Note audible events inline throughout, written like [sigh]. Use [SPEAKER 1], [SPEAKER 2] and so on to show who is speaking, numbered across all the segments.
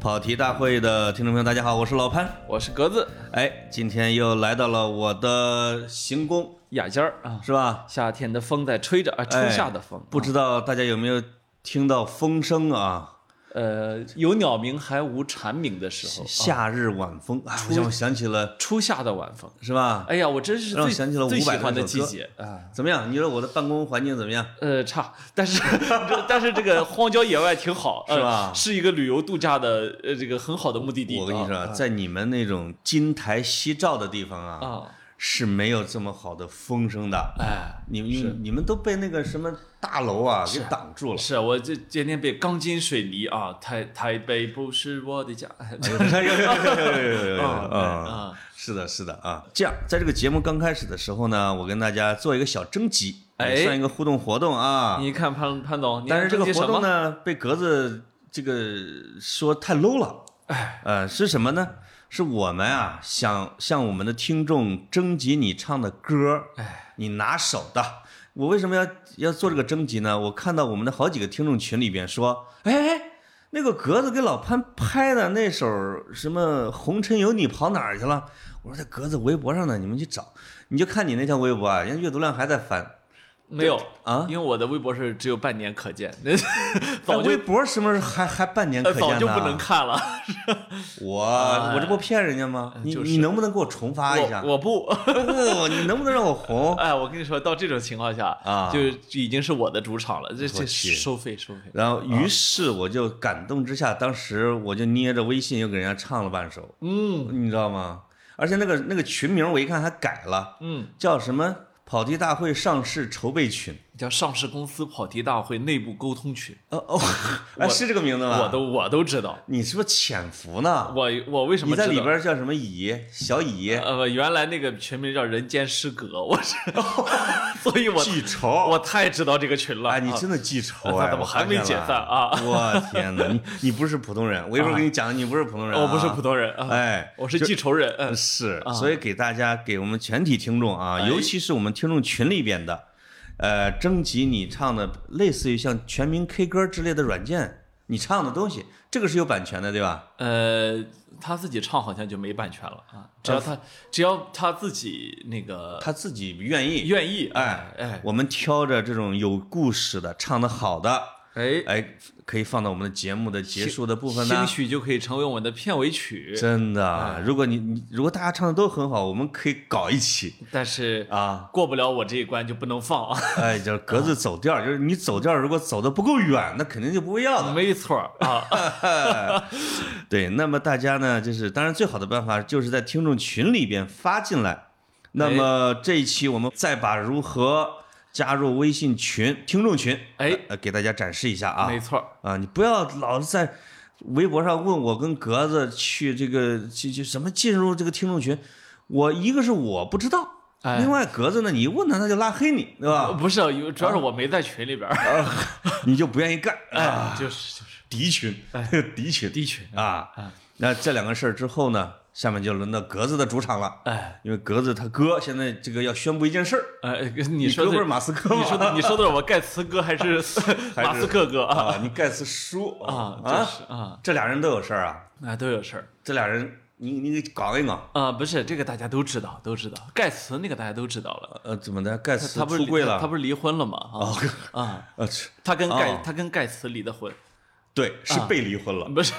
[SPEAKER 1] 跑题大会的听众朋友，大家好，我是老潘。
[SPEAKER 2] 我是格子
[SPEAKER 1] 哎，今天又来到了我的行宫，
[SPEAKER 2] 雅间儿啊，
[SPEAKER 1] 是吧？
[SPEAKER 2] 夏天的风在吹着啊，初
[SPEAKER 1] 哎
[SPEAKER 2] 夏的风，
[SPEAKER 1] 不知道大家有没有听到风声啊？
[SPEAKER 2] 呃，有鸟鸣还无蝉鸣的时候，
[SPEAKER 1] 夏日晚风，啊，让我想起了，
[SPEAKER 2] 初夏的晚风。
[SPEAKER 1] 是吧？
[SPEAKER 2] 哎呀，我真是
[SPEAKER 1] 让我
[SPEAKER 2] 最
[SPEAKER 1] 想起了伍
[SPEAKER 2] 最喜
[SPEAKER 1] 佰
[SPEAKER 2] 欢
[SPEAKER 1] 那首
[SPEAKER 2] 的季
[SPEAKER 1] 歌
[SPEAKER 2] 节啊。
[SPEAKER 1] 怎么样？你说我的办公环境怎么样？
[SPEAKER 2] 呃，差，但是 [laughs] 但是这个荒郊野外挺好，呃
[SPEAKER 1] 是吧
[SPEAKER 2] 是一个旅游度假的呃这个很好的目的地。
[SPEAKER 1] 我跟你说，
[SPEAKER 2] 啊
[SPEAKER 1] 啊，在你们那种金台夕照的地方啊，
[SPEAKER 2] 啊，
[SPEAKER 1] 是没有这么好的风声的。
[SPEAKER 2] 哎，
[SPEAKER 1] 你们你你们都被那个什么大楼啊给挡住了。
[SPEAKER 2] 是我这今天被钢筋水泥啊，台台北不是我
[SPEAKER 1] [laughs]
[SPEAKER 2] 的家， [laughs]
[SPEAKER 1] 哎呦呦呦呦呦呦呦呦！啊，
[SPEAKER 2] 啊，
[SPEAKER 1] 是的，是的啊。这样，在这个节目刚开始的时候呢，我跟大家做一个小征集，
[SPEAKER 2] 哎
[SPEAKER 1] 也算一个互动活动啊。
[SPEAKER 2] 你看潘潘总，你
[SPEAKER 1] 但是这个
[SPEAKER 2] 看
[SPEAKER 1] 活动
[SPEAKER 2] 什么，
[SPEAKER 1] 呢，被格子这个说太 low 了。哎，呃，是什么呢？是我们啊，想向我们的听众征集你唱的歌，哎，你拿手的。我为什么要要做这个征集呢？我看到我们的好几个听众群里边说，哎，那个格子给老潘拍的那首什么《红尘有你跑哪儿去了》，我说在格子微博上呢，你们去找，你就看你那条微博啊，人家阅读量还在翻
[SPEAKER 2] 没有
[SPEAKER 1] 啊，
[SPEAKER 2] 因为我的微博是只有半年可见， [laughs] 那
[SPEAKER 1] 在
[SPEAKER 2] 早就
[SPEAKER 1] 微博什么时候还还半年可
[SPEAKER 2] 呃
[SPEAKER 1] 见呢？
[SPEAKER 2] 早就不能看了。
[SPEAKER 1] 我、
[SPEAKER 2] 哎
[SPEAKER 1] 我这不骗人家吗？你、
[SPEAKER 2] 呃就是
[SPEAKER 1] 你能不能给我重发一下？
[SPEAKER 2] 我我不， [laughs]
[SPEAKER 1] 不，你能不能让 [laughs] 我红？
[SPEAKER 2] 哎，我跟你说到这种情况下
[SPEAKER 1] 啊
[SPEAKER 2] 就已经是我的主场了，这
[SPEAKER 1] 我
[SPEAKER 2] 这
[SPEAKER 1] 去
[SPEAKER 2] 收费收费。
[SPEAKER 1] 然后，于是我就感动之下，当时我就捏着微信又给人家唱了半首，
[SPEAKER 2] 嗯
[SPEAKER 1] 你知道吗？而且那个那个群名我一看还改了，
[SPEAKER 2] 嗯，
[SPEAKER 1] 叫什么“跑题大会上市筹备群
[SPEAKER 2] 叫上市公司跑题大会内部沟通群，”。
[SPEAKER 1] 哦哦，哎，
[SPEAKER 2] 我
[SPEAKER 1] 是这个名字吗？
[SPEAKER 2] 我都我都知道。
[SPEAKER 1] 你是不是潜伏呢？
[SPEAKER 2] 我我为什么
[SPEAKER 1] 你在
[SPEAKER 2] 知道
[SPEAKER 1] 里？边叫什么乙小乙
[SPEAKER 2] 呃，原来那个群名叫“人间失格”，我
[SPEAKER 1] [laughs]
[SPEAKER 2] 是，所以我
[SPEAKER 1] 记仇？
[SPEAKER 2] 我太知道这个群了。
[SPEAKER 1] 哎，你
[SPEAKER 2] 啊
[SPEAKER 1] 真的记仇
[SPEAKER 2] 啊
[SPEAKER 1] 哎！
[SPEAKER 2] 怎么
[SPEAKER 1] 我
[SPEAKER 2] 还
[SPEAKER 1] 发
[SPEAKER 2] 没
[SPEAKER 1] 现
[SPEAKER 2] 解
[SPEAKER 1] 了
[SPEAKER 2] 散啊
[SPEAKER 1] [laughs] 我天哪，你你不是普通人！我一会儿给你讲，你不是普通人啊，
[SPEAKER 2] 我不是普通人啊，
[SPEAKER 1] 哎，
[SPEAKER 2] 我是记仇人。嗯
[SPEAKER 1] 是，所以给大家给我们全体听众啊，
[SPEAKER 2] 哎
[SPEAKER 1] 尤其是我们听众群里边的，呃，征集你唱的类似于像全民 K 歌之类的软件，你唱的东西，这个是有版权的，对吧？
[SPEAKER 2] 呃，他自己唱好像就没版权了啊，只要他只要他自己那个
[SPEAKER 1] 他自己愿意，
[SPEAKER 2] 愿意，
[SPEAKER 1] 哎
[SPEAKER 2] 哎
[SPEAKER 1] 我们挑着这种有故事的、唱的好的，
[SPEAKER 2] 哎，
[SPEAKER 1] 哎，可以放到我们的节目的结束的部分呢
[SPEAKER 2] 兴。许就可以成为我们的片尾曲，
[SPEAKER 1] 真的
[SPEAKER 2] 哎
[SPEAKER 1] 啊，如果你你如果大家唱的都很好，我们可以搞一
[SPEAKER 2] [laughs]
[SPEAKER 1] 期
[SPEAKER 2] 但是
[SPEAKER 1] 啊。
[SPEAKER 2] 过不了我这一关就不能放
[SPEAKER 1] [laughs]
[SPEAKER 2] 啊，
[SPEAKER 1] 哎，就是格子走调儿，就是你走调儿，如果走的不够远，那肯定就不会要的。
[SPEAKER 2] 没错儿啊，嗯
[SPEAKER 1] 对，那么大家呢，就是当然最好的办法就是在听众群里边发进来。那
[SPEAKER 2] 哎
[SPEAKER 1] 么这一期我们再把如何加入微信群、听众群，
[SPEAKER 2] 哎，
[SPEAKER 1] 呃，给大家展示一下啊
[SPEAKER 2] 没错儿，
[SPEAKER 1] 啊，你不要老是在微博上问我跟格子去这个去去什么进入这个听众群，我一个是我不知道，
[SPEAKER 2] 哎哦
[SPEAKER 1] 另外格子呢，你一问他他就拉黑你，对吧？
[SPEAKER 2] 不是，有主要是我没在群里边
[SPEAKER 1] [laughs]
[SPEAKER 2] 儿，
[SPEAKER 1] 啊你就不愿意干，啊
[SPEAKER 2] 哎，就是就是
[SPEAKER 1] 敌群， [laughs] 敌群，
[SPEAKER 2] 低群，哎
[SPEAKER 1] 啊。那这两个事儿之后呢，下面就轮到格子的主场了，
[SPEAKER 2] 哎
[SPEAKER 1] 因为格子他哥现在这个要宣布一件事儿，
[SPEAKER 2] 哎，你
[SPEAKER 1] 你
[SPEAKER 2] 说
[SPEAKER 1] 哥不是
[SPEAKER 2] 的。
[SPEAKER 1] 马斯克吗？
[SPEAKER 2] 你说的，你说的，我盖茨哥还是马斯克哥
[SPEAKER 1] [laughs]
[SPEAKER 2] 啊
[SPEAKER 1] 啊，你盖茨叔
[SPEAKER 2] 啊，
[SPEAKER 1] 啊
[SPEAKER 2] 就，是啊，
[SPEAKER 1] 这俩人都有事儿啊，
[SPEAKER 2] 啊都有事儿。
[SPEAKER 1] 这俩人你你给搞一搞，
[SPEAKER 2] 啊、不是这个大家都知道，都知道。盖茨那个大家都知道了，
[SPEAKER 1] 呃，怎么的？盖茨
[SPEAKER 2] 他不是
[SPEAKER 1] 出
[SPEAKER 2] 离
[SPEAKER 1] 柜
[SPEAKER 2] 他他
[SPEAKER 1] 了？
[SPEAKER 2] 不是离婚了吗？啊、啊，
[SPEAKER 1] 呃，是
[SPEAKER 2] 他跟盖、
[SPEAKER 1] 哦
[SPEAKER 2] 他跟盖茨离的婚，
[SPEAKER 1] 对，是被离婚了。
[SPEAKER 2] 不是、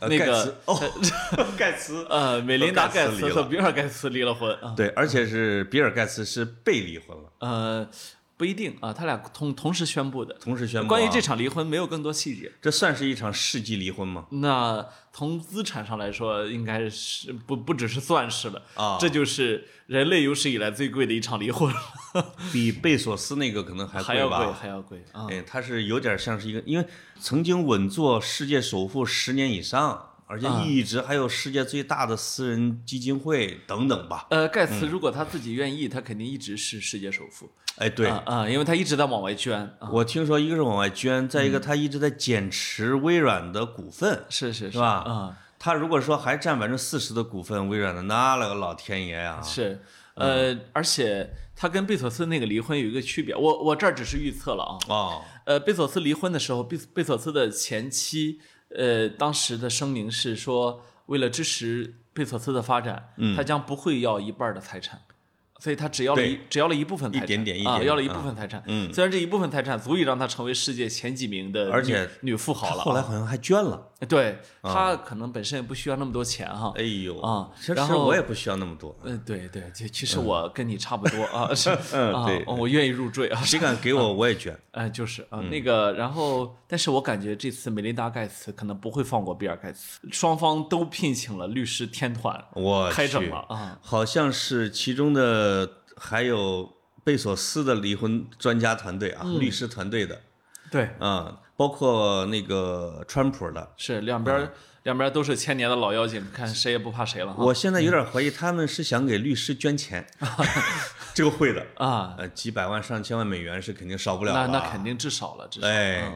[SPEAKER 1] 呃
[SPEAKER 2] [laughs] 那
[SPEAKER 1] 盖茨
[SPEAKER 2] 啊个
[SPEAKER 1] 哦， [laughs] 盖茨
[SPEAKER 2] 呃，美琳达
[SPEAKER 1] 和盖
[SPEAKER 2] 盖
[SPEAKER 1] 茨离
[SPEAKER 2] 茨
[SPEAKER 1] 了
[SPEAKER 2] 和比尔盖茨离了婚啊，
[SPEAKER 1] 对，而且是比尔盖茨是被离婚了，
[SPEAKER 2] 呃，不一定啊，他俩同同时宣布的。
[SPEAKER 1] 同时宣布啊。
[SPEAKER 2] 关于这场离婚没有更多细节。
[SPEAKER 1] 这算是一场世纪离婚吗？
[SPEAKER 2] 那从资产上来说，应该是不不只是算是了
[SPEAKER 1] 啊
[SPEAKER 2] 这就是人类有史以来最贵的一场离婚了，
[SPEAKER 1] 比贝索斯那个可能还
[SPEAKER 2] 还
[SPEAKER 1] 贵
[SPEAKER 2] 要贵，
[SPEAKER 1] 吧？
[SPEAKER 2] 还要贵啊！
[SPEAKER 1] 哎，他是有点像是一个，因为曾经稳坐世界首富十年以上，而
[SPEAKER 2] 啊
[SPEAKER 1] 且一直还有世界最大的私人基金会等等吧。
[SPEAKER 2] 呃，盖
[SPEAKER 1] 嗯
[SPEAKER 2] 茨如果他自己愿意，他肯定一直是世界首富。
[SPEAKER 1] 哎，对，
[SPEAKER 2] 啊、啊，因为他一直在往外捐啊。嗯
[SPEAKER 1] 我听说一个是往外捐，再一个他一直在减持微软的股份。
[SPEAKER 2] 是是
[SPEAKER 1] 是吧
[SPEAKER 2] 啊、
[SPEAKER 1] 他如果说还占百分之四十的股份，微软的那了个老天爷 [laughs] 呀！
[SPEAKER 2] 是，
[SPEAKER 1] 嗯
[SPEAKER 2] 呃，而且他跟贝索斯那个离婚有一个区别，我我这儿只是预测了啊。
[SPEAKER 1] 哦，
[SPEAKER 2] 呃，贝索斯离婚的时候，贝贝索斯的前妻。呃，当时的声明是说，为了支持贝索斯的发展，
[SPEAKER 1] 嗯
[SPEAKER 2] 他将不会要一半儿的财产，所以他只要了一
[SPEAKER 1] 对
[SPEAKER 2] 只要了一部分财产，
[SPEAKER 1] 一点点一
[SPEAKER 2] 啊，
[SPEAKER 1] 点
[SPEAKER 2] 要了一
[SPEAKER 1] 啊
[SPEAKER 2] 部分财产。
[SPEAKER 1] 嗯
[SPEAKER 2] 虽然这一部分财产足以让他成为世界前几名的
[SPEAKER 1] 而
[SPEAKER 2] 女
[SPEAKER 1] 且
[SPEAKER 2] 女富豪了啊。
[SPEAKER 1] 后来好像还捐了。
[SPEAKER 2] 对他可能本身也不需要那么多钱哈。
[SPEAKER 1] 嗯哎呦
[SPEAKER 2] 啊
[SPEAKER 1] 其实
[SPEAKER 2] 然后
[SPEAKER 1] 我也不需要那么多，
[SPEAKER 2] 嗯，对对，其其实我跟你差不多
[SPEAKER 1] [laughs]
[SPEAKER 2] 啊，是
[SPEAKER 1] 嗯
[SPEAKER 2] 啊
[SPEAKER 1] 对，
[SPEAKER 2] 我愿意入赘啊，
[SPEAKER 1] 谁敢给 [laughs] 我我也捐。
[SPEAKER 2] 哎，就是啊，
[SPEAKER 1] 嗯
[SPEAKER 2] 那个，然后，但是我感觉这次梅琳达·盖茨可能不会放过比尔·盖茨，双方都聘请了律师天团
[SPEAKER 1] 我
[SPEAKER 2] 开整
[SPEAKER 1] 去
[SPEAKER 2] 了啊，
[SPEAKER 1] 好像是其中的还有贝索斯的离婚专家团队啊，律师团队的
[SPEAKER 2] 对，
[SPEAKER 1] 啊、包括那个川普的。
[SPEAKER 2] 是两边、两边都是千年的老妖精，看谁也不怕谁了哈
[SPEAKER 1] 嗯我现在有点怀疑他们是想给律师捐 [laughs] 钱，这个会的，
[SPEAKER 2] 啊，
[SPEAKER 1] 呃，几百万上千万美元是肯定少不了
[SPEAKER 2] 那
[SPEAKER 1] 的。
[SPEAKER 2] 那肯定至少了，至少、
[SPEAKER 1] 哎，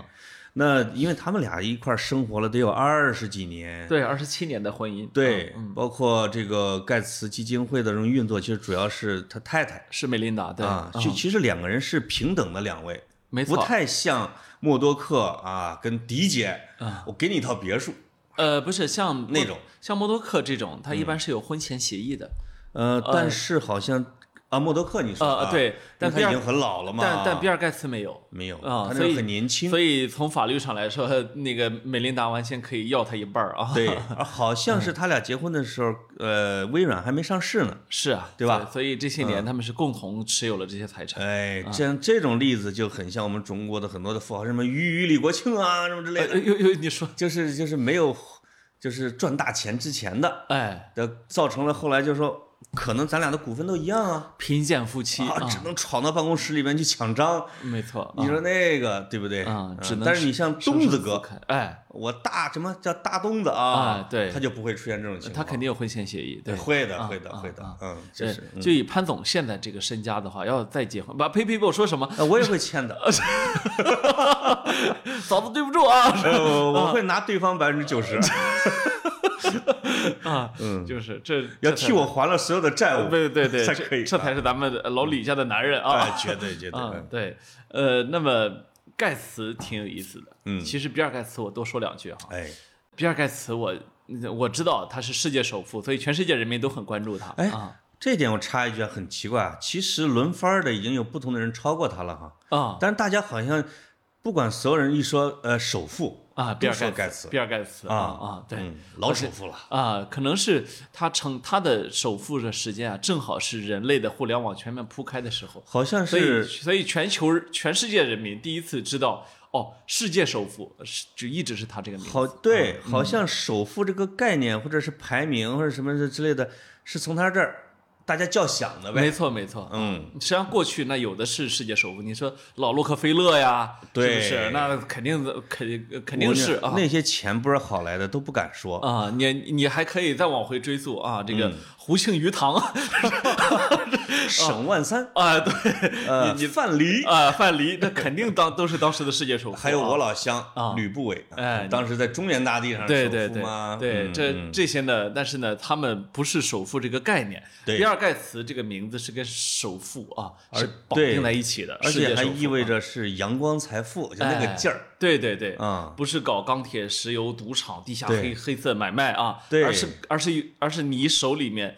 [SPEAKER 1] 那因为他们俩一块儿生活了得有二十几年，
[SPEAKER 2] 对，二十七年的婚姻，
[SPEAKER 1] 对，
[SPEAKER 2] 嗯
[SPEAKER 1] 包括这个盖茨基金会的这种运作，其实主要是他太太
[SPEAKER 2] 是梅琳达，对，
[SPEAKER 1] 啊，
[SPEAKER 2] 嗯
[SPEAKER 1] 其其实两个人是平等的两位，
[SPEAKER 2] 没
[SPEAKER 1] 不
[SPEAKER 2] 错，
[SPEAKER 1] 太像默多克啊跟迪姐，
[SPEAKER 2] 嗯
[SPEAKER 1] 我给你一套别墅，
[SPEAKER 2] 呃，不是像
[SPEAKER 1] 那种，嗯
[SPEAKER 2] 像默多克这种，他一般是有婚前协议的，
[SPEAKER 1] 呃，但是好像啊默多克你说
[SPEAKER 2] 呃
[SPEAKER 1] 啊，，
[SPEAKER 2] 对，但
[SPEAKER 1] 因为
[SPEAKER 2] 比
[SPEAKER 1] 他已
[SPEAKER 2] 尔
[SPEAKER 1] 经，很老了嘛，
[SPEAKER 2] 但但比尔·盖茨没有。
[SPEAKER 1] 没有，
[SPEAKER 2] 啊
[SPEAKER 1] 他那
[SPEAKER 2] 所
[SPEAKER 1] 时
[SPEAKER 2] 以
[SPEAKER 1] 候很年轻，
[SPEAKER 2] 所以从法律上来说，那个美琳达完全可以要他一半儿啊。 [laughs]
[SPEAKER 1] 对，，啊好像
[SPEAKER 2] 嗯
[SPEAKER 1] 是他俩结婚的时候，呃，微软还没上市呢。
[SPEAKER 2] 是啊，
[SPEAKER 1] 对吧嗯
[SPEAKER 2] 所以所以这些年他们是共同持有了这些财产。
[SPEAKER 1] 哎，像这种例子就很像我们中国的很多的富豪，什么俞渝、李国庆啊，什么之类的，
[SPEAKER 2] 呃呦呦，你说，
[SPEAKER 1] 就是就是没有，就是赚大钱之前的，
[SPEAKER 2] 哎，
[SPEAKER 1] 的造成了后来就说，可能咱俩的股份都一样啊，
[SPEAKER 2] 贫贱夫妻
[SPEAKER 1] 啊，只能闯到办公室里面去抢章。
[SPEAKER 2] 没错。
[SPEAKER 1] 你说那个对不对？
[SPEAKER 2] 啊
[SPEAKER 1] 嗯
[SPEAKER 2] 只能
[SPEAKER 1] 但是你像
[SPEAKER 2] 生
[SPEAKER 1] 东子
[SPEAKER 2] 生
[SPEAKER 1] 哥，
[SPEAKER 2] 不堪，哎，
[SPEAKER 1] 我大什么叫大东子
[SPEAKER 2] 啊
[SPEAKER 1] 啊？
[SPEAKER 2] 对
[SPEAKER 1] 他就不会出现这种情
[SPEAKER 2] 他
[SPEAKER 1] 况。
[SPEAKER 2] 肯定有婚前协议，对。
[SPEAKER 1] 会的，
[SPEAKER 2] 啊
[SPEAKER 1] 会的，
[SPEAKER 2] 啊
[SPEAKER 1] 会的
[SPEAKER 2] 啊。
[SPEAKER 1] 嗯，就
[SPEAKER 2] 对
[SPEAKER 1] 是。，
[SPEAKER 2] 就以潘总现在这个身家的话，要再结婚，把呸呸呸，我说什么？ [laughs]
[SPEAKER 1] 呃我也会签的，
[SPEAKER 2] 嫂子对不住啊！
[SPEAKER 1] 呃我我会拿对方百分之九
[SPEAKER 2] [laughs]
[SPEAKER 1] 十，
[SPEAKER 2] 啊，就是这
[SPEAKER 1] 嗯要
[SPEAKER 2] 这才
[SPEAKER 1] 替我还了所有的债务。
[SPEAKER 2] [laughs] 对对对，
[SPEAKER 1] 才
[SPEAKER 2] 这
[SPEAKER 1] 可以
[SPEAKER 2] 这
[SPEAKER 1] 啊
[SPEAKER 2] 才是咱们老李家的男人 [laughs] 啊！
[SPEAKER 1] 哎，绝对绝对。
[SPEAKER 2] 嗯，
[SPEAKER 1] 嗯
[SPEAKER 2] 对，呃，那么盖茨挺有意思的，
[SPEAKER 1] 嗯
[SPEAKER 2] 其实比尔盖茨我多说两句哈，
[SPEAKER 1] 哎
[SPEAKER 2] 比尔盖茨我我知道他是世界首富，所以全世界人民都很关注他，
[SPEAKER 1] 哎
[SPEAKER 2] 啊
[SPEAKER 1] 这一点我插一句啊，很奇怪啊，其实轮番儿的已经有不同的人超过他了哈，
[SPEAKER 2] 啊
[SPEAKER 1] 但是大家好像不管所有人一说呃首富
[SPEAKER 2] 啊，比尔
[SPEAKER 1] 都说
[SPEAKER 2] 盖
[SPEAKER 1] 盖
[SPEAKER 2] 茨，
[SPEAKER 1] 茨
[SPEAKER 2] 比尔盖茨啊
[SPEAKER 1] 啊
[SPEAKER 2] 啊，对。
[SPEAKER 1] 嗯，老首富了，
[SPEAKER 2] 啊，可能是他成他的首富的时间啊，正好是人类的互联网全面铺开的时候，
[SPEAKER 1] 好像
[SPEAKER 2] 所以
[SPEAKER 1] 是
[SPEAKER 2] 所以全球全世界人民第一次知道哦，世界首富是就一直是他这个名字，
[SPEAKER 1] 好对，
[SPEAKER 2] 嗯
[SPEAKER 1] 好像首富这个概念或者是排名或者什么之之类的，是从他这儿大家叫响的呗。
[SPEAKER 2] 没错没错，
[SPEAKER 1] 嗯，
[SPEAKER 2] 实际上过去那有的是世界首富，你说老洛克菲勒呀，
[SPEAKER 1] 对
[SPEAKER 2] 是不是？那肯定的，肯定肯定
[SPEAKER 1] 我
[SPEAKER 2] 是
[SPEAKER 1] 那
[SPEAKER 2] 啊
[SPEAKER 1] 那些钱不是好来的都不敢说。
[SPEAKER 2] 啊！你你还可以再往回追溯啊，这
[SPEAKER 1] 嗯
[SPEAKER 2] 个胡庆余堂
[SPEAKER 1] 沈万三，
[SPEAKER 2] [laughs] 啊，对
[SPEAKER 1] 呃，
[SPEAKER 2] 你
[SPEAKER 1] 范蠡，
[SPEAKER 2] 啊，范蠡那肯定当都是当时的世界首富，
[SPEAKER 1] 还有我
[SPEAKER 2] 啊。
[SPEAKER 1] 老乡吕不韦啊
[SPEAKER 2] 哎，
[SPEAKER 1] 当时在中原大地上
[SPEAKER 2] 对
[SPEAKER 1] 首
[SPEAKER 2] 对
[SPEAKER 1] 富
[SPEAKER 2] 对
[SPEAKER 1] 嘛
[SPEAKER 2] 对，
[SPEAKER 1] 嗯
[SPEAKER 2] 这这些呢，但是呢，他们不是首富这个概念。
[SPEAKER 1] 对
[SPEAKER 2] 比尔盖茨这个名字是跟首富啊是绑
[SPEAKER 1] 对
[SPEAKER 2] 定在一起的，
[SPEAKER 1] 而
[SPEAKER 2] 世界
[SPEAKER 1] 且还
[SPEAKER 2] 首富
[SPEAKER 1] 意味
[SPEAKER 2] 啊
[SPEAKER 1] 着是阳光财富，就那个劲儿
[SPEAKER 2] 哎。对对对，
[SPEAKER 1] 啊。
[SPEAKER 2] 不是搞钢铁、石油、赌场、地下
[SPEAKER 1] 对
[SPEAKER 2] 黑黑色买卖啊，
[SPEAKER 1] 对
[SPEAKER 2] 而是而是而是你手里面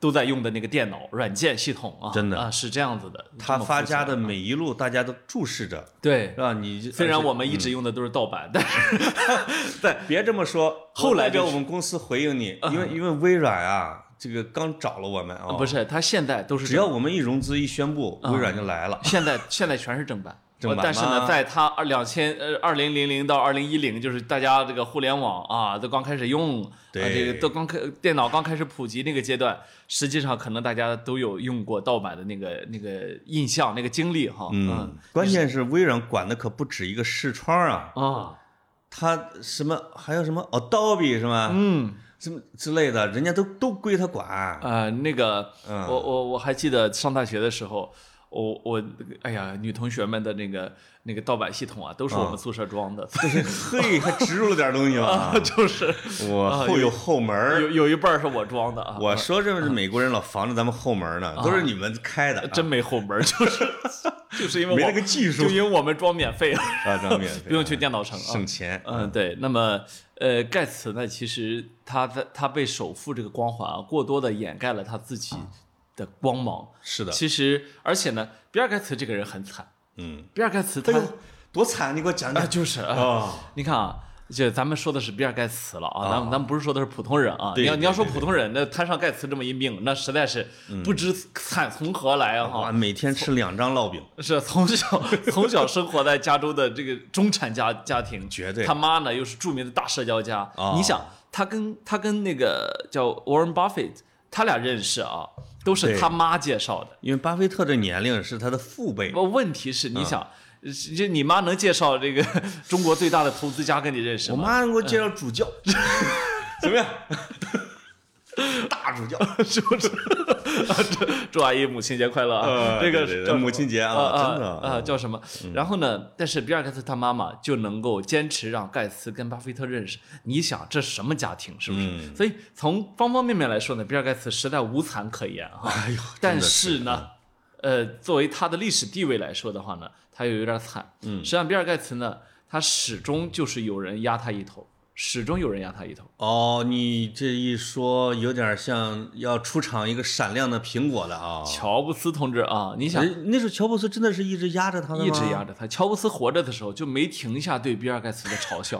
[SPEAKER 2] 都在用的那个电脑软件系统啊，
[SPEAKER 1] 真的
[SPEAKER 2] 啊是这样子的。
[SPEAKER 1] 他
[SPEAKER 2] 这么
[SPEAKER 1] 发
[SPEAKER 2] 复杂
[SPEAKER 1] 家的每一路，大家都注视着，
[SPEAKER 2] 对
[SPEAKER 1] 是，吧？你就
[SPEAKER 2] 虽
[SPEAKER 1] 而
[SPEAKER 2] 然
[SPEAKER 1] 且 [laughs] 嗯
[SPEAKER 2] 我们一直用的都是盗版，但是
[SPEAKER 1] 别这么说，
[SPEAKER 2] 后来
[SPEAKER 1] 我代表
[SPEAKER 2] 就是嗯
[SPEAKER 1] 我们公司回应你，因为因为微软啊，这个刚找了我们啊，
[SPEAKER 2] 不啊是，它现在都是
[SPEAKER 1] 只要我们一融资一宣布，微软就来了。
[SPEAKER 2] [laughs] 现在现在全是正版。
[SPEAKER 1] 正版
[SPEAKER 2] 我但是呢，
[SPEAKER 1] 吗
[SPEAKER 2] 在它二两千呃二零零零到二零一零，就是大家这个互联网啊都刚开始用，啊
[SPEAKER 1] 对
[SPEAKER 2] 这个都刚开电脑刚开始普及那个阶段，实际上可能大家都有用过盗版的那个那个印象那个经历哈，
[SPEAKER 1] 嗯，关键是微软管的可不止一个视窗啊，
[SPEAKER 2] 啊
[SPEAKER 1] 它什么还有什么 Adobe 是吗？
[SPEAKER 2] 嗯
[SPEAKER 1] 什么之类的，人家都都归他管。
[SPEAKER 2] 呃那个
[SPEAKER 1] 嗯
[SPEAKER 2] 我我我还记得上大学的时候。我我哎呀，女同学们的那个那个盗版系统啊，都是
[SPEAKER 1] 嗯
[SPEAKER 2] 我们宿舍装的，
[SPEAKER 1] [laughs]
[SPEAKER 2] [laughs]
[SPEAKER 1] 嘿，还植入了点东西吧？
[SPEAKER 2] 啊
[SPEAKER 1] [laughs]
[SPEAKER 2] 就是啊
[SPEAKER 1] 我后有后门儿。
[SPEAKER 2] 有有一半儿是我装的啊。
[SPEAKER 1] 我说这是美国人老防着咱们后门呢，都是你们开的，
[SPEAKER 2] 啊
[SPEAKER 1] 啊
[SPEAKER 2] 真没后门儿，就是就是因为我
[SPEAKER 1] 没那个技术
[SPEAKER 2] 就因为我们装免费， [laughs]
[SPEAKER 1] 啊，张免费
[SPEAKER 2] 不用去电脑城啊
[SPEAKER 1] 省。钱。
[SPEAKER 2] 嗯，对。那么呃，盖茨呢，其实他在他被首富这个光环啊，过多的掩盖了他自己的光芒。
[SPEAKER 1] 是的，
[SPEAKER 2] 其实，而且呢，比尔盖茨这个人很惨。
[SPEAKER 1] 嗯，
[SPEAKER 2] 比尔盖茨他
[SPEAKER 1] 哎呦多惨！你给我讲
[SPEAKER 2] 啊，
[SPEAKER 1] 讲 [laughs]
[SPEAKER 2] 就是啊，
[SPEAKER 1] 啊，
[SPEAKER 2] 你看啊，就咱们说的是比尔盖茨了啊，
[SPEAKER 1] 啊
[SPEAKER 2] 咱们咱们不是说的是普通人啊。
[SPEAKER 1] 对
[SPEAKER 2] 你要
[SPEAKER 1] 对
[SPEAKER 2] 你要说
[SPEAKER 1] 对嗯
[SPEAKER 2] 普通人，那摊上盖茨这么一命，那实在是不知惨从何来啊！哈
[SPEAKER 1] 哇，，每天吃两张烙饼，
[SPEAKER 2] 是从小从小生活在加州的这个中产家家庭，
[SPEAKER 1] 绝对
[SPEAKER 2] 他妈呢又是著名的大社交家，
[SPEAKER 1] 哦
[SPEAKER 2] 你想他跟他跟那个叫 Warren Buffett，他俩认识啊，都是
[SPEAKER 1] 对
[SPEAKER 2] 他妈介绍的。
[SPEAKER 1] 因为巴菲特这年龄是他的父辈，
[SPEAKER 2] 不，问题是
[SPEAKER 1] 嗯
[SPEAKER 2] 你想，是这你妈能介绍这个 [laughs] 中国最大的投资家跟你认识
[SPEAKER 1] 我
[SPEAKER 2] 吗？
[SPEAKER 1] 妈给我介绍主教，
[SPEAKER 2] 嗯
[SPEAKER 1] 怎么样？ [laughs] 大主教，
[SPEAKER 2] 是不是？啊祝祝阿姨母亲节快乐啊！
[SPEAKER 1] 呃
[SPEAKER 2] [laughs] 这个
[SPEAKER 1] 对对
[SPEAKER 2] 是
[SPEAKER 1] 对
[SPEAKER 2] 叫
[SPEAKER 1] 母亲节啊
[SPEAKER 2] 啊
[SPEAKER 1] 真的嗯
[SPEAKER 2] 啊啊叫什么？然后呢？但是比尔盖茨他妈妈就能够坚持让盖茨跟巴菲特认识。你想这什么家庭是不
[SPEAKER 1] 嗯
[SPEAKER 2] 是？所以从方方面面来说呢，比尔盖茨实在无惨可言啊。
[SPEAKER 1] [laughs]
[SPEAKER 2] [laughs]
[SPEAKER 1] 哎呦，
[SPEAKER 2] 但
[SPEAKER 1] 真的
[SPEAKER 2] 是呢，呃，作为他的历史地位来说的话呢，他又有点惨。嗯，实际上比尔盖茨呢，他始终就是有人压他一头，始终有人压他一头。
[SPEAKER 1] 哦，你这一说有点像要出场一个闪亮的苹果了啊！
[SPEAKER 2] 乔布斯同志啊，你想
[SPEAKER 1] 哎那时候乔布斯真的是一直压着他的吗？
[SPEAKER 2] 一直压着他。乔布斯活着的时候就没停下对比尔盖茨的 [laughs] 嘲笑。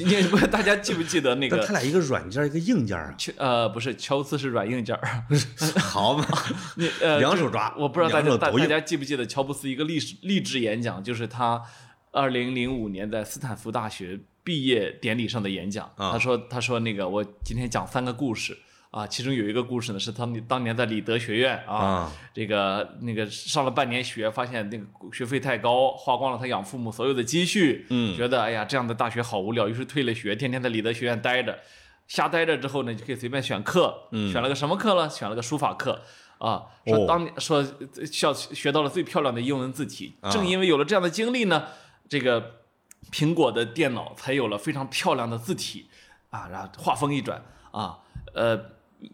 [SPEAKER 2] 你你不，大家记不记得那
[SPEAKER 1] 但他
[SPEAKER 2] 个？
[SPEAKER 1] 俩一个软件一个硬件
[SPEAKER 2] [laughs]
[SPEAKER 1] 啊，
[SPEAKER 2] 乔呃，不是，乔布斯是软硬件
[SPEAKER 1] [laughs]
[SPEAKER 2] 儿。
[SPEAKER 1] 好嘛，
[SPEAKER 2] 你呃，
[SPEAKER 1] 两
[SPEAKER 2] 就
[SPEAKER 1] 手抓
[SPEAKER 2] 我不知道大
[SPEAKER 1] 两
[SPEAKER 2] 家
[SPEAKER 1] 手
[SPEAKER 2] 大
[SPEAKER 1] 抖
[SPEAKER 2] 大
[SPEAKER 1] 硬
[SPEAKER 2] 家记不记得乔布斯一个励志励志演讲，就是他二零零五年在斯坦福大学毕业典礼上的演讲。
[SPEAKER 1] 啊
[SPEAKER 2] 他说他说那个我今天讲三个故事啊，其中有一个故事呢是他们当年在里德学院啊
[SPEAKER 1] 啊，
[SPEAKER 2] 这个那个上了半年学，发现那个学费太高，花光了他养父母所有的积蓄，嗯，觉得哎呀这样的大学好无聊，于是退了学，天天在里德学院待着。瞎待着之后呢，就可以随便选课，选了个什么课呢？选了个书法课啊。说
[SPEAKER 1] 哦
[SPEAKER 2] 当年说呃校学到了最漂亮的英文字体，正因为有了这样的经历呢，这个苹果的电脑才有了非常漂亮的字体啊。然后话锋一转啊，呃。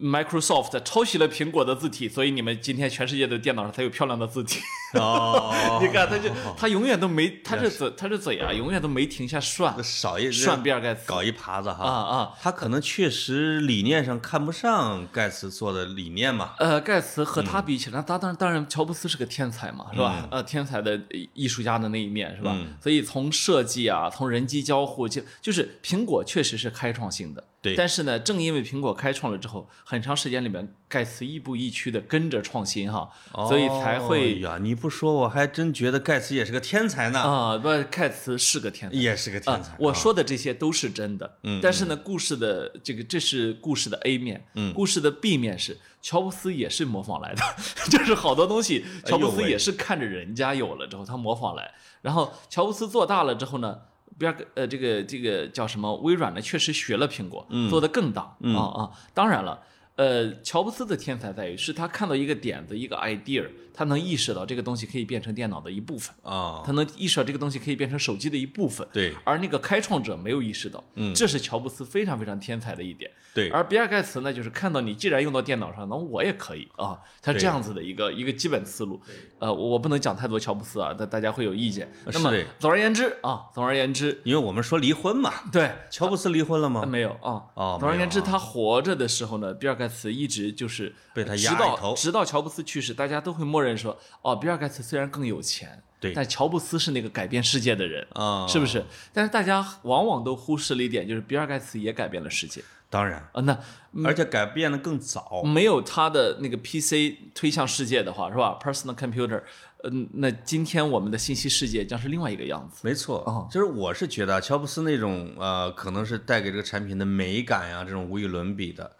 [SPEAKER 2] Microsoft 抄袭了苹果的字体，所以你们今天全世界的电脑上才有漂亮的字体。
[SPEAKER 1] 哦，
[SPEAKER 2] [laughs] 你看，他就他永远都没，他这嘴他这嘴啊，永远都没停下涮
[SPEAKER 1] 少一
[SPEAKER 2] 涮比尔盖茨
[SPEAKER 1] 嗯搞一耙子哈
[SPEAKER 2] 啊啊！
[SPEAKER 1] 他可能确实理念上看不上盖茨做的理念嘛，
[SPEAKER 2] 呃，盖茨和他比
[SPEAKER 1] 嗯
[SPEAKER 2] 起来，他当然当然，乔布斯是个天才嘛，是吧？呃，天才的艺艺术家的那一面是吧？
[SPEAKER 1] 嗯
[SPEAKER 2] 所以从设计啊，从人机交互，就就是苹果确实是开创性的。
[SPEAKER 1] 对
[SPEAKER 2] 但是呢，正因为苹果开创了之后，很长时间里面，盖茨亦步亦趋的跟着创新哈，所以才
[SPEAKER 1] 哎
[SPEAKER 2] 会
[SPEAKER 1] 呀，你不说我还真觉得盖茨也是个天才呢，
[SPEAKER 2] 啊，不、盖茨是个天才。
[SPEAKER 1] 也是个天才
[SPEAKER 2] 啊
[SPEAKER 1] 啊。。
[SPEAKER 2] 我说的这些都是真的，
[SPEAKER 1] 嗯
[SPEAKER 2] 但是呢，故事的这个这是故事的 A 面，嗯，故事的 B 面是乔布斯也是模仿来的， [laughs] 就是好多东西乔布斯
[SPEAKER 1] 哎喂
[SPEAKER 2] 也是看着人家有了之后他模仿来，然后乔布斯做大了之后呢。比尔盖呃，这个这个叫什么？微软呢，确实学了苹果，
[SPEAKER 1] 嗯
[SPEAKER 2] 做得更大啊啊！当然了，呃，乔布斯的天才在于是他看到一个点子，一个 idea，他能意识到这个东西可以变成电脑的一部分，
[SPEAKER 1] 啊，
[SPEAKER 2] 他能意识到这个东西可以变成手机的一部分。
[SPEAKER 1] 对
[SPEAKER 2] 而那个开创者没有意识到，嗯，这是乔布斯非常非常天才的一点。
[SPEAKER 1] 对，
[SPEAKER 2] 而比尔盖茨呢，就是看到你既然用到电脑上，那我也可以啊，他
[SPEAKER 1] 对
[SPEAKER 2] 这样子的一个一个基本思路。呃，我我不能讲太多乔布斯啊，大大家会有意见。那么
[SPEAKER 1] 呃是的
[SPEAKER 2] 总而言之啊，总而言之，
[SPEAKER 1] 因为我们说离婚嘛，
[SPEAKER 2] 对，
[SPEAKER 1] 乔布斯离婚了
[SPEAKER 2] 呃
[SPEAKER 1] 吗？
[SPEAKER 2] 没有啊。
[SPEAKER 1] 哦
[SPEAKER 2] 总而
[SPEAKER 1] 没有
[SPEAKER 2] 言之，
[SPEAKER 1] 啊
[SPEAKER 2] 他活着的时候呢，比尔盖茨一直就是
[SPEAKER 1] 被他
[SPEAKER 2] 直
[SPEAKER 1] 压一
[SPEAKER 2] 到
[SPEAKER 1] 头
[SPEAKER 2] 直到乔布斯去世，大家都会默认说，哦，比尔盖茨虽然更有钱，
[SPEAKER 1] 对
[SPEAKER 2] 但乔布斯是那个改变世界的人
[SPEAKER 1] 啊
[SPEAKER 2] 嗯是不是？但是大家往往都忽视了一点，就是比尔盖茨也改变了世界
[SPEAKER 1] 当然，
[SPEAKER 2] 啊。那
[SPEAKER 1] 而且改变的更早。
[SPEAKER 2] 没有他的那个 PC 推向世界的话，是吧？Personal computer，嗯、那今天我们的信息世界将是另外一个样子。
[SPEAKER 1] 没错，
[SPEAKER 2] 哦
[SPEAKER 1] 就是我是觉得啊乔布斯那种呃，可能是带给这个产品的美感啊呀、这种无与伦比的。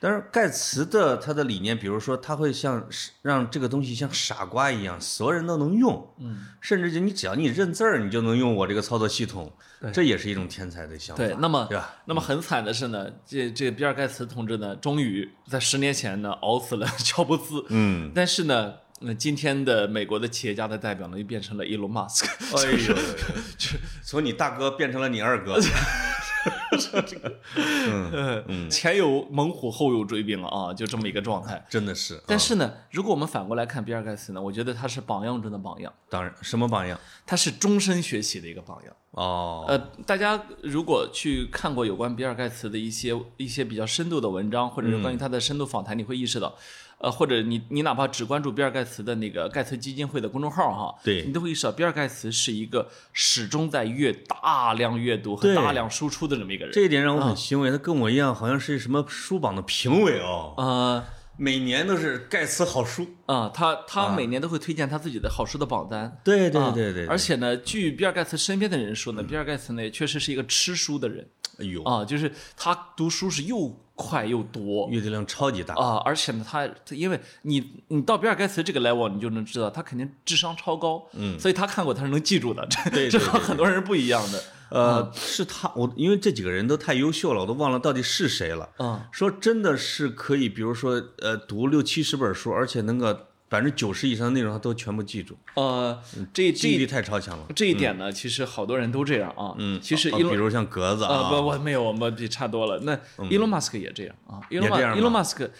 [SPEAKER 1] 但是盖茨的他的理念，比如说他会像让这个东西像傻瓜一样，所有人都能用，嗯，甚至就你只要你认字儿，你就能用我这个操作系统，这也是一种天才的想法，
[SPEAKER 2] 对，那么
[SPEAKER 1] 哦对啊吧？
[SPEAKER 2] 那么很惨的是呢，这这比尔盖茨同志呢，终于在十年前呢熬死了乔布斯。
[SPEAKER 1] 嗯，
[SPEAKER 2] 但是呢，那今天的美国的企业家的代表呢，又变成
[SPEAKER 1] [laughs]
[SPEAKER 2] 了伊隆马斯克。 [laughs]
[SPEAKER 1] 哎呦，从你大哥变成了你二哥，
[SPEAKER 2] 这这个，嗯， [laughs] 前有猛虎，后有追兵啊，就这么一个状态。
[SPEAKER 1] 真的是。
[SPEAKER 2] 但
[SPEAKER 1] 啊
[SPEAKER 2] 是呢，如果我们反过来看比尔盖茨呢，我觉得他是榜样中的榜样，
[SPEAKER 1] 当然，什么榜样？
[SPEAKER 2] 他是终身学习的一个榜样。
[SPEAKER 1] 哦，
[SPEAKER 2] 呃，大家如果去看过有关比尔盖茨的一些一些比较深度的文章，或者是
[SPEAKER 1] 嗯
[SPEAKER 2] 关于他的深度访谈，你会意识到，呃，或者你你哪怕只关注比尔盖茨的那个盖茨基金会的公众号哈，
[SPEAKER 1] 对
[SPEAKER 2] 你都会意识到比尔盖茨是一个始终在阅大量阅读和
[SPEAKER 1] 对
[SPEAKER 2] 大量输出的这么一个人。
[SPEAKER 1] 这一点让
[SPEAKER 2] 嗯
[SPEAKER 1] 我很欣慰。他跟我一样，好像是什么书榜的评委哦，
[SPEAKER 2] 呃
[SPEAKER 1] 每年都是盖茨好书。
[SPEAKER 2] 啊、他他每年都会推荐他自己的好书的榜单。
[SPEAKER 1] 对
[SPEAKER 2] 啊
[SPEAKER 1] 对对嗯对，
[SPEAKER 2] 而且呢，据比尔盖茨身边的人说呢，比尔盖茨呢也确实是一个吃书的人
[SPEAKER 1] 哎呦，
[SPEAKER 2] 啊，就是他读书是又快又多，
[SPEAKER 1] 阅读量超级大。
[SPEAKER 2] 啊，而且呢，他他因为你你到比尔盖茨这个 level，你就能知道他肯定智商超高，嗯，所以他看过他是能记住的，这
[SPEAKER 1] 对对
[SPEAKER 2] 这
[SPEAKER 1] 对
[SPEAKER 2] 和很多人是不一样的，啊
[SPEAKER 1] 呃，是他，我因为这几个人都太优秀了，我都忘了到底是谁了。
[SPEAKER 2] 嗯，
[SPEAKER 1] 说真的是可以，比如说呃，读六七十本书，而且能够百分之九十以上的内容他都全部记住，
[SPEAKER 2] 呃，这
[SPEAKER 1] 记忆
[SPEAKER 2] 这
[SPEAKER 1] 力太超强了。
[SPEAKER 2] 这一点呢，其实好多人都这样啊，嗯，其实
[SPEAKER 1] 啊
[SPEAKER 2] 伊
[SPEAKER 1] 比
[SPEAKER 2] 隆
[SPEAKER 1] 如像格子
[SPEAKER 2] 啊
[SPEAKER 1] 啊，嗯
[SPEAKER 2] 不我没有我们比差多了，那伊隆马斯克也这样啊，伊隆
[SPEAKER 1] 也
[SPEAKER 2] 马
[SPEAKER 1] 这样
[SPEAKER 2] 伊隆马斯克。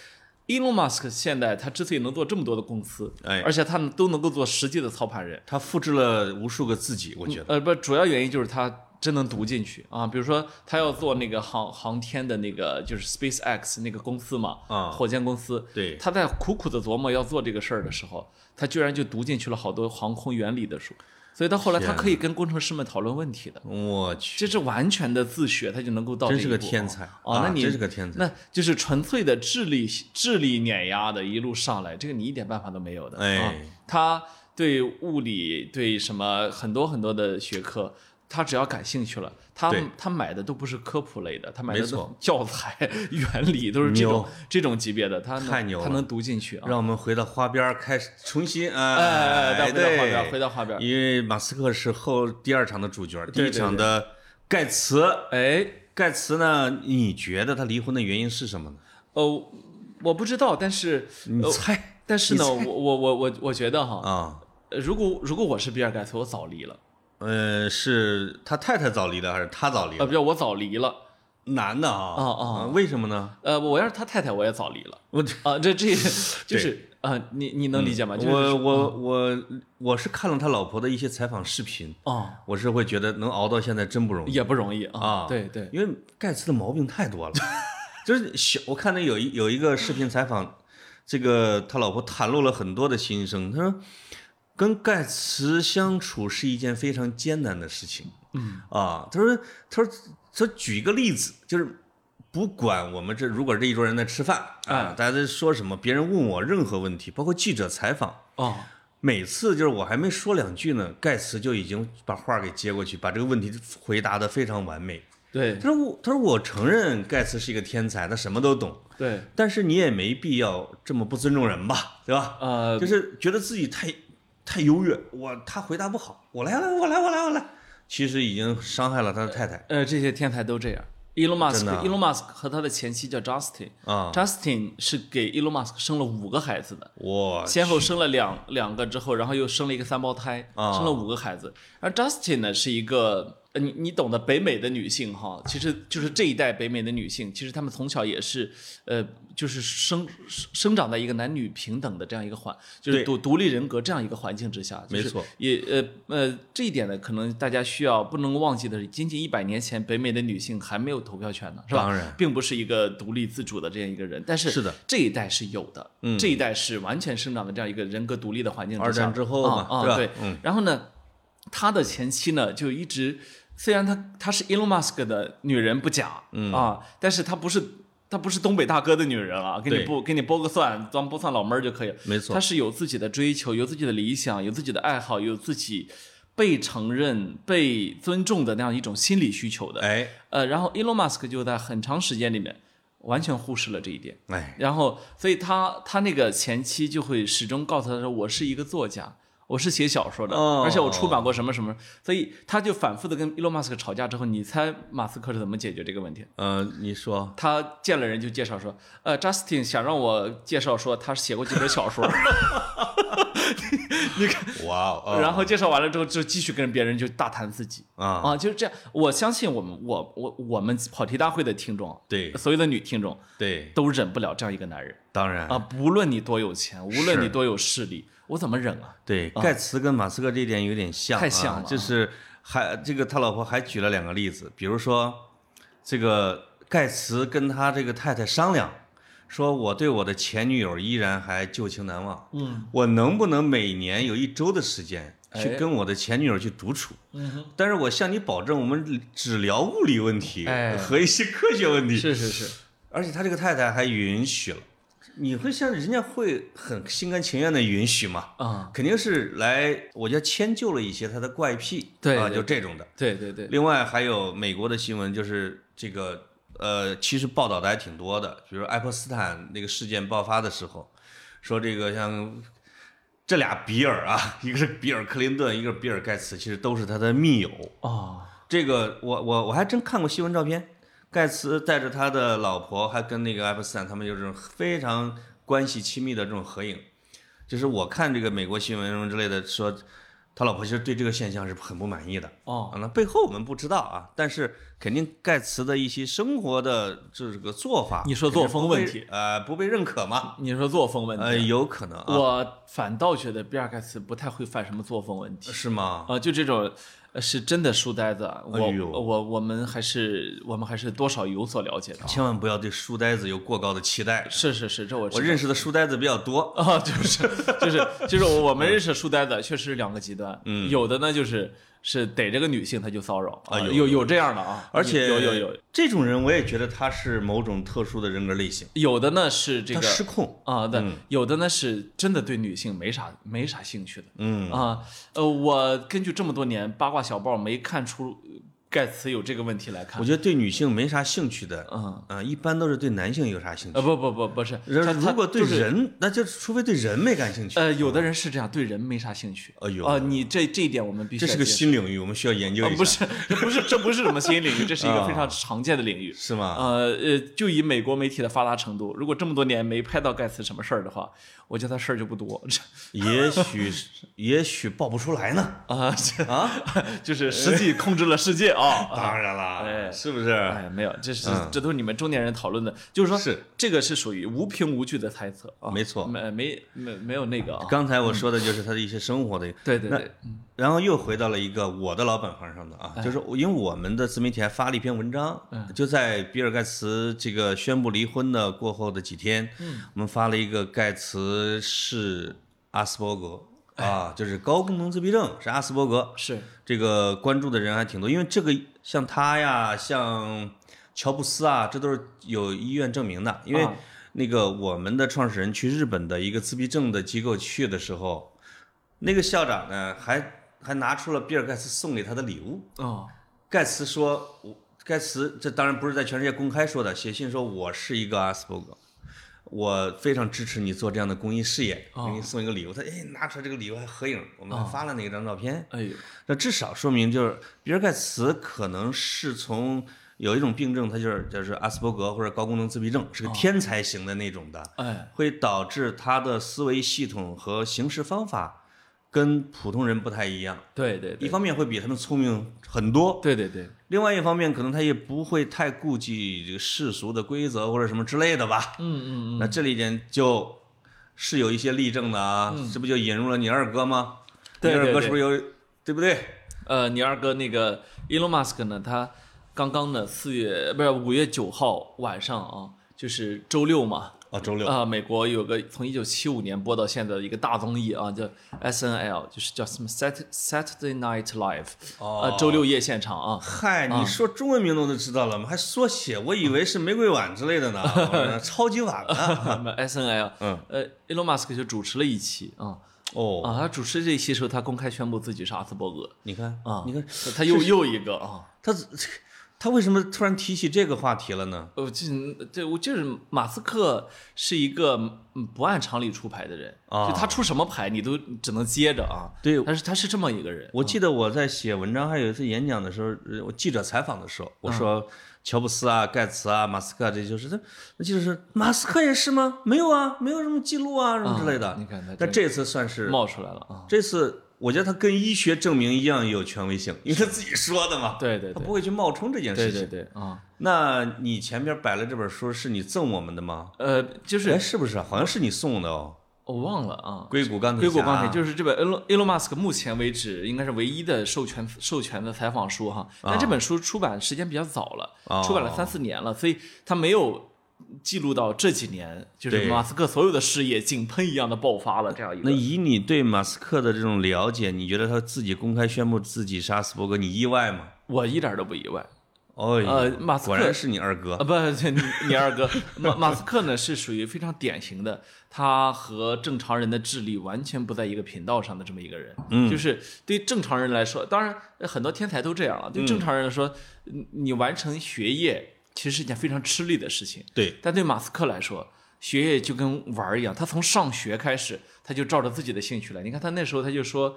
[SPEAKER 2] 伊隆马斯克现在他之所以能做这么多的公司，
[SPEAKER 1] 哎
[SPEAKER 2] 而且他都能够做实际的操盘人，
[SPEAKER 1] 他复制了无数个自己，我觉得。
[SPEAKER 2] 呃，不，主要原因就是他真能读进去啊。比如说，他要做那个航航天的那个就是 SpaceX 那个公司嘛，
[SPEAKER 1] 啊
[SPEAKER 2] 火箭公司。
[SPEAKER 1] 对
[SPEAKER 2] 他在苦苦的琢磨要做这个事儿的时候，他居然就读进去了好多航空原理的书，所以到后来他可以跟工程师们讨论问题的。
[SPEAKER 1] 我去，
[SPEAKER 2] 这是完全的自学，他就能够嗯到这
[SPEAKER 1] 真
[SPEAKER 2] 一步
[SPEAKER 1] 是个
[SPEAKER 2] 啊。
[SPEAKER 1] 天才
[SPEAKER 2] 哦！那
[SPEAKER 1] 啊
[SPEAKER 2] 你
[SPEAKER 1] 真是个天才
[SPEAKER 2] 那就是纯粹的智力智力碾压的，一路上来，这个你一点办法都没有的。
[SPEAKER 1] 哎
[SPEAKER 2] 啊，他对物理对什么很多很多的学科。他只要感兴趣了，他
[SPEAKER 1] 对
[SPEAKER 2] 他买的都不是科普类的，他买的
[SPEAKER 1] 没
[SPEAKER 2] 都
[SPEAKER 1] 错
[SPEAKER 2] 是教材、 [laughs] 原理都是这种
[SPEAKER 1] 牛
[SPEAKER 2] 这种级别的，他能
[SPEAKER 1] 太牛了
[SPEAKER 2] 他能读进去啊！
[SPEAKER 1] 让我们回到花边儿开始重新啊，
[SPEAKER 2] 哎哎哎，回到
[SPEAKER 1] 对
[SPEAKER 2] 花边，回到花边，
[SPEAKER 1] 因为马斯克是后第二场的主角，第
[SPEAKER 2] 对
[SPEAKER 1] 一场的盖茨。
[SPEAKER 2] 哎，
[SPEAKER 1] 盖茨呢？你觉得他离婚的原因是什么呢？
[SPEAKER 2] 哦，我不知道，但是
[SPEAKER 1] 你
[SPEAKER 2] 呃
[SPEAKER 1] 猜
[SPEAKER 2] 但是呢，我我我我我觉得哈，
[SPEAKER 1] 啊？
[SPEAKER 2] 呃如果如果我是比尔盖茨，我早离了，
[SPEAKER 1] 呃，是他太太早离的还是他早离
[SPEAKER 2] 呃，
[SPEAKER 1] 的？
[SPEAKER 2] 不叫我早离了，
[SPEAKER 1] 男的啊，
[SPEAKER 2] 啊啊
[SPEAKER 1] 啊，为什么呢？
[SPEAKER 2] 呃，我要是他太太，我也早离了，
[SPEAKER 1] 我嗯
[SPEAKER 2] 啊，这
[SPEAKER 1] [laughs]
[SPEAKER 2] 这就是啊，你你能理解吗？就是嗯
[SPEAKER 1] 我我我我是看了他老婆的一些采访视频，
[SPEAKER 2] 啊，
[SPEAKER 1] 我是会觉得能熬到现在真不容易
[SPEAKER 2] 也不容易啊
[SPEAKER 1] 啊，，
[SPEAKER 2] 对对，
[SPEAKER 1] 因为盖茨的毛病太多了， [laughs] 就是小我看那有一有一个视频采访，这个他老婆袒露了很多的心声，他说跟盖茨相处是一件非常艰难的事情，嗯啊，他说他说他举一个例子，就是不管我们这如果这一桌人在吃饭啊，大家在说什么，别人问我任何问题，包括记者采访。
[SPEAKER 2] 啊，
[SPEAKER 1] 每次就是我还没说两句呢，盖茨就已经把话给接过去，把这个问题回答得非常完美。
[SPEAKER 2] 对
[SPEAKER 1] 他说我，他说我承认盖茨是一个天才，他什么都懂，
[SPEAKER 2] 对，
[SPEAKER 1] 但是你也没必要这么不尊重人吧，对吧？
[SPEAKER 2] 呃
[SPEAKER 1] 就是觉得自己太太优越，我他回答不好，我来，我来，我来，我来，其实已经伤害了他的太太
[SPEAKER 2] 呃，这些天才都这样。伊隆马斯
[SPEAKER 1] 真的
[SPEAKER 2] 克，
[SPEAKER 1] 啊
[SPEAKER 2] 伊隆马斯克和他的前妻叫 Justin，Justin、
[SPEAKER 1] 啊！
[SPEAKER 2] Justin 是给伊隆马斯克生了五个孩子的，
[SPEAKER 1] 我
[SPEAKER 2] 先后生了两两个之后，然后又生了一个三胞胎，
[SPEAKER 1] 啊
[SPEAKER 2] 生了五个孩子。而 Justin 呢是一个，呃你你懂得北美的女性哈，其实就是这一代北美的女性，其实她们从小也是，呃，就是生生长在一个男女平等的这样一个环，就是
[SPEAKER 1] 对
[SPEAKER 2] 独独立人格这样一个环境之下，就是
[SPEAKER 1] 没错
[SPEAKER 2] 也呃呃，这一点呢，可能大家需要不能忘记的是，仅仅一百年前，北美的女性还没有投票权呢，是吧？
[SPEAKER 1] 当然，
[SPEAKER 2] 并不是一个独立自主的这样一个人，但是
[SPEAKER 1] 是的，
[SPEAKER 2] 这一代是有的，嗯，这一代是完全生长的这样一个人格独立的环境之下。
[SPEAKER 1] 二战之后嘛
[SPEAKER 2] 啊啊
[SPEAKER 1] 对吧
[SPEAKER 2] 对，
[SPEAKER 1] 嗯
[SPEAKER 2] 然后呢，他的前妻呢就一直，虽然她她是 Elon Musk 的女人不假，嗯啊，但是她不是。她不是东北大哥的女人啊，给你
[SPEAKER 1] 对
[SPEAKER 2] 剥给你剥个蒜，当剥蒜老妹儿就可以了。
[SPEAKER 1] 没错
[SPEAKER 2] 她是有自己的追求，有自己的理想，有自己的爱好，有自己被承认、被尊重的那样一种心理需求的。
[SPEAKER 1] 哎
[SPEAKER 2] 呃，然后 Elon Musk 就在很长时间里面完全忽视了这一点。
[SPEAKER 1] 哎
[SPEAKER 2] 然后，所以他他那个前妻就会始终告诉他说：“我是一个作家，我是写小说的，
[SPEAKER 1] 哦
[SPEAKER 2] 而且我出版过什么什么，所以他就反复的跟 Elon Musk 吵架之后，你猜马斯克是怎么解决这个问题？
[SPEAKER 1] 呃，你说，
[SPEAKER 2] 他见了人就介绍说，呃，Justin 想让我介绍说他写过几本
[SPEAKER 1] [laughs]
[SPEAKER 2] 小说，
[SPEAKER 1] 哇哦，
[SPEAKER 2] [laughs] 然后介绍完了之后就继续跟别人就大谈自己
[SPEAKER 1] 啊，
[SPEAKER 2] 啊，就是这样。我相信我们我我我们跑题大会的听众，
[SPEAKER 1] 对
[SPEAKER 2] 所有的女听众
[SPEAKER 1] 对，
[SPEAKER 2] 都忍不了这样一个男人
[SPEAKER 1] 当然
[SPEAKER 2] 啊，不论你多有钱，无论你多有势力，我怎么忍啊？
[SPEAKER 1] 对，盖茨跟马斯克这一点有点像、啊，
[SPEAKER 2] 太像了啊
[SPEAKER 1] 就是还这个他老婆还举了两个例子，比如说这个盖茨跟他这个太太商量，说我对我的前女友依然还旧情难忘，嗯，我能不能每年有一周的时间去
[SPEAKER 2] 哎
[SPEAKER 1] 跟我的前女友去独处？
[SPEAKER 2] 嗯，
[SPEAKER 1] 但是我向你保证，我们只聊物理问题
[SPEAKER 2] 哎
[SPEAKER 1] 和一些科学问题，
[SPEAKER 2] 是是是，
[SPEAKER 1] 而且他这个太太还允许了。你会像人家会很心甘情愿的允许吗？
[SPEAKER 2] 啊，
[SPEAKER 1] 肯定是来，我觉得迁就了一些他的怪癖，
[SPEAKER 2] 对
[SPEAKER 1] 啊，
[SPEAKER 2] 对
[SPEAKER 1] 就这种的。
[SPEAKER 2] 对对对，
[SPEAKER 1] 另外还有美国的新闻，就是这个呃，其实报道的还挺多的，比如爱泼斯坦那个事件爆发的时候，说这个像这俩比尔啊， [laughs] 一个是比尔克林顿，一个是比尔盖茨，其实都是他的密友。
[SPEAKER 2] 哦，
[SPEAKER 1] 这个我我我还真看过新闻照片，盖茨带着他的老婆，还跟那个爱泼斯坦他们有这种非常关系亲密的这种合影。就是我看这个美国新闻什么之类的，说他老婆其实对这个现象是很不满意的。
[SPEAKER 2] 哦
[SPEAKER 1] 啊，那背后我们不知道啊，但是肯定盖茨的一些生活的这个做法，
[SPEAKER 2] 你说作风问题
[SPEAKER 1] 肯定不被，呃，不被认可吗？
[SPEAKER 2] 你说作风问题，
[SPEAKER 1] 呃，有可能
[SPEAKER 2] 嗯
[SPEAKER 1] 啊，
[SPEAKER 2] 我反倒觉得比尔盖茨不太会犯什么作风问题
[SPEAKER 1] 是吗？
[SPEAKER 2] 啊、就这种呃是真的书呆子啊，我、
[SPEAKER 1] 哎呦
[SPEAKER 2] 我我们还是我们还是多少有所了解的啊。
[SPEAKER 1] 千万不要对书呆子有过高的期待。
[SPEAKER 2] 是是是，这我知
[SPEAKER 1] 我
[SPEAKER 2] 道
[SPEAKER 1] 认识的书呆子比较多，
[SPEAKER 2] 啊、就是就是就是我们认识书呆子确实是两个极端，嗯，有的呢就是是逮着个女性他就骚扰
[SPEAKER 1] 啊有
[SPEAKER 2] 有有这样的啊，
[SPEAKER 1] 而且
[SPEAKER 2] 有有有
[SPEAKER 1] 这种人，我也觉得他是某种特殊的人格类型，
[SPEAKER 2] 有的呢是这
[SPEAKER 1] 他
[SPEAKER 2] 个
[SPEAKER 1] 失控。
[SPEAKER 2] 啊，对，有的呢是真的对女性没啥没啥兴趣的，
[SPEAKER 1] 嗯
[SPEAKER 2] 啊，呃，我根据这么多年八卦小报没看出呃盖茨有这个问题来看
[SPEAKER 1] 我，觉得对女性没啥兴趣的，
[SPEAKER 2] 嗯，
[SPEAKER 1] 啊，一般都是对男性有啥兴趣。
[SPEAKER 2] 呃，不不不不是，
[SPEAKER 1] 人
[SPEAKER 2] 他
[SPEAKER 1] 如果对，
[SPEAKER 2] 他就是
[SPEAKER 1] 人，那就除非对人没感兴趣。
[SPEAKER 2] 呃，有的人是这样，对人没啥兴趣，
[SPEAKER 1] 哎呦
[SPEAKER 2] 啊，你这这一点我们必须
[SPEAKER 1] 这是
[SPEAKER 2] 要
[SPEAKER 1] 个
[SPEAKER 2] 接受
[SPEAKER 1] 新领域，我们需要研究一
[SPEAKER 2] 啊
[SPEAKER 1] 下。
[SPEAKER 2] 不是不是这不是什么新领域，这是一个
[SPEAKER 1] 啊
[SPEAKER 2] 非常常见的领域。
[SPEAKER 1] 是吗？
[SPEAKER 2] 呃呃，就以美国媒体的发达程度，如果这么多年没拍到盖茨什么事儿的话，我觉得他事儿就不多 [laughs]
[SPEAKER 1] 也许也许爆不出来呢。
[SPEAKER 2] 啊这
[SPEAKER 1] 啊，
[SPEAKER 2] [laughs] 就是实际控制了世界啊。
[SPEAKER 1] [laughs] 当然啦，
[SPEAKER 2] 哎
[SPEAKER 1] 是不是？
[SPEAKER 2] 哎，没有，这是、这都是你们中年人讨论的，就是说，
[SPEAKER 1] 嗯是哦
[SPEAKER 2] 这个是属于无凭无据的猜测啊，
[SPEAKER 1] 没错。
[SPEAKER 2] 没没没没有那个啊，
[SPEAKER 1] 刚才我说的就是他的一些生活的，
[SPEAKER 2] 对对对，
[SPEAKER 1] 然后又回到了一个我的老本行上的啊，就是我因为我们的自媒体还发了一篇文章，就在比尔盖茨这个宣布离婚的过后的几天，我们发了一个盖茨是阿斯伯格啊，就是高功能自闭症是阿斯伯格，
[SPEAKER 2] 是
[SPEAKER 1] 这个关注的人还挺多，因为这个像他呀，像乔布斯啊，这都是有医院证明的。因为
[SPEAKER 2] 啊
[SPEAKER 1] 那个我们的创始人去日本的一个自闭症的机构去的时候，那个校长呢还还拿出了比尔盖茨送给他的礼物。
[SPEAKER 2] 哦，
[SPEAKER 1] 盖茨说：“我盖茨这当然不是在全世界公开说的，写信说我是一个阿斯伯格，我非常支持你做这样的公益事业，给你送一个礼物。”他哎拿出来这个礼物还合影，我们还发了那张照片。
[SPEAKER 2] 哎呦，
[SPEAKER 1] 那至少说明就是比尔盖茨可能是从有一种病症，他就是就是阿斯伯格或者高功能自闭症，
[SPEAKER 2] 哦
[SPEAKER 1] 是个天才型的那种的，
[SPEAKER 2] 哎，
[SPEAKER 1] 会导致他的思维系统和行事方法跟普通人不太一样。
[SPEAKER 2] 对
[SPEAKER 1] 一
[SPEAKER 2] 对对，
[SPEAKER 1] 方面会比他们聪明很多，
[SPEAKER 2] 对对对，
[SPEAKER 1] 另外一方面可能他也不会太顾忌这个世俗的规则或者什么之类的吧。
[SPEAKER 2] 嗯嗯，
[SPEAKER 1] [laughs] 那这里边就是有一些例证的啊，这不就引入了你二哥吗？
[SPEAKER 2] 嗯对
[SPEAKER 1] 你
[SPEAKER 2] 对
[SPEAKER 1] 二哥
[SPEAKER 2] 对
[SPEAKER 1] 是不是有对不对？
[SPEAKER 2] 呃，你二哥那个 Elon Musk 呢，他刚刚呢四月不是五月九号晚上啊，就是周六嘛，
[SPEAKER 1] 啊，周六。
[SPEAKER 2] 啊、美国有个从一九七五年播到现在的一个大综艺啊，叫 S N L，就是叫什么 Sat Saturday Night Live，啊、周六夜现场啊。
[SPEAKER 1] 嗨，你说中文名字我都知道了吗？还缩写，我以为是玫瑰碗之类的
[SPEAKER 2] [laughs]
[SPEAKER 1] 呢，我说超级碗呢。
[SPEAKER 2] 什么 S N [laughs] L，
[SPEAKER 1] 嗯，
[SPEAKER 2] 呃，Elon Musk 就主持了一期啊
[SPEAKER 1] 哦，
[SPEAKER 2] 啊，他主持这一期的时候，他公开宣布自己是阿斯伯格
[SPEAKER 1] 你看
[SPEAKER 2] 啊，
[SPEAKER 1] 你看
[SPEAKER 2] 他又又一个啊，
[SPEAKER 1] 他他为什么突然提起这个话题了呢？
[SPEAKER 2] 呃，这对我就是马斯克是一个嗯不按常理出牌的人，
[SPEAKER 1] 啊
[SPEAKER 2] 就他出什么牌你都只能接着啊。
[SPEAKER 1] 对
[SPEAKER 2] 但是他是这么一个人，
[SPEAKER 1] 我记得我在写文章，还有一次演讲的时候，呃我记者采访的时
[SPEAKER 2] 啊
[SPEAKER 1] 候，我说乔布斯啊、盖茨啊、马斯克啊，这就是他。那记者说马斯克也是吗？没有啊，没有什么记录啊，什么之类的。
[SPEAKER 2] 啊你看他
[SPEAKER 1] 但
[SPEAKER 2] 真
[SPEAKER 1] 这次算是
[SPEAKER 2] 冒出来了啊。
[SPEAKER 1] 这次，我觉得他跟医学证明一样有权威性，因为他自己说的嘛，
[SPEAKER 2] 对对
[SPEAKER 1] 啊他
[SPEAKER 2] 对
[SPEAKER 1] 不会去冒充这件事
[SPEAKER 2] 对
[SPEAKER 1] 情。
[SPEAKER 2] 对对啊，
[SPEAKER 1] 那你前边摆了这本书，是你赠我们的吗？
[SPEAKER 2] 呃，就
[SPEAKER 1] 哎，
[SPEAKER 2] 是
[SPEAKER 1] 是不是啊？好像是你送的哦。
[SPEAKER 2] 我忘了啊。
[SPEAKER 1] 硅谷钢铁
[SPEAKER 2] 硅谷
[SPEAKER 1] 侠
[SPEAKER 2] 钢铁就是这本 Elon Elon Musk 目前为止应该是唯一的授权授权的采访书哈，但这本书出版时间比较早了，
[SPEAKER 1] 啊哦
[SPEAKER 2] 出版了三四年了，所以它没有记录到这几年就是
[SPEAKER 1] 对
[SPEAKER 2] 马斯克所有的事业井喷一样的爆发了这样一
[SPEAKER 1] 那
[SPEAKER 2] 个。
[SPEAKER 1] 以你对马斯克的这种了解，你觉得他自己公开宣布自己杀死伯格，你意外吗？
[SPEAKER 2] 我一点都不意外，
[SPEAKER 1] 哦，
[SPEAKER 2] 呃马斯克
[SPEAKER 1] 果然是你二
[SPEAKER 2] 啊
[SPEAKER 1] 哥
[SPEAKER 2] 不， [laughs] 你你二哥马马斯克呢是属于非常典型的，他和正常人的智力完全不在一个频道上的这么一个人。嗯，就是对正常人来说，当然呃很多天才都这样了。
[SPEAKER 1] 嗯
[SPEAKER 2] 对正常人来说，你你完成学业其实是一件非常吃力的事情，
[SPEAKER 1] 对，
[SPEAKER 2] 但对马斯克来说。学业就跟玩儿一样，他从上学开始，他就照着自己的兴趣来。你看他那时候他就说，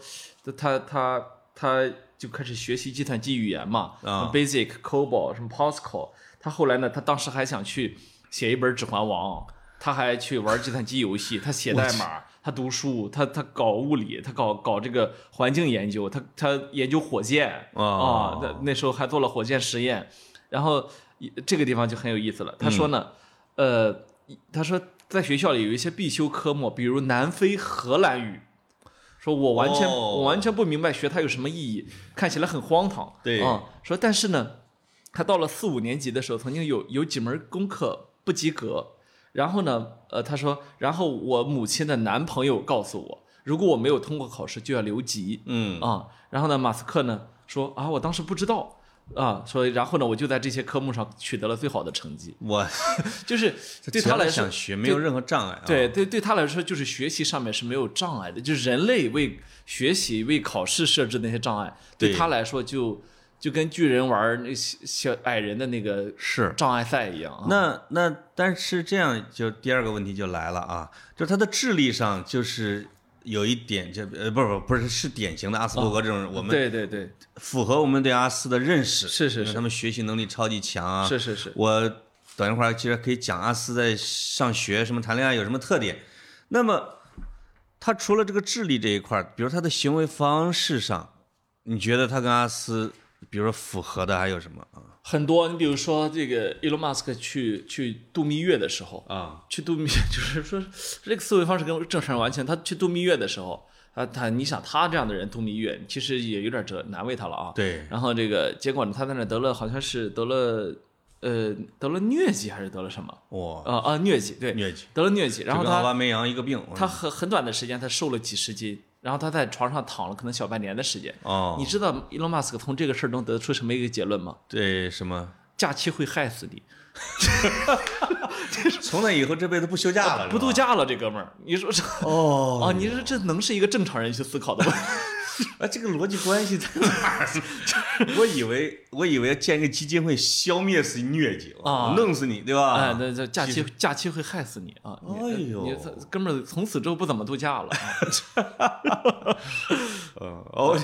[SPEAKER 2] 他他他就开始学习计算机语言嘛，
[SPEAKER 1] 啊
[SPEAKER 2] Basic、COBOL 什么 Pascal。他后来呢，他当时还想去写一本《指环王》，他还去玩计算机游戏，他写代码，他读书，他他搞物理，他搞搞这个环境研究，他他研究火箭啊、
[SPEAKER 1] 哦
[SPEAKER 2] 那那时候还做了火箭实验。然后一这个地方就很有意思
[SPEAKER 1] 嗯
[SPEAKER 2] 了，他说呢，呃，他说在学校里有一些必修科目，比如南非荷兰语。说我完全、
[SPEAKER 1] 哦
[SPEAKER 2] 我完全不明白学它有什么意义，看起来很荒唐。
[SPEAKER 1] 对
[SPEAKER 2] 啊、说但是呢，他到了四五年级的时候，曾经有有几门功课不及格，然后呢，呃，他说，然后我母亲的男朋友告诉我，如果我没有通过考试，就要留级。
[SPEAKER 1] 嗯，
[SPEAKER 2] 啊、然后呢，马斯克呢说啊，我当时不知道啊，说然后呢，我就在这些科目上取得了最好的成绩，
[SPEAKER 1] 我
[SPEAKER 2] 就是对
[SPEAKER 1] 只要
[SPEAKER 2] 他来说
[SPEAKER 1] 想，学没有任何障碍啊，
[SPEAKER 2] 对对对他来说，就是学习上面是没有障碍的，就是人类为学习为考试设置那些障碍，对
[SPEAKER 1] 对
[SPEAKER 2] 他来说就就跟巨人玩儿那小小矮人的那个
[SPEAKER 1] 是。
[SPEAKER 2] 障碍赛一样啊。
[SPEAKER 1] 那那但是这样就第二个问题就来了啊，就是他的智力上就是有一点就呃不不不是是典型的阿斯伯格这种人，我们
[SPEAKER 2] 嗯对对对，
[SPEAKER 1] 符合我们对阿斯的认识，
[SPEAKER 2] 是是
[SPEAKER 1] 因为他们学习能力超级强啊，
[SPEAKER 2] 是是是，
[SPEAKER 1] 我等一会儿其实可以讲阿斯在上学什么谈恋爱有什么特点。那么他除了这个智力这一块儿，比如他的行为方式上，你觉得他跟阿斯，比如说符合的还有什么啊？
[SPEAKER 2] 很多。你比如说这个 Elon Musk 去去度蜜月的时候，
[SPEAKER 1] 啊，
[SPEAKER 2] 去度蜜， [laughs] 就是说这个思维方式跟正常人完全。他去度蜜月的时候，他他你想他这样的人度蜜月，其实也有点折难为他了啊。。
[SPEAKER 1] 对，
[SPEAKER 2] 然后这个结果呢，他在那得了好像是得了呃得了疟疾还是得了什么
[SPEAKER 1] 哇，
[SPEAKER 2] 啊啊疟疾对
[SPEAKER 1] 疟疾，
[SPEAKER 2] 得了疟疾，然后
[SPEAKER 1] 就跟奥
[SPEAKER 2] 他
[SPEAKER 1] 巴梅扬一个病，
[SPEAKER 2] 他很很短的时间他瘦了几十斤，然后他在床上躺了可能小半年的时间。
[SPEAKER 1] 哦，
[SPEAKER 2] 你知道 Elon Musk 从这个事儿中得出什么一个结论吗？
[SPEAKER 1] 对什么？
[SPEAKER 2] 假期会害死你。
[SPEAKER 1] 从那以后这辈子不休假了，
[SPEAKER 2] 不度
[SPEAKER 1] 是吧
[SPEAKER 2] 假了，这哥们儿，你说这
[SPEAKER 1] 哦，
[SPEAKER 2] 啊，你说这能是一个正常人去思考的吗？
[SPEAKER 1] 啊，这个逻辑关系在哪儿？ [laughs] 我以为我以为要建一个基金会消灭死疟疾
[SPEAKER 2] 啊
[SPEAKER 1] 弄死你，对吧？
[SPEAKER 2] [laughs] 哎，那这假
[SPEAKER 1] 其
[SPEAKER 2] 期假期会害死你啊！你
[SPEAKER 1] 哎呦
[SPEAKER 2] 你这哥们儿从此之后不怎么度假了啊。
[SPEAKER 1] 嗯，哦，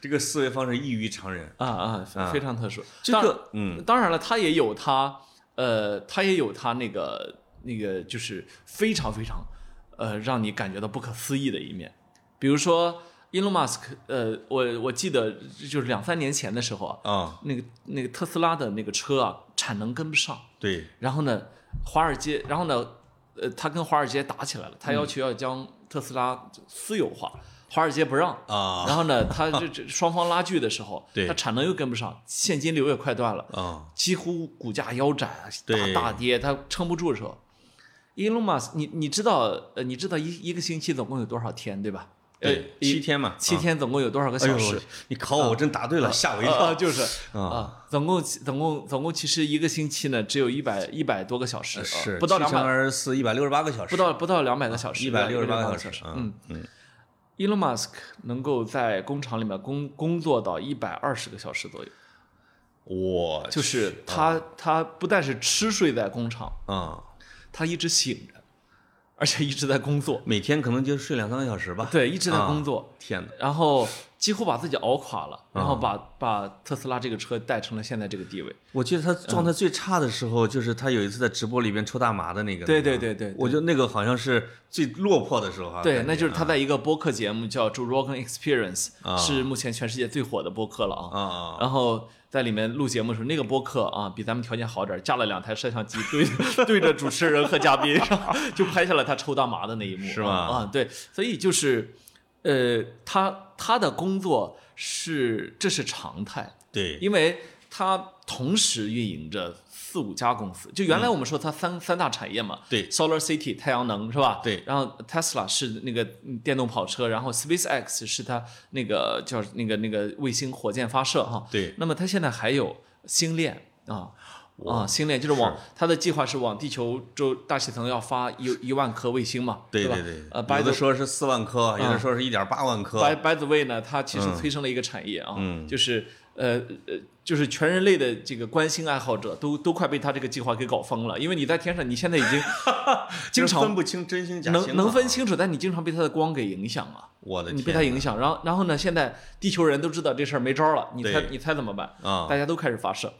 [SPEAKER 1] 这个思维方式异于常人。
[SPEAKER 2] 啊 [laughs] 啊，非非常特殊。
[SPEAKER 1] 这
[SPEAKER 2] 当
[SPEAKER 1] 个，嗯，
[SPEAKER 2] 当然了，他也有他，呃，他也有他那个那个，就是非常非常，呃，让你感觉到不可思议的一面。比如说 Elon Musk，呃，我我记得就是两三年前的时候啊，
[SPEAKER 1] 啊，
[SPEAKER 2] 那个那个特斯拉的那个车啊，产能跟不上，
[SPEAKER 1] 对，
[SPEAKER 2] 然后呢，华尔街，然后呢，呃，他跟华尔街打起来了，
[SPEAKER 1] 嗯
[SPEAKER 2] 他要求要将特斯拉私有化，华尔街不让
[SPEAKER 1] 啊
[SPEAKER 2] 然后呢，他
[SPEAKER 1] [laughs]
[SPEAKER 2] 这这双方拉锯的时候，
[SPEAKER 1] 对
[SPEAKER 2] 他产能又跟不上，现金流也快断了，
[SPEAKER 1] 啊，
[SPEAKER 2] 几乎股价腰斩，大
[SPEAKER 1] 对
[SPEAKER 2] 大跌，他撑不住的时候，Elon Musk，你你知道呃，你知道一一个星期总共有多少天对吧？呃
[SPEAKER 1] 对，，七
[SPEAKER 2] 一
[SPEAKER 1] 天嘛，
[SPEAKER 2] 七
[SPEAKER 1] 啊。
[SPEAKER 2] 天总共有多少个
[SPEAKER 1] 哎
[SPEAKER 2] 小时？
[SPEAKER 1] 呦，你考我，我真答对了，吓
[SPEAKER 2] [laughs]
[SPEAKER 1] 我一
[SPEAKER 2] 啊，
[SPEAKER 1] 跳。
[SPEAKER 2] 就是
[SPEAKER 1] 啊
[SPEAKER 2] 啊，总共总共总共其实一个星期呢，只有一百一百多个小时，
[SPEAKER 1] 呃是
[SPEAKER 2] 啊不到两百，
[SPEAKER 1] 二十四，一百六十八个小时，
[SPEAKER 2] 不到不到两百个小
[SPEAKER 1] 啊
[SPEAKER 2] 时，
[SPEAKER 1] 一百六十八
[SPEAKER 2] 168
[SPEAKER 1] 个
[SPEAKER 2] 个
[SPEAKER 1] 小时。
[SPEAKER 2] 嗯
[SPEAKER 1] 嗯嗯，
[SPEAKER 2] ，Elon Musk 能够在工厂里面工工作到一百二十个小时左右，
[SPEAKER 1] 我
[SPEAKER 2] 就是他他不但是吃睡在工厂，
[SPEAKER 1] 啊，
[SPEAKER 2] 他一直醒着，而且一直在工作，
[SPEAKER 1] 每天可能就睡两三个小时吧。，
[SPEAKER 2] 对，一直在
[SPEAKER 1] 啊
[SPEAKER 2] 工作，
[SPEAKER 1] 天哪，
[SPEAKER 2] 然后几乎把自己熬垮了，然
[SPEAKER 1] 啊
[SPEAKER 2] 后把把特斯拉这个车带成了现在这个地位。
[SPEAKER 1] 我记得他状态最差的时候，就是他有一次在直播里边抽大麻的那个。
[SPEAKER 2] 对对对对
[SPEAKER 1] 我觉得那个好像是最落魄的时候啊。
[SPEAKER 2] 对，
[SPEAKER 1] 感觉
[SPEAKER 2] 那就是他在一个播客节目叫《Joe Rogan Experience
[SPEAKER 1] 啊》，
[SPEAKER 2] 是目前全世界最火的播客了啊。
[SPEAKER 1] 啊啊
[SPEAKER 2] 然后在里面录节目的时候，那个播客啊，比咱们条件好点儿，架了两台摄像机对对着主 [laughs] 持人和嘉宾， [laughs] 然后就拍下了他抽大麻的那一幕，
[SPEAKER 1] 是吗
[SPEAKER 2] 啊，啊对，所以就是，呃，他他的工作是这是常态，
[SPEAKER 1] 对，
[SPEAKER 2] 因为他同时运营着四五家公司。就
[SPEAKER 1] 嗯
[SPEAKER 2] 原来我们说它三、三大产业嘛，
[SPEAKER 1] 对
[SPEAKER 2] ，Solar City 太阳能是吧？
[SPEAKER 1] 对
[SPEAKER 2] 然后 Tesla 是那个嗯电动跑车，然后 SpaceX 是它那个叫那个那个卫星火箭发射哈。
[SPEAKER 1] 对
[SPEAKER 2] 那么它现在还有星链啊。啊，星链就是往它的计划是往地球周大气层要发一一万颗卫星嘛，
[SPEAKER 1] 对
[SPEAKER 2] 吧？
[SPEAKER 1] 对对，有
[SPEAKER 2] 呃，嗯 by
[SPEAKER 1] 的
[SPEAKER 2] the
[SPEAKER 1] 说是四万颗，有的说是一点八万颗。
[SPEAKER 2] by by the way 呢，它其实催生了一个产业啊，
[SPEAKER 1] 嗯
[SPEAKER 2] 就是呃呃，就是全人类的这个观星爱好者都都快被它这个计划给搞疯了，因为你在天上，你现在已
[SPEAKER 1] [laughs]
[SPEAKER 2] 经经
[SPEAKER 1] 就是分
[SPEAKER 2] 常
[SPEAKER 1] 不清真星假
[SPEAKER 2] 能
[SPEAKER 1] 星
[SPEAKER 2] 能
[SPEAKER 1] 了
[SPEAKER 2] 分，清楚，但你经常被它的光给影响啊，
[SPEAKER 1] 我的
[SPEAKER 2] 你被
[SPEAKER 1] 天
[SPEAKER 2] 它影响，然后然后呢，现在地球人都知道这事儿没招儿了，你猜
[SPEAKER 1] 对
[SPEAKER 2] 你猜怎么办？
[SPEAKER 1] 啊！
[SPEAKER 2] 大家都开始发射，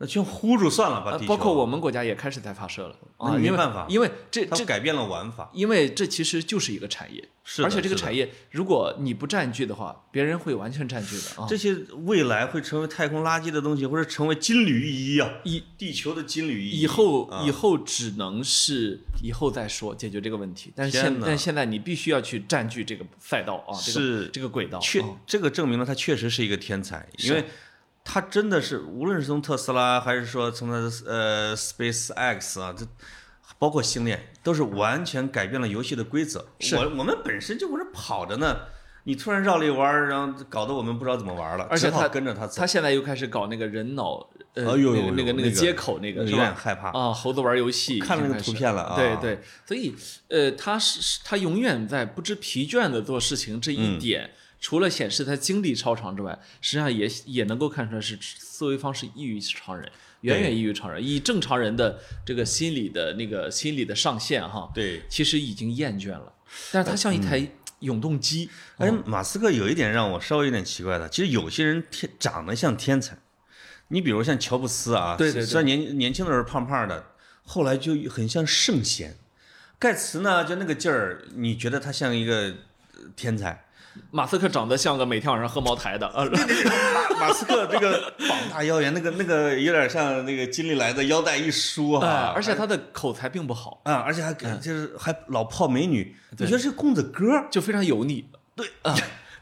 [SPEAKER 1] 那就呼住算了吧，
[SPEAKER 2] 呃
[SPEAKER 1] 地球
[SPEAKER 2] 包括我们国家也开始在发射了
[SPEAKER 1] 那
[SPEAKER 2] 啊，
[SPEAKER 1] 你没
[SPEAKER 2] 因为
[SPEAKER 1] 办法
[SPEAKER 2] 因为这
[SPEAKER 1] 它
[SPEAKER 2] 这
[SPEAKER 1] 改变了玩法，
[SPEAKER 2] 因为这其实就是一个产业，
[SPEAKER 1] 是的
[SPEAKER 2] 而且这个
[SPEAKER 1] 是的
[SPEAKER 2] 产业如果你不占据的话，别人会完全占据的啊。
[SPEAKER 1] 这些未来会成为太空垃圾的东西，或者成为金缕玉衣啊，
[SPEAKER 2] 以
[SPEAKER 1] 地球的金缕玉衣。
[SPEAKER 2] 以后
[SPEAKER 1] 啊
[SPEAKER 2] 以后只能是以后再说解决这个问题，但是
[SPEAKER 1] 天
[SPEAKER 2] 现
[SPEAKER 1] 哪
[SPEAKER 2] 但现在你必须要去占据这个赛道啊，这个
[SPEAKER 1] 是
[SPEAKER 2] 这个轨道。
[SPEAKER 1] 确
[SPEAKER 2] 啊
[SPEAKER 1] 这个证明了他确实是一个天才，
[SPEAKER 2] 是
[SPEAKER 1] 因为他真的是无论是从特斯拉还是说从他的呃 SpaceX 啊，这包括星链，都是完全改变了游戏的规则。
[SPEAKER 2] 是
[SPEAKER 1] 我我们本身就不是跑着呢，你突然绕了一弯儿，然后搞得我们不知道怎么玩了，
[SPEAKER 2] 而且
[SPEAKER 1] 只好
[SPEAKER 2] 他
[SPEAKER 1] 跟着他走
[SPEAKER 2] 他，现在又开始搞那个人脑呃
[SPEAKER 1] 哎呦
[SPEAKER 2] 那个
[SPEAKER 1] 呦
[SPEAKER 2] 那个
[SPEAKER 1] 呦
[SPEAKER 2] 那
[SPEAKER 1] 那个
[SPEAKER 2] 个接口那个
[SPEAKER 1] 有
[SPEAKER 2] 是
[SPEAKER 1] 点
[SPEAKER 2] 吧？
[SPEAKER 1] 害怕。
[SPEAKER 2] 啊，猴子玩游戏，
[SPEAKER 1] 看了那
[SPEAKER 2] 已
[SPEAKER 1] 个
[SPEAKER 2] 经
[SPEAKER 1] 图
[SPEAKER 2] 开始
[SPEAKER 1] 片了啊，
[SPEAKER 2] 对对，所以呃，他是是他永远在不知疲倦的做事情这
[SPEAKER 1] 嗯
[SPEAKER 2] 一点，除了显示他精力超常之外，实际上也也能够看出来是思维方式异于常人，远远异于常人，以正常人的这个心理的那个心理的上限哈，
[SPEAKER 1] 对。
[SPEAKER 2] 其实已经厌倦了，但是
[SPEAKER 1] 嗯
[SPEAKER 2] 他像一台永动机，
[SPEAKER 1] 而且马斯克有一点让我稍微有点奇怪的，其实有些人天长得像天才，你比如像乔布斯啊，
[SPEAKER 2] 对对对
[SPEAKER 1] 虽然年年轻的时候胖胖的，后来就很像圣贤。盖茨呢，就那个劲儿，你觉得他像一个呃天才？
[SPEAKER 2] 马斯克长得像个每天晚上喝茅台的，
[SPEAKER 1] 啊
[SPEAKER 2] 呃，
[SPEAKER 1] 马马斯克这个膀大腰圆，那个那个有点像那个金利来的腰带一梳啊，
[SPEAKER 2] 哎而且他嗯的口才并不好，
[SPEAKER 1] 啊，而且还给就是还老泡美女，你觉得是公子哥儿？
[SPEAKER 2] 就非常油腻，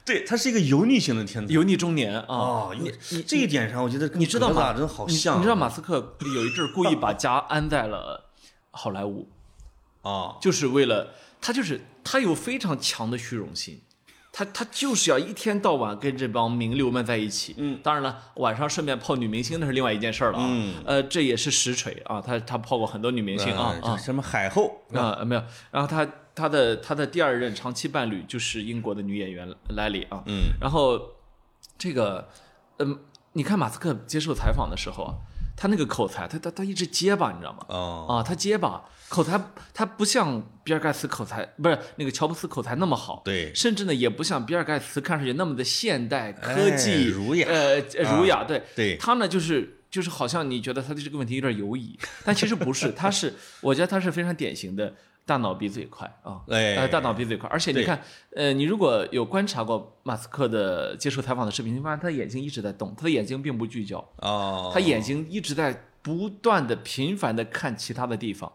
[SPEAKER 1] 对，他是一个油腻型的天才。
[SPEAKER 2] 油腻中年啊。
[SPEAKER 1] 哦，你你这一点上，我觉得跟
[SPEAKER 2] 你知道
[SPEAKER 1] 格
[SPEAKER 2] 马
[SPEAKER 1] 子真好
[SPEAKER 2] 你
[SPEAKER 1] 像啊，
[SPEAKER 2] 你知道马斯克有一阵儿故意把家安在了好莱坞，
[SPEAKER 1] 哦，
[SPEAKER 2] 就是为了他就是他有非常强的虚荣心。他他就是要一天到晚跟这帮名流们在一起，嗯，当然了，晚上顺便泡女明星那是另外一件事儿了啊，
[SPEAKER 1] 嗯
[SPEAKER 2] 呃，这也是实锤啊，他他泡过很多女明星啊
[SPEAKER 1] 嗯
[SPEAKER 2] 啊
[SPEAKER 1] 这什么海后，
[SPEAKER 2] 啊没有，然后他他的他的第二任长期伴侣就是英国的女演员莱里啊，
[SPEAKER 1] 嗯，
[SPEAKER 2] 然后这个，嗯，你看马斯克接受采访的时候啊，他那个口才，他他他一直结巴，你知道吗？
[SPEAKER 1] 哦，
[SPEAKER 2] 啊，他结巴，口才他不像比尔盖茨口才，不是那个乔布斯口才那么好，
[SPEAKER 1] 对
[SPEAKER 2] 甚至呢也不像比尔盖茨看上去那么的现代
[SPEAKER 1] 哎
[SPEAKER 2] 科技、
[SPEAKER 1] 儒雅啊
[SPEAKER 2] 呃儒雅，对
[SPEAKER 1] 对
[SPEAKER 2] 他呢就是就是好像你觉得他对这个问题有点犹疑，但其实不是，他是我觉得他是非常典型的大脑比嘴快啊，
[SPEAKER 1] 哎
[SPEAKER 2] 呃大脑比嘴快，而且你
[SPEAKER 1] 对
[SPEAKER 2] 看，呃你如果有观察过马斯克的接受采访的视频，你发现他的眼睛一直在动，他的眼睛并不聚焦，
[SPEAKER 1] 哦，
[SPEAKER 2] 他眼睛一直在不断的频繁的看其他的地方。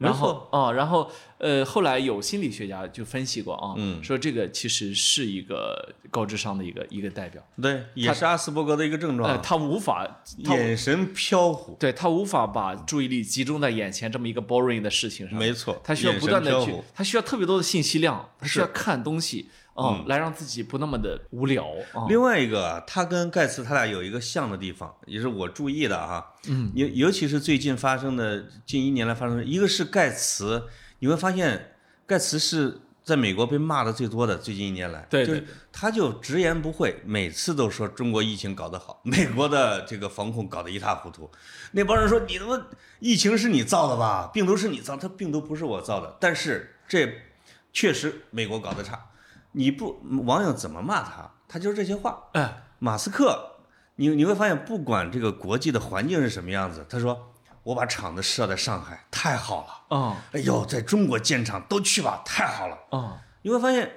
[SPEAKER 1] 没
[SPEAKER 2] 然后哦，然后呃，后来有心理学家就分析过啊，
[SPEAKER 1] 嗯
[SPEAKER 2] 说这个其实是一个高智商的一个一个代表，
[SPEAKER 1] 对，也是阿斯伯格的一个症
[SPEAKER 2] 呃，
[SPEAKER 1] 状，
[SPEAKER 2] 他无法，他
[SPEAKER 1] 啊眼神飘忽，
[SPEAKER 2] 对他无法把注意力集中在眼前这么一个 boring 的事情上，
[SPEAKER 1] 没错，
[SPEAKER 2] 嗯他需要
[SPEAKER 1] 眼
[SPEAKER 2] 不
[SPEAKER 1] 神
[SPEAKER 2] 断的
[SPEAKER 1] 飘
[SPEAKER 2] 去
[SPEAKER 1] 忽，
[SPEAKER 2] 他需要特别多的信息量，他需
[SPEAKER 1] 是
[SPEAKER 2] 要看东西啊，来让自己不那么的无聊啊，
[SPEAKER 1] 另外一个啊，他跟盖茨他俩有一个像的地方，也是我注意的哈。嗯，尤尤其是最近发生的，近一年来发生的，一个是盖茨，你会发现盖茨是在美国被骂的最多的，最近一年来，
[SPEAKER 2] 对
[SPEAKER 1] 就
[SPEAKER 2] 对
[SPEAKER 1] 是他就直言不讳，每次都说中国疫情搞得好，美国的这个防控搞得一塌糊涂。那帮人说你他妈疫情是你造的吧，病毒是你造，他病毒不是我造的，但是这确实美国搞得差。你不网友怎么骂他，他就是这些话。
[SPEAKER 2] 哎，
[SPEAKER 1] 马斯克，你你会发现，不管这个国际的环境是什么样子，他说我把厂子设在上海，太好了。
[SPEAKER 2] 嗯
[SPEAKER 1] 哎呦，在中国建厂都去吧，太好了。
[SPEAKER 2] 嗯，
[SPEAKER 1] 你会发现，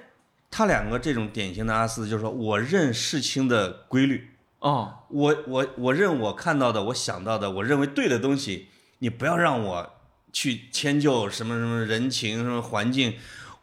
[SPEAKER 1] 他两个这种典型的阿斯，就是说我认事情的规律，
[SPEAKER 2] 哦，
[SPEAKER 1] 我我我认我看到的，我想到的，我认为对的东西，你不要让我去迁就什么什么人情什么环境，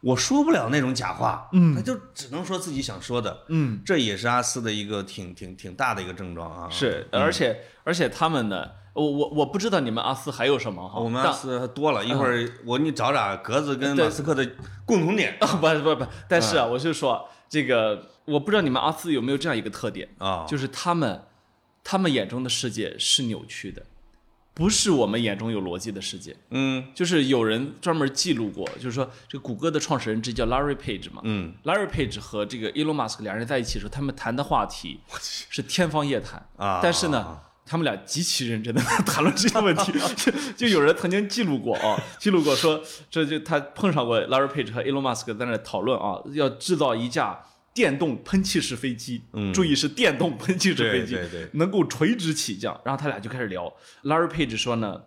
[SPEAKER 1] 我说不了那种假话，嗯，他就只能说自己想说的，
[SPEAKER 2] 嗯，
[SPEAKER 1] 这也是阿斯的一个挺挺挺大的一个症状啊。
[SPEAKER 2] 是，而且而且他们呢，我我我不知道你们阿斯还有什么哈，
[SPEAKER 1] 我们阿
[SPEAKER 2] 但
[SPEAKER 1] 斯还多了，一会儿我给你找找格子跟
[SPEAKER 2] 嗯对
[SPEAKER 1] 马斯克的共同点
[SPEAKER 2] 不 [laughs] 不不，但是啊，我是说这个，我不知道你们阿斯有没有这样一个特点，
[SPEAKER 1] 啊，
[SPEAKER 2] 就是他们他们眼中的世界是扭曲的，不是我们眼中有逻辑的世界。
[SPEAKER 1] 嗯
[SPEAKER 2] 就是有人专门记录过，就是说这个谷歌的创始人之一叫 Larry Page 嘛、
[SPEAKER 1] 嗯
[SPEAKER 2] l a r r y Page 和这个 Elon Musk 两人在一起的时候，他们谈的话题是天方夜谭
[SPEAKER 1] 啊
[SPEAKER 2] 但是呢。他们俩极其认真的 [laughs] 谈论这个问题， [laughs] 就就有人曾经记录过啊，记录过说，这就他碰上过 Larry Page 和 Elon Musk 在那讨论啊，要制造一架电动喷气式飞机，
[SPEAKER 1] 嗯
[SPEAKER 2] 注意是电动喷 [laughs] 气式飞机，
[SPEAKER 1] 对对对
[SPEAKER 2] 能够垂直起降。然后他俩就开始聊，Larry Page 说呢，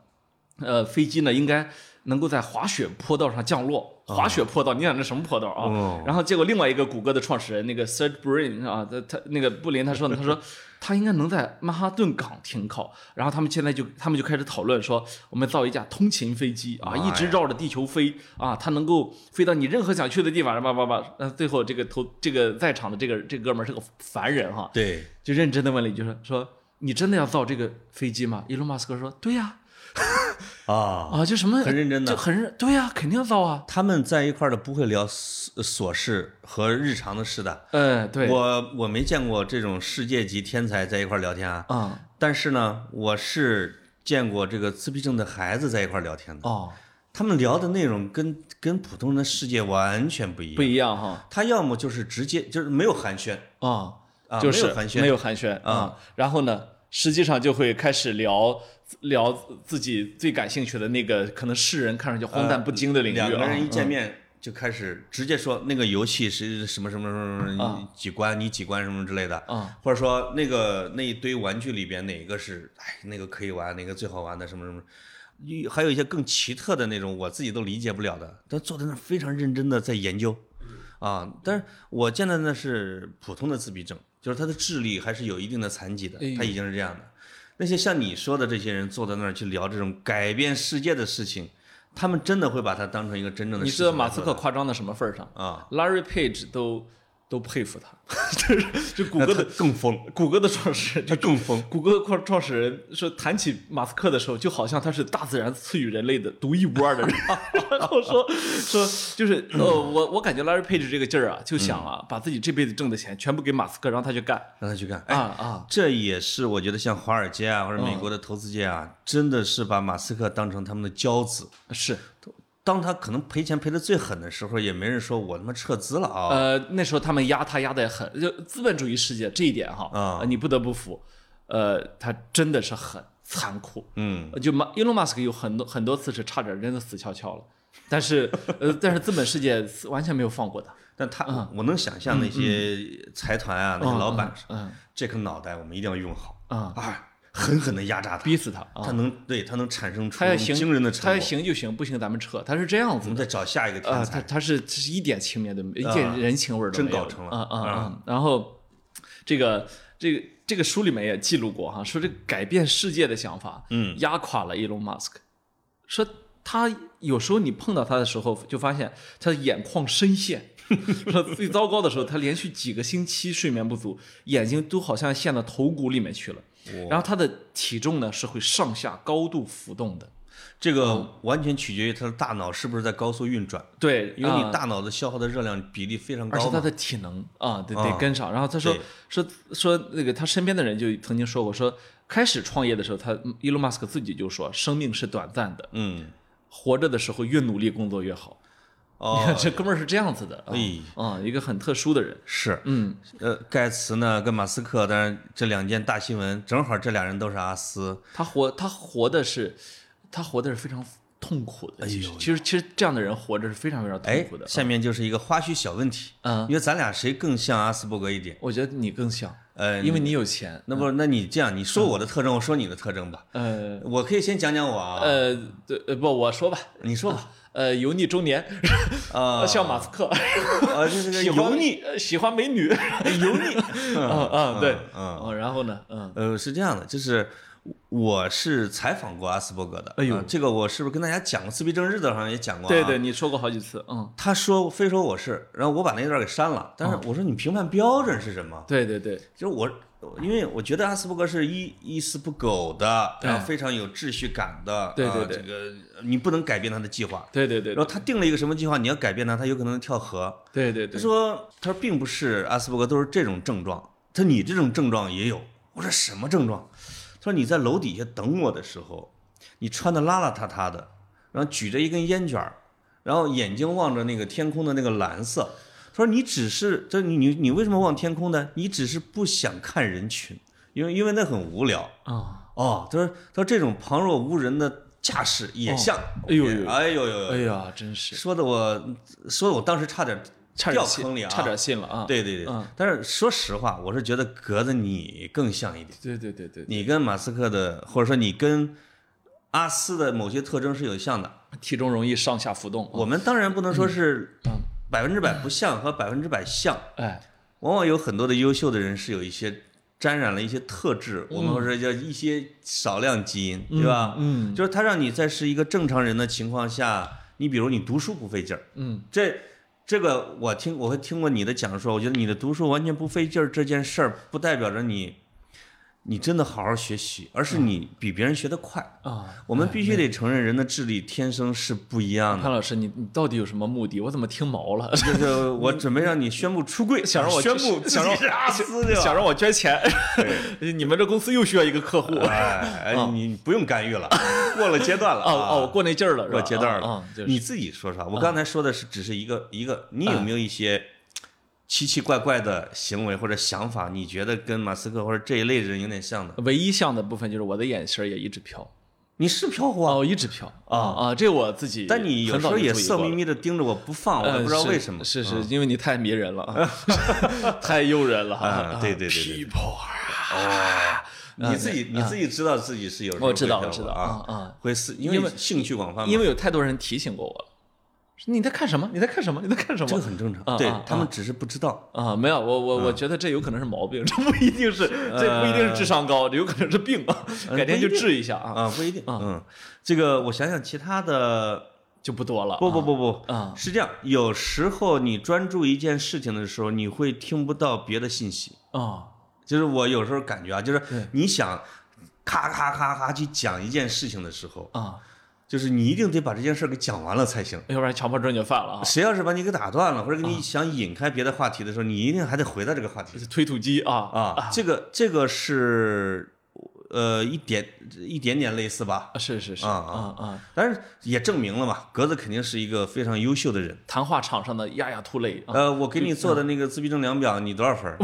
[SPEAKER 2] 呃，飞机呢应该能够在滑雪坡道上降落。滑雪坡道，你想这什么坡道啊？
[SPEAKER 1] 哦
[SPEAKER 2] 然后结果另外一个谷歌的创始人那个 Serge Brin 啊，他他那个布林他说呢，他说他应该能在曼哈顿港停靠。然后他们现在就他们就开始讨论说，我们造一架通勤飞机啊，
[SPEAKER 1] 妈呀
[SPEAKER 2] 一直绕着地球飞啊，它能够飞到你任何想去的地方，叭叭叭。呃，最后这个投这个在场的这个这个哥们儿是个凡人哈，
[SPEAKER 1] 对，
[SPEAKER 2] 就认真的问了一句说说你真的要造这个飞机吗？伊隆马斯克说对呀、
[SPEAKER 1] 啊，
[SPEAKER 2] 啊，就什么
[SPEAKER 1] 很认真的
[SPEAKER 2] 就很认对呀、肯定要造啊。
[SPEAKER 1] 他们在一块儿的不会聊琐呃琐事和日常的事的。
[SPEAKER 2] 嗯，对，
[SPEAKER 1] 我我没见过这种世界级天才在一块儿聊天啊，
[SPEAKER 2] 啊、
[SPEAKER 1] 但是呢，我是见过这个自闭症的孩子在一块儿聊天的。
[SPEAKER 2] 哦，
[SPEAKER 1] 他们聊的内容跟跟普通人的世界完全不一
[SPEAKER 2] 不
[SPEAKER 1] 样。
[SPEAKER 2] 一样哈，
[SPEAKER 1] 他要么就是直接就是没有寒暄
[SPEAKER 2] 啊、
[SPEAKER 1] 啊，
[SPEAKER 2] 就
[SPEAKER 1] 没
[SPEAKER 2] 是
[SPEAKER 1] 有寒暄，
[SPEAKER 2] 没有寒暄啊、然后呢，实际上就会开始聊聊自己最感兴趣的那个，可能世人看上去荒诞不经的领域啊。
[SPEAKER 1] 呃两个人一见
[SPEAKER 2] 嗯
[SPEAKER 1] 面就开始直接说那个游戏是什么什么什么什么几关，你几关什么之类的
[SPEAKER 2] 啊，
[SPEAKER 1] 或者说那个那一堆玩具里边哪个是哎那个可以玩，哪个最好玩的什么什么。一还有一些更奇特的那种，我自己都理解不了的，但坐在那儿非常认真的在研究，
[SPEAKER 2] 嗯
[SPEAKER 1] 啊，但是我见到的是普通的自闭症，就是他的智力还是有一定的残疾的
[SPEAKER 2] 哎呦，
[SPEAKER 1] 他已经是这样的。那些像你说的这些人坐在那儿去聊这种改变世界的事情，他们真的会把它当成一个真正的
[SPEAKER 2] 你
[SPEAKER 1] 事
[SPEAKER 2] 知
[SPEAKER 1] 情
[SPEAKER 2] 道
[SPEAKER 1] 来做的。
[SPEAKER 2] 马斯克夸张到什么份儿上
[SPEAKER 1] 啊，
[SPEAKER 2] ？Larry Page 都都佩服他， [laughs] 就是就谷
[SPEAKER 1] 那
[SPEAKER 2] 歌
[SPEAKER 1] 他
[SPEAKER 2] 的
[SPEAKER 1] 更疯，
[SPEAKER 2] 谷歌的创始人，
[SPEAKER 1] 他更疯。
[SPEAKER 2] [laughs] 谷歌的创创始人说，谈起马斯克的时候，就好像他是大自然赐予人类的独一无二的人。 [laughs] 然后说说就是呃，我我感觉 Larry Page 这个劲儿啊，就想啊，把自己这辈子挣的钱全部给马斯克，让他去干
[SPEAKER 1] 让他去看，
[SPEAKER 2] 啊
[SPEAKER 1] 哎，
[SPEAKER 2] 啊。
[SPEAKER 1] 这也是我觉得像华尔街啊或者
[SPEAKER 2] 嗯
[SPEAKER 1] 美国的投资界啊，真的是把马斯克当成他们的骄子。
[SPEAKER 2] 是，
[SPEAKER 1] 当他可能赔钱赔的最狠的时候，也没人说我他妈撤资了啊。
[SPEAKER 2] 呃，那时候他们压他压得很，就资本主义世界这一点哈，
[SPEAKER 1] 啊
[SPEAKER 2] 呃你不得不服，呃，他真的是很残酷，
[SPEAKER 1] 嗯，
[SPEAKER 2] 就马伊隆马斯克有很多很多次是差点真的死翘翘了，但是呃，但是资本世界是完全没有放过他，
[SPEAKER 1] 但他我能想象那些财团啊，那些老板，
[SPEAKER 2] 嗯
[SPEAKER 1] 这颗脑袋我们一定要用好
[SPEAKER 2] 啊，
[SPEAKER 1] 啊，狠狠的压榨他，
[SPEAKER 2] 逼死他啊，
[SPEAKER 1] 他能对他能产生出
[SPEAKER 2] 他要行
[SPEAKER 1] 惊人的
[SPEAKER 2] 他
[SPEAKER 1] 成
[SPEAKER 2] 要
[SPEAKER 1] 果。
[SPEAKER 2] 行就行，不行咱们撤，他是这样
[SPEAKER 1] 我
[SPEAKER 2] 子
[SPEAKER 1] 们
[SPEAKER 2] 的。
[SPEAKER 1] 再找下一个
[SPEAKER 2] 啊、
[SPEAKER 1] 天才啊
[SPEAKER 2] 他他是他是一点情面都没，一点人情味儿都
[SPEAKER 1] 真
[SPEAKER 2] 没有，
[SPEAKER 1] 搞成了
[SPEAKER 2] 啊啊啊！然后这个这个这个书里面也记录过哈，说这个改变世界的想法，
[SPEAKER 1] 嗯，
[SPEAKER 2] 压垮了 Elon Musk。说他有时候你碰到他的时候，就发现他的眼眶深陷。 [laughs] 说最糟糕的时候，他连续几个星期睡眠不足，眼睛都好像陷到头骨里面去了。然后他的体重呢是会上下高度浮动的。
[SPEAKER 1] 这
[SPEAKER 2] 嗯
[SPEAKER 1] 个完全取决于他的大脑是不是在高速运转，
[SPEAKER 2] 对，
[SPEAKER 1] 因为
[SPEAKER 2] 啊
[SPEAKER 1] 你大脑的消耗的热量比例非常
[SPEAKER 2] 而且
[SPEAKER 1] 高
[SPEAKER 2] 他
[SPEAKER 1] 嘛。
[SPEAKER 2] 的体能啊，得
[SPEAKER 1] 啊
[SPEAKER 2] 得跟上。然后他说
[SPEAKER 1] 对
[SPEAKER 2] 说说那个他身边的人就曾经说过，说开始创业的时候，他伊隆马斯克自己就说，生命是短暂的，
[SPEAKER 1] 嗯，
[SPEAKER 2] 活着的时候越努力工作越好。你看
[SPEAKER 1] 哦，
[SPEAKER 2] [laughs] 这哥们儿是这样子的，啊
[SPEAKER 1] 哎，
[SPEAKER 2] 啊，一个很特殊的人，
[SPEAKER 1] 是，
[SPEAKER 2] 嗯，
[SPEAKER 1] 呃，盖茨呢跟马斯克，当然这两件大新闻，正好这俩人都是阿斯，
[SPEAKER 2] 他活他活的是，他活的是非常痛苦的。其实其实其实这样的人活着是非常非常痛
[SPEAKER 1] 哎
[SPEAKER 2] 苦的，。
[SPEAKER 1] 下面就是一个花絮小问题，
[SPEAKER 2] 嗯，
[SPEAKER 1] 因为咱俩谁更像阿斯伯格一点？
[SPEAKER 2] 我觉得你更像，
[SPEAKER 1] 呃，
[SPEAKER 2] 因为你有钱。
[SPEAKER 1] 那不，那你这样，你说我的特征，我说你的特征吧。
[SPEAKER 2] 呃
[SPEAKER 1] 我可以先讲讲我啊，
[SPEAKER 2] 呃，对呃不，我说吧，
[SPEAKER 1] 你说吧，
[SPEAKER 2] 呃，油腻中年， [laughs]
[SPEAKER 1] 啊，
[SPEAKER 2] 像呃马斯 [laughs] 克，
[SPEAKER 1] 啊，就是
[SPEAKER 2] [laughs]
[SPEAKER 1] 个
[SPEAKER 2] 喜
[SPEAKER 1] 油
[SPEAKER 2] 欢
[SPEAKER 1] 腻，
[SPEAKER 2] 呃喜欢美女， [laughs] 油腻。嗯嗯，对，
[SPEAKER 1] 嗯
[SPEAKER 2] 哦，然后呢，嗯，
[SPEAKER 1] 呃，是这样的，就是我是采访过阿斯伯格的，
[SPEAKER 2] 哎呦
[SPEAKER 1] 啊这个我是不是跟大家讲过？自闭症日的好像也讲过、啊，
[SPEAKER 2] 对对，。你说过好几次，嗯，
[SPEAKER 1] 他说非说我是，然后我把那段给删了，
[SPEAKER 2] 哦
[SPEAKER 1] 但是我说你评判标准是什么？
[SPEAKER 2] 对对对，
[SPEAKER 1] 就是我，因为我觉得阿斯伯格是一一丝不苟的，
[SPEAKER 2] 对
[SPEAKER 1] 然后非常有秩序感的，
[SPEAKER 2] 对对
[SPEAKER 1] 啊
[SPEAKER 2] 对
[SPEAKER 1] 这个你不能改变他的计划。
[SPEAKER 2] 对对对
[SPEAKER 1] 然后他定了一个什么计划，你要改变他，他有可能跳河。
[SPEAKER 2] 对对
[SPEAKER 1] 他
[SPEAKER 2] 对，
[SPEAKER 1] 说，他说并不是阿斯伯格都是这种症状，他说你这种症状也有。我说什么症状？他说你在楼底下等我的时候，你穿的邋邋遢遢的，然后举着一根烟卷儿，然后眼睛望着那个天空的那个蓝色。他说你只是，这你你你为什么望天空呢？你只是不想看人群，因为因为那很无聊。
[SPEAKER 2] 啊，
[SPEAKER 1] 哦，他说他说这种旁若无人的架势也像，
[SPEAKER 2] 哎呦呦
[SPEAKER 1] 哎呦呦呦
[SPEAKER 2] 哎呀，真是
[SPEAKER 1] 说的我说的我当时差点
[SPEAKER 2] 差
[SPEAKER 1] 掉
[SPEAKER 2] 点
[SPEAKER 1] 坑里
[SPEAKER 2] 信，
[SPEAKER 1] 啊，
[SPEAKER 2] 差点信了啊，
[SPEAKER 1] 对对对，
[SPEAKER 2] 嗯
[SPEAKER 1] 但是说实话，我是觉得格子你更像一点，
[SPEAKER 2] 对对对对，
[SPEAKER 1] 你跟马斯克的，或者说你跟阿斯的某些特征是有像的。
[SPEAKER 2] 体重容易上下浮动，
[SPEAKER 1] 我们当然不能说是
[SPEAKER 2] 哦嗯
[SPEAKER 1] 百分之百不像和百分之百像，
[SPEAKER 2] 哎，
[SPEAKER 1] 往往有很多的优秀的人是有一些沾染了一些特质，我们说叫一些少量基因，对吧？
[SPEAKER 2] 嗯
[SPEAKER 1] 就是他让你在是一个正常人的情况下，你比如你读书不费劲儿，
[SPEAKER 2] 嗯，
[SPEAKER 1] 这这个我听我会听过你的讲述，我觉得你的读书完全不费劲儿这件事儿，不代表着你你真的好好学习，而是
[SPEAKER 2] 嗯
[SPEAKER 1] 你比别人学得快。
[SPEAKER 2] 啊，
[SPEAKER 1] 我们必须得承认，人的智力天生是不一样
[SPEAKER 2] [laughs]
[SPEAKER 1] 的。
[SPEAKER 2] 潘老师，你你到底有什么目的？我怎么听毛了？
[SPEAKER 1] 就是我准备让你宣布出柜，
[SPEAKER 2] [laughs] 想让我
[SPEAKER 1] 宣布
[SPEAKER 2] 想让
[SPEAKER 1] 自己是
[SPEAKER 2] [laughs]
[SPEAKER 1] 阿斯对吧？
[SPEAKER 2] 想让我捐钱， [laughs] 你们这公司又需要一个客户。哦
[SPEAKER 1] 哎，哎你不用干预了，过了阶段了啊
[SPEAKER 2] 哦，我过那劲儿了，是吧
[SPEAKER 1] 过阶段了
[SPEAKER 2] 啊，啊就是嗯
[SPEAKER 1] 你自己说说，我刚才说的是只是一个一个，你有没有一些奇奇怪怪的行为或者想法？你觉得跟马斯克或者这一类人有点像的？
[SPEAKER 2] 唯一像的部分就是我的眼神儿也一直飘，
[SPEAKER 1] 你是飘忽啊，
[SPEAKER 2] 哦，一直飘
[SPEAKER 1] 啊
[SPEAKER 2] 啊，这我自己很早
[SPEAKER 1] 但
[SPEAKER 2] 就注
[SPEAKER 1] 你
[SPEAKER 2] 意
[SPEAKER 1] 有
[SPEAKER 2] 过了，
[SPEAKER 1] 时候也色眯眯的盯着我不放，我
[SPEAKER 2] 呃，
[SPEAKER 1] 也不知道
[SPEAKER 2] 是
[SPEAKER 1] 为什么。嗯
[SPEAKER 2] 是是因为你太迷
[SPEAKER 1] [laughs]
[SPEAKER 2] 人了，太诱人了
[SPEAKER 1] 啊
[SPEAKER 2] 哈。
[SPEAKER 1] 对对对对
[SPEAKER 2] people
[SPEAKER 1] 你自己你自己知道自己是有时候
[SPEAKER 2] 呃嗯我知道
[SPEAKER 1] 会
[SPEAKER 2] 我
[SPEAKER 1] 飘
[SPEAKER 2] 知
[SPEAKER 1] 忽
[SPEAKER 2] 道
[SPEAKER 1] 啊，
[SPEAKER 2] 啊啊，
[SPEAKER 1] 会是
[SPEAKER 2] 因
[SPEAKER 1] 因为
[SPEAKER 2] 为
[SPEAKER 1] 兴趣广泛嘛，
[SPEAKER 2] 因为有太多人提醒过我了，你在看什么？你在看什么？你在看什
[SPEAKER 1] 这个
[SPEAKER 2] 么？
[SPEAKER 1] 很嗯正常，
[SPEAKER 2] 啊
[SPEAKER 1] 对
[SPEAKER 2] 啊
[SPEAKER 1] 他们只是不知道。
[SPEAKER 2] 啊，没有，我我我觉得这有可能是毛病，这 [laughs] 不一定是，
[SPEAKER 1] 嗯
[SPEAKER 2] 这不一定是智商高，这有可能是病，改天就治一下啊，
[SPEAKER 1] 啊，不一定，嗯，这个我想想其他的，
[SPEAKER 2] 就不多了。
[SPEAKER 1] 不不不不，
[SPEAKER 2] 啊，
[SPEAKER 1] 是这样，有时候你专注一件事情的时候，你会听不到别的信息。
[SPEAKER 2] 啊，
[SPEAKER 1] 就是我有时候感觉啊，就是
[SPEAKER 2] 对
[SPEAKER 1] 你想咔咔咔咔去讲一件事情的时候，
[SPEAKER 2] 啊，
[SPEAKER 1] 就是你一定得把这件事儿给讲完了才行。
[SPEAKER 2] 要不然强迫症就犯了啊，啊
[SPEAKER 1] 谁要是把你给打断了，或者给你想引开别的话题的时候，你一定还得回到这个话题
[SPEAKER 2] 推土机啊
[SPEAKER 1] 啊。这个这个是呃一点一点点类似吧，
[SPEAKER 2] 啊，是是是
[SPEAKER 1] 啊
[SPEAKER 2] 啊
[SPEAKER 1] 啊
[SPEAKER 2] 啊，
[SPEAKER 1] 但是也证明了嘛，格子肯定是一个非常优秀的人。
[SPEAKER 2] 谈话场上的压压突雷啊，
[SPEAKER 1] 呃，我给你做的那个自闭症量表，你多少分儿？ [laughs]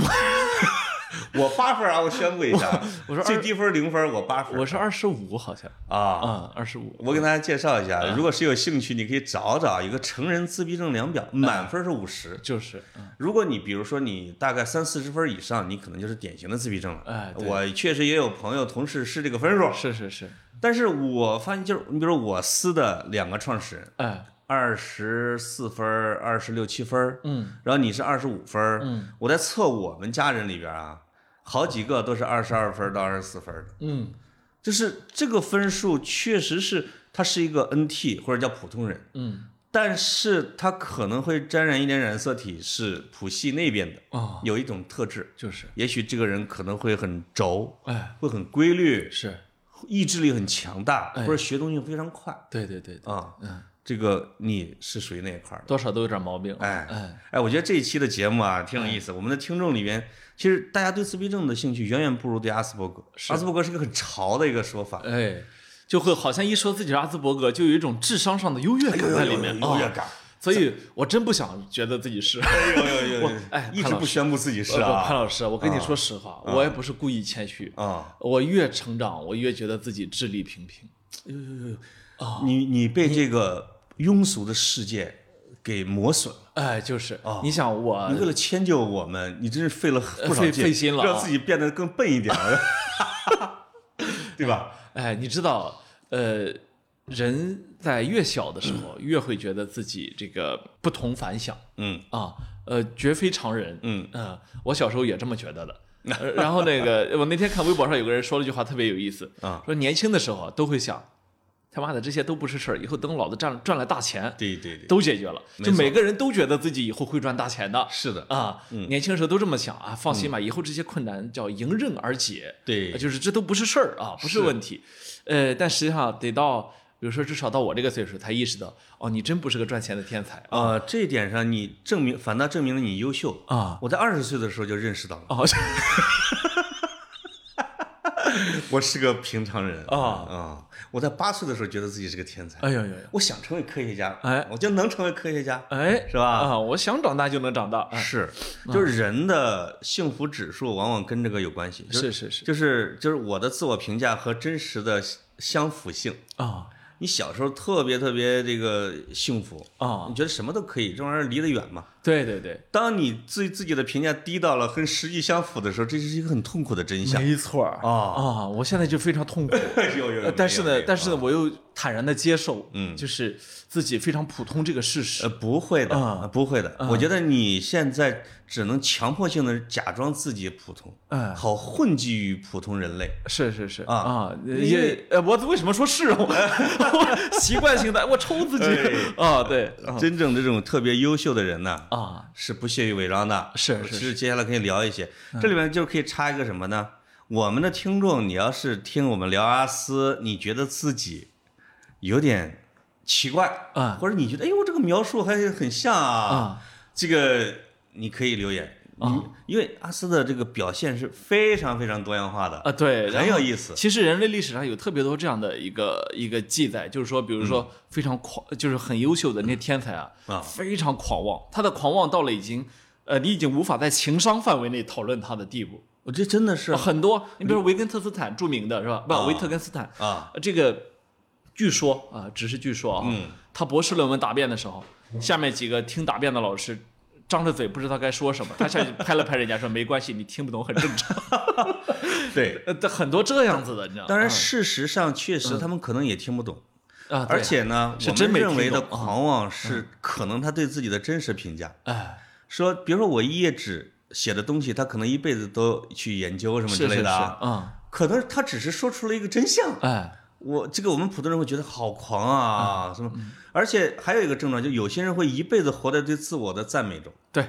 [SPEAKER 1] 我八分儿啊！我宣布一下，
[SPEAKER 2] 我说
[SPEAKER 1] 最
[SPEAKER 2] 二
[SPEAKER 1] 低分儿零分儿，我八分儿
[SPEAKER 2] 啊我是二十五好像
[SPEAKER 1] 啊。
[SPEAKER 2] 啊，二十五，
[SPEAKER 1] 我给大家介绍一
[SPEAKER 2] 啊
[SPEAKER 1] 下，如果是有兴趣，你可以找找一个成人自闭症量
[SPEAKER 2] 啊
[SPEAKER 1] 表，满分儿是五十。
[SPEAKER 2] 就是嗯
[SPEAKER 1] 如果你比如说你大概三四十分儿以上，你可能就是典型的自闭症了。
[SPEAKER 2] 哎对
[SPEAKER 1] 我确实也有朋友同事是这个分数，
[SPEAKER 2] 是是是，
[SPEAKER 1] 但是我发现就是你比如说我司的两个创始人，
[SPEAKER 2] 哎
[SPEAKER 1] 二十四分儿、二十六七分儿，
[SPEAKER 2] 嗯，
[SPEAKER 1] 然后你是二十五分儿，
[SPEAKER 2] 嗯，
[SPEAKER 1] 我在测我们家人里边啊，好几个都是二十二分儿到二十四分儿的，
[SPEAKER 2] 嗯
[SPEAKER 1] 就是这个分数确实是它是一个 NT 或者叫普通人，
[SPEAKER 2] 嗯
[SPEAKER 1] 但是它可能会沾染一点染色体，是谱系那边的，
[SPEAKER 2] 啊，
[SPEAKER 1] 有一种特质，
[SPEAKER 2] 就是
[SPEAKER 1] 也许这个人可能会很轴，
[SPEAKER 2] 哎
[SPEAKER 1] 会很规律，
[SPEAKER 2] 是，
[SPEAKER 1] 意志力很强大，或者学东西非常快
[SPEAKER 2] 对对对，对
[SPEAKER 1] 啊，
[SPEAKER 2] 哎嗯，
[SPEAKER 1] 这个你是属于那一块儿的。
[SPEAKER 2] 多少都有点毛病，
[SPEAKER 1] 哎
[SPEAKER 2] 哎
[SPEAKER 1] 哎，我觉得这一期的节目啊挺有意思。我们的听众里边，其实大家对自闭症的兴趣远远不如对阿斯伯格。阿斯伯格是一个很潮的一个说法，
[SPEAKER 2] 哎，就会好像一说自己是阿兹伯格，就有一种智商上的优越感在里面
[SPEAKER 1] 优越
[SPEAKER 2] 啊。
[SPEAKER 1] 感。哦
[SPEAKER 2] 所以我真不想觉得自己是。
[SPEAKER 1] 有有
[SPEAKER 2] 我哎
[SPEAKER 1] 一直
[SPEAKER 2] 潘老
[SPEAKER 1] 不
[SPEAKER 2] 师
[SPEAKER 1] 宣布自己是
[SPEAKER 2] 呃潘
[SPEAKER 1] 啊
[SPEAKER 2] 老师，我跟你说实话，我也不是故意谦虚，
[SPEAKER 1] 啊！
[SPEAKER 2] 我越成长，我越觉得自己智力平平。
[SPEAKER 1] 你你被这个庸俗的世界给磨损了。
[SPEAKER 2] 哎，就是，你想我
[SPEAKER 1] 你为了迁就我们，你真是哎费了不少
[SPEAKER 2] 费
[SPEAKER 1] 劲，
[SPEAKER 2] 费心了啊
[SPEAKER 1] 让自己变得更笨 [laughs] 一点儿，对吧？
[SPEAKER 2] 哎，你知道，呃，人在越小的时候，越会觉得自己这个不同凡响
[SPEAKER 1] 嗯
[SPEAKER 2] 啊，呃，绝非常人。
[SPEAKER 1] 嗯
[SPEAKER 2] 呃，我小时候也这么觉得的。呃然后那个，我那天看微博上有个人说了一句话特别有意思
[SPEAKER 1] 啊，
[SPEAKER 2] 说年轻的时候啊都会想，他妈的这些都不是事儿，以后等老子赚赚了大钱，
[SPEAKER 1] 对对对，
[SPEAKER 2] 都解决了，
[SPEAKER 1] 没
[SPEAKER 2] 就
[SPEAKER 1] 错
[SPEAKER 2] 每个人都觉得自己以后会赚大钱的。
[SPEAKER 1] 是的，嗯
[SPEAKER 2] 啊，年轻时候都这么想啊，放心吧，以后这些困难叫迎刃而解。
[SPEAKER 1] 对
[SPEAKER 2] 呃就是这都不是事儿啊，不是问题。呃，但实际上得到，比如说至少到我这个岁数才意识到，哦，你真不是个赚钱的天才
[SPEAKER 1] 啊、这一点上你证明，反倒证明了你优秀。
[SPEAKER 2] 啊。
[SPEAKER 1] 我在二十岁的时候就认识到了，
[SPEAKER 2] 哦， [laughs]
[SPEAKER 1] 我是个平常人嗯
[SPEAKER 2] 啊
[SPEAKER 1] 我在八岁的时候觉得自己是个天才，
[SPEAKER 2] 哎呦呦呦，
[SPEAKER 1] 我想成为科学家，
[SPEAKER 2] 哎，
[SPEAKER 1] 我就能成为科学家，
[SPEAKER 2] 哎，
[SPEAKER 1] 是吧？
[SPEAKER 2] 啊，我想长大就能长大。啊
[SPEAKER 1] 哎是，嗯就是人的幸福指数往往跟这个有关系，就是
[SPEAKER 2] 是是
[SPEAKER 1] 就是就是我的自我评价和真实的相符性。
[SPEAKER 2] 啊
[SPEAKER 1] 你小时候特别特别这个幸福，
[SPEAKER 2] 啊，
[SPEAKER 1] 你觉得什么都可以，这玩意儿离得远嘛。
[SPEAKER 2] 对对对，
[SPEAKER 1] 当你自己自己的评价低到了跟实际相符的时候，这是一个很痛苦的真相
[SPEAKER 2] 没错儿
[SPEAKER 1] 啊！
[SPEAKER 2] 啊，我现在就非常痛苦。
[SPEAKER 1] [laughs] 有有
[SPEAKER 2] 呃
[SPEAKER 1] 有，
[SPEAKER 2] 但是
[SPEAKER 1] 没有
[SPEAKER 2] 呢
[SPEAKER 1] 没，有
[SPEAKER 2] 但是呢，我又坦然的接受，
[SPEAKER 1] 嗯
[SPEAKER 2] 就是自己非常普通这个事实
[SPEAKER 1] 呃，。不会的，
[SPEAKER 2] 啊
[SPEAKER 1] 不会的。我觉得你现在只能强迫性的假装自己普通，
[SPEAKER 2] 哎
[SPEAKER 1] 好混迹于普通人类。
[SPEAKER 2] 是是是
[SPEAKER 1] 啊
[SPEAKER 2] 呃
[SPEAKER 1] 因
[SPEAKER 2] 也呃，我为什么说是我 [laughs] 我习惯性的我抽自己啊，对啊
[SPEAKER 1] 真正这种特别优秀的人呢，
[SPEAKER 2] 啊，
[SPEAKER 1] 是不屑于伪装的。
[SPEAKER 2] 是是嗯
[SPEAKER 1] 其实接下来可以聊一些，这里面就可以插一个什么呢？我们的听众，你要是听我们聊阿斯，你觉得自己有点奇怪
[SPEAKER 2] 啊
[SPEAKER 1] 或者你觉得哎呦这个描述还很像啊，
[SPEAKER 2] 啊
[SPEAKER 1] 这个你可以留言啊，
[SPEAKER 2] 嗯
[SPEAKER 1] 因为阿斯的这个表现是非常非常多样化的
[SPEAKER 2] 啊，对，然
[SPEAKER 1] 很
[SPEAKER 2] 后
[SPEAKER 1] 有意思。
[SPEAKER 2] 其实人类历史上有特别多这样的一个一个记载，就是说，比如说非常狂，就是很优秀的那些天才啊，
[SPEAKER 1] 嗯啊
[SPEAKER 2] 非常狂妄，他的狂妄到了已经，呃，你已经无法在情商范围内讨论他的地步。
[SPEAKER 1] 我这真的是
[SPEAKER 2] 很多，你比如说维根特斯坦著名的是吧？不，
[SPEAKER 1] 啊
[SPEAKER 2] 维特根斯坦，
[SPEAKER 1] 啊，
[SPEAKER 2] 这个据说啊，只是据说啊，
[SPEAKER 1] 嗯
[SPEAKER 2] 他博士论文答辩的时候，下面几个听答辩的老师张着嘴不知道该说什么，他下去拍了拍人家说没关系，你听不懂很正常。
[SPEAKER 1] 对。
[SPEAKER 2] 呃，这很多这样子的，你知道吗？
[SPEAKER 1] 当然，事实上确实他们可能也听不懂，
[SPEAKER 2] 嗯啊，对
[SPEAKER 1] 而且呢，
[SPEAKER 2] 是
[SPEAKER 1] 我
[SPEAKER 2] 真
[SPEAKER 1] 们
[SPEAKER 2] 没
[SPEAKER 1] 认为
[SPEAKER 2] 听
[SPEAKER 1] 的
[SPEAKER 2] 懂嗯
[SPEAKER 1] 狂妄是可能他对自己的真实评价，
[SPEAKER 2] 哎，
[SPEAKER 1] 说比如说我一页纸写的东西，他可能一辈子都去研究什么
[SPEAKER 2] 是
[SPEAKER 1] 之
[SPEAKER 2] 是
[SPEAKER 1] 类
[SPEAKER 2] 是，
[SPEAKER 1] 的啊，
[SPEAKER 2] 嗯，
[SPEAKER 1] 可能他只是说出了一个真相。
[SPEAKER 2] 哎，
[SPEAKER 1] 我这个我们普通人会觉得好狂啊，什么？
[SPEAKER 2] 嗯
[SPEAKER 1] 而且还有一个症状，就有些人会一辈子活在对自我的赞美中，
[SPEAKER 2] 对，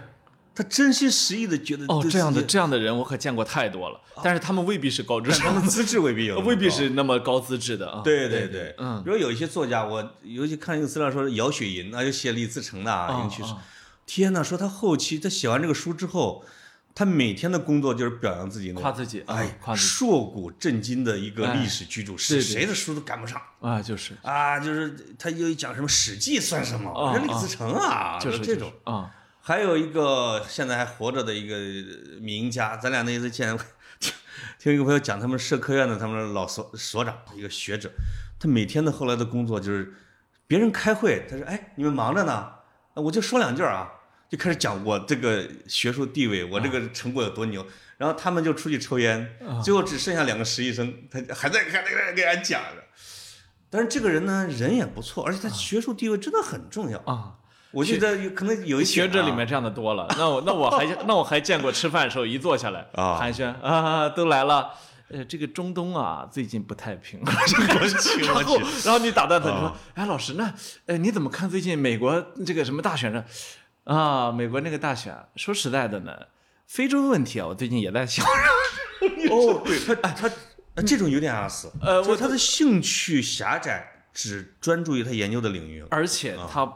[SPEAKER 1] 他真心实意的觉得
[SPEAKER 2] 哦，
[SPEAKER 1] 对
[SPEAKER 2] 这样
[SPEAKER 1] 自
[SPEAKER 2] 的
[SPEAKER 1] 己
[SPEAKER 2] 这样的人我可见过太多了，但是他们未必是高智
[SPEAKER 1] 啊他
[SPEAKER 2] 商，
[SPEAKER 1] 们资质未必有那么高，
[SPEAKER 2] 哦 [laughs] 未必是那么高资质的啊。
[SPEAKER 1] 对对对，
[SPEAKER 2] 嗯
[SPEAKER 1] 比如有一些作家，我尤其看一个资料说姚雪银啊，就写李自成的啊，
[SPEAKER 2] 啊
[SPEAKER 1] 尤其是
[SPEAKER 2] 啊，
[SPEAKER 1] 天呐，说他后期他写完这个书之后，他每天的工作就是表扬自己那
[SPEAKER 2] 夸
[SPEAKER 1] 种，
[SPEAKER 2] 自己，
[SPEAKER 1] 哎
[SPEAKER 2] 哎，，夸自己
[SPEAKER 1] 硕古震惊的一个历史巨著，
[SPEAKER 2] 哎对
[SPEAKER 1] 是
[SPEAKER 2] 对
[SPEAKER 1] 谁的书都赶不上
[SPEAKER 2] 啊，就是
[SPEAKER 1] 啊！就是他又讲什么《史记》算什么？
[SPEAKER 2] 啊
[SPEAKER 1] 我说李自成啊，
[SPEAKER 2] 就是
[SPEAKER 1] 这种。
[SPEAKER 2] 就是啊，
[SPEAKER 1] 还有一个现在还活着的一个名家，咱俩那次见，听听一个朋友讲他们社科院的他们的老所所长，一个学者，他每天的后来的工作就是，别人开会，他说：“哎，你们忙着呢，啊我就说两句儿啊。”就开始讲我这个学术地位，我这个成果有多牛，然后他们就出去抽烟，最后只剩下两个实习生，他还在还在给人讲着。但是这个人呢，人也不错，而且他学术地位真的很重要。
[SPEAKER 2] 啊。
[SPEAKER 1] 我觉得有可能有一些
[SPEAKER 2] 学者
[SPEAKER 1] 啊
[SPEAKER 2] 里面这样的多了。那我那我还 [laughs] 那我还见过吃饭的时候一坐下来，
[SPEAKER 1] 啊
[SPEAKER 2] 寒暄啊，都来了。呃，这个中东啊，最近不太平。我去， [laughs] 然
[SPEAKER 1] [laughs]
[SPEAKER 2] 后然后你打断他，你
[SPEAKER 1] 嗯
[SPEAKER 2] 说，哎，老师，那呃，你怎么看最近美国这个什么大选呢？啊，美国那个大选，说实在的呢，非洲问题啊，我最近也在想。 [laughs]
[SPEAKER 1] 哦，对他他呃这种有点阿斯，
[SPEAKER 2] 呃
[SPEAKER 1] 就是他的兴趣狭窄，只专注于他研究的领域。
[SPEAKER 2] 而且
[SPEAKER 1] 嗯
[SPEAKER 2] 他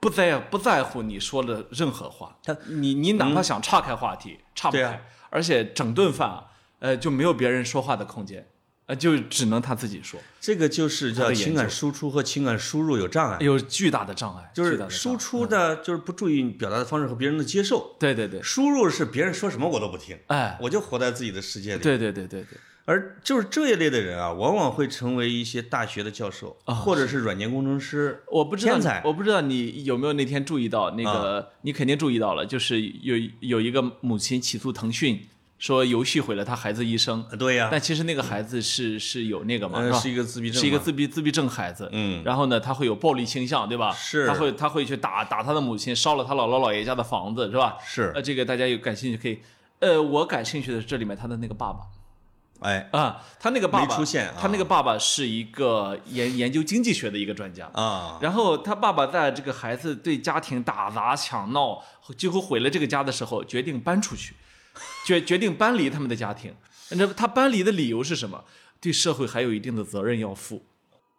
[SPEAKER 2] 不在不在乎你说的任何话，他你你哪怕想岔开话题，岔
[SPEAKER 1] 嗯
[SPEAKER 2] 不
[SPEAKER 1] 对
[SPEAKER 2] 开，
[SPEAKER 1] 啊
[SPEAKER 2] 而且整顿饭啊，呃就没有别人说话的空间，呃，就只能他自己说，
[SPEAKER 1] 这个就是
[SPEAKER 2] 他
[SPEAKER 1] 叫
[SPEAKER 2] 的研
[SPEAKER 1] 情感
[SPEAKER 2] 究
[SPEAKER 1] 输出和情感输入有障碍，
[SPEAKER 2] 有巨大的障碍，
[SPEAKER 1] 就
[SPEAKER 2] 巨
[SPEAKER 1] 是
[SPEAKER 2] 大的
[SPEAKER 1] 输
[SPEAKER 2] 障碍，
[SPEAKER 1] 出的就是不注意表达的方式和别人的接受，
[SPEAKER 2] 对对对，
[SPEAKER 1] 输入是别人说什么我都不听，
[SPEAKER 2] 哎，
[SPEAKER 1] 我就活在自己的世界里。
[SPEAKER 2] 对对对对对，
[SPEAKER 1] 而就是这一类的人啊，往往会成为一些大学的教授，
[SPEAKER 2] 啊
[SPEAKER 1] 或者是软件工程师。
[SPEAKER 2] 我不知道
[SPEAKER 1] 天才，嗯
[SPEAKER 2] 我不知道你有没有那天注意到那个，你肯定注意到了，就是有有一个母亲起诉腾讯，说游戏毁了她孩子一生，
[SPEAKER 1] 呃对呀、
[SPEAKER 2] 但其实那个孩子是是有那个嘛，
[SPEAKER 1] 呃
[SPEAKER 2] 是吧？
[SPEAKER 1] 是一个自闭症嘛，
[SPEAKER 2] 是一个自闭自闭症孩子，
[SPEAKER 1] 嗯，
[SPEAKER 2] 然后呢，他会有暴力倾向，对吧？
[SPEAKER 1] 是
[SPEAKER 2] 他会他会去打打他的母亲，烧了他姥姥姥爷家的房子，是吧？
[SPEAKER 1] 是
[SPEAKER 2] 呃，这个大家有感兴趣可以，呃，我感兴趣的是这里面他的那个爸爸
[SPEAKER 1] 哎
[SPEAKER 2] 啊，他那个爸
[SPEAKER 1] 没
[SPEAKER 2] 爸
[SPEAKER 1] 出现啊
[SPEAKER 2] 他那个爸爸是一个研研究经济学的一个专家。
[SPEAKER 1] 啊，
[SPEAKER 2] 然后他爸爸在这个孩子对家庭打砸抢闹，几乎毁了这个家的时候，决定搬出去，决决定搬离他们的家庭。那他搬离的理由是什么？对社会还有一定的责任要负。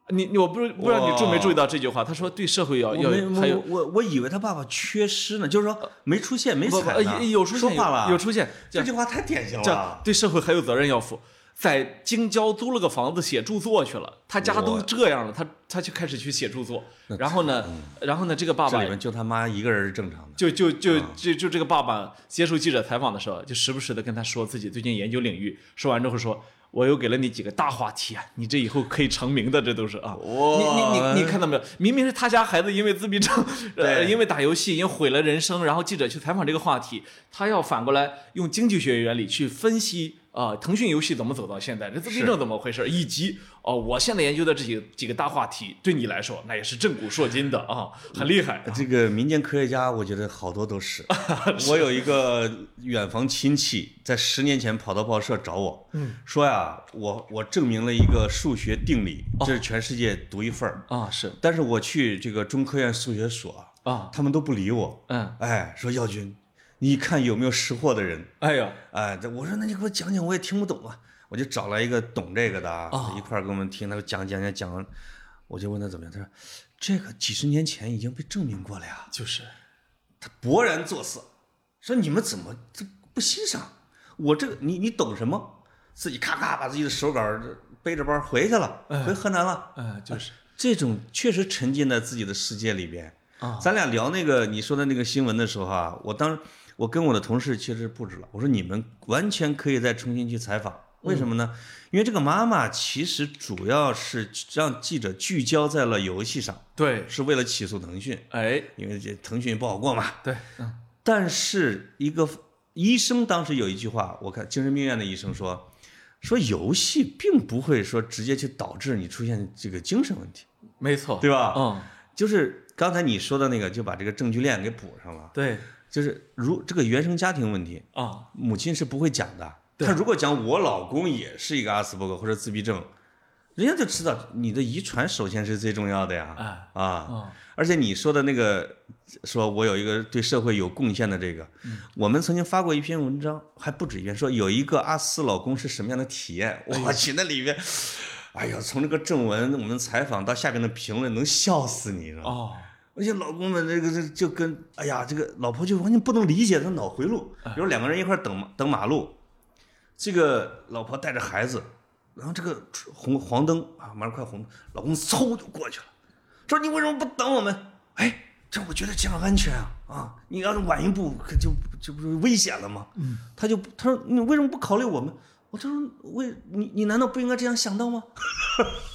[SPEAKER 2] 你你我不不知道你注没注意到这句话？他说对社会要
[SPEAKER 1] 我
[SPEAKER 2] 要
[SPEAKER 1] 没
[SPEAKER 2] 还有呃
[SPEAKER 1] 我我我以为他爸爸缺失呢，就是说没出现没
[SPEAKER 2] 不不
[SPEAKER 1] 踩
[SPEAKER 2] 呃
[SPEAKER 1] 呢，
[SPEAKER 2] 有有出
[SPEAKER 1] 说
[SPEAKER 2] 现
[SPEAKER 1] 话了，
[SPEAKER 2] 有有出现
[SPEAKER 1] 这
[SPEAKER 2] 叫
[SPEAKER 1] 句话太典型
[SPEAKER 2] 叫
[SPEAKER 1] 了。
[SPEAKER 2] 对社会还有责任要负。在京郊租了个房子写著作去了，他家都
[SPEAKER 1] 我
[SPEAKER 2] 这样了，他他就开始去写著作。然后呢，然后呢，这个爸
[SPEAKER 1] 嗯这
[SPEAKER 2] 爸
[SPEAKER 1] 里面就他妈一个人是正常的，
[SPEAKER 2] 就就就
[SPEAKER 1] 啊
[SPEAKER 2] 就就这个爸爸接受记者采访的时候，就时不时的跟他说自己最近研究领域，说完之后说。我又给了你几个大话题啊，你这以后可以成名的，这都是啊。
[SPEAKER 1] 哇
[SPEAKER 2] 你你你你看到没有？明明是他家孩子因为自闭症，呃，
[SPEAKER 1] 对
[SPEAKER 2] 因为打游戏，因为毁了人生，然后记者去采访这个话题，他要反过来用经济学原理去分析啊、呃腾讯游戏怎么走到现在，这自闭症怎么回事，以及哦、我现在研究的这几几个大话题，对你来说那也是震古烁今的啊，很厉害。
[SPEAKER 1] 这个民间科学家，我觉得好多都
[SPEAKER 2] [laughs]
[SPEAKER 1] 是。我有一个远房亲戚，在十年前跑到报社找我，
[SPEAKER 2] 嗯
[SPEAKER 1] 说呀，我我证明了一个数学定理，
[SPEAKER 2] 哦
[SPEAKER 1] 这是全世界独一份儿。
[SPEAKER 2] 啊，是
[SPEAKER 1] 但是我去这个中科院数学所，
[SPEAKER 2] 啊，
[SPEAKER 1] 他们都不理我。
[SPEAKER 2] 嗯，
[SPEAKER 1] 哎，说耀军，你看有没有识货的人？
[SPEAKER 2] 哎呀，
[SPEAKER 1] 哎，这我说那你给我讲讲，我也听不懂啊。我就找了一个懂这个的啊，
[SPEAKER 2] 哦
[SPEAKER 1] 一块儿给我们听。他说讲讲讲讲，我就问他怎么样，他说这个几十年前已经被证明过了呀。
[SPEAKER 2] 就是
[SPEAKER 1] 他勃然作色，说你们怎么这不欣赏我这个？你你懂什么？自己咔咔把自己的手稿儿背着包回去了，回河南了。
[SPEAKER 2] 呃，就是
[SPEAKER 1] 这种确实沉浸在自己的世界里边。
[SPEAKER 2] 啊
[SPEAKER 1] 咱俩聊那个你说的那个新闻的时候啊，我当我跟我的同事其实布置了，我说你们完全可以再重新去采访，为什么呢？因为这个妈妈其实主要是让记者聚焦在了游戏上，
[SPEAKER 2] 对，
[SPEAKER 1] 是为了起诉腾讯，
[SPEAKER 2] 哎，
[SPEAKER 1] 因为这腾讯不好过嘛。
[SPEAKER 2] 对，嗯，
[SPEAKER 1] 但是一个医生当时有一句话，我看精神病院的医生说，说游戏并不会说直接去导致你出现这个精神问题，
[SPEAKER 2] 没错，
[SPEAKER 1] 对吧？
[SPEAKER 2] 嗯，
[SPEAKER 1] 就是刚才你说的那个，就把这个证据链给补上了。
[SPEAKER 2] 对，
[SPEAKER 1] 就是如这个原生家庭问题，
[SPEAKER 2] 啊，
[SPEAKER 1] 母亲是不会讲的。
[SPEAKER 2] 对
[SPEAKER 1] 她如果讲我老公也是一个阿斯伯格或者自闭症，人家就知道你的遗传首先是最重要的呀。
[SPEAKER 2] 哎，
[SPEAKER 1] 啊，
[SPEAKER 2] 嗯，
[SPEAKER 1] 而且你说的那个，说我有一个对社会有贡献的这个，
[SPEAKER 2] 嗯
[SPEAKER 1] 我们曾经发过一篇文章，还不止一篇，说有一个阿斯老公是什么样的体验。我去，那里面，哎呀，从这个正文我们采访到下边的评论，能笑死你，你知道吗？
[SPEAKER 2] 哦，
[SPEAKER 1] 而且老公们这个这就跟哎呀，这个老婆就完全不能理解他脑回路。比如两个人一块儿等马等马路，这个老婆带着孩子，然后这个红黄灯啊，马上快红，老公嗖就过去了，说你为什么不等我们？哎，这我觉得这样安全啊啊！你要是晚一步，可就这不是危险了吗？嗯，他就他说你为什么不考虑我们？我他说为你你难道不应该这样想到吗？ [laughs]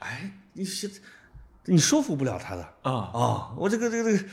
[SPEAKER 1] 哎，你是你说服不了他的。
[SPEAKER 2] 啊，
[SPEAKER 1] 哦，我这个这个这个，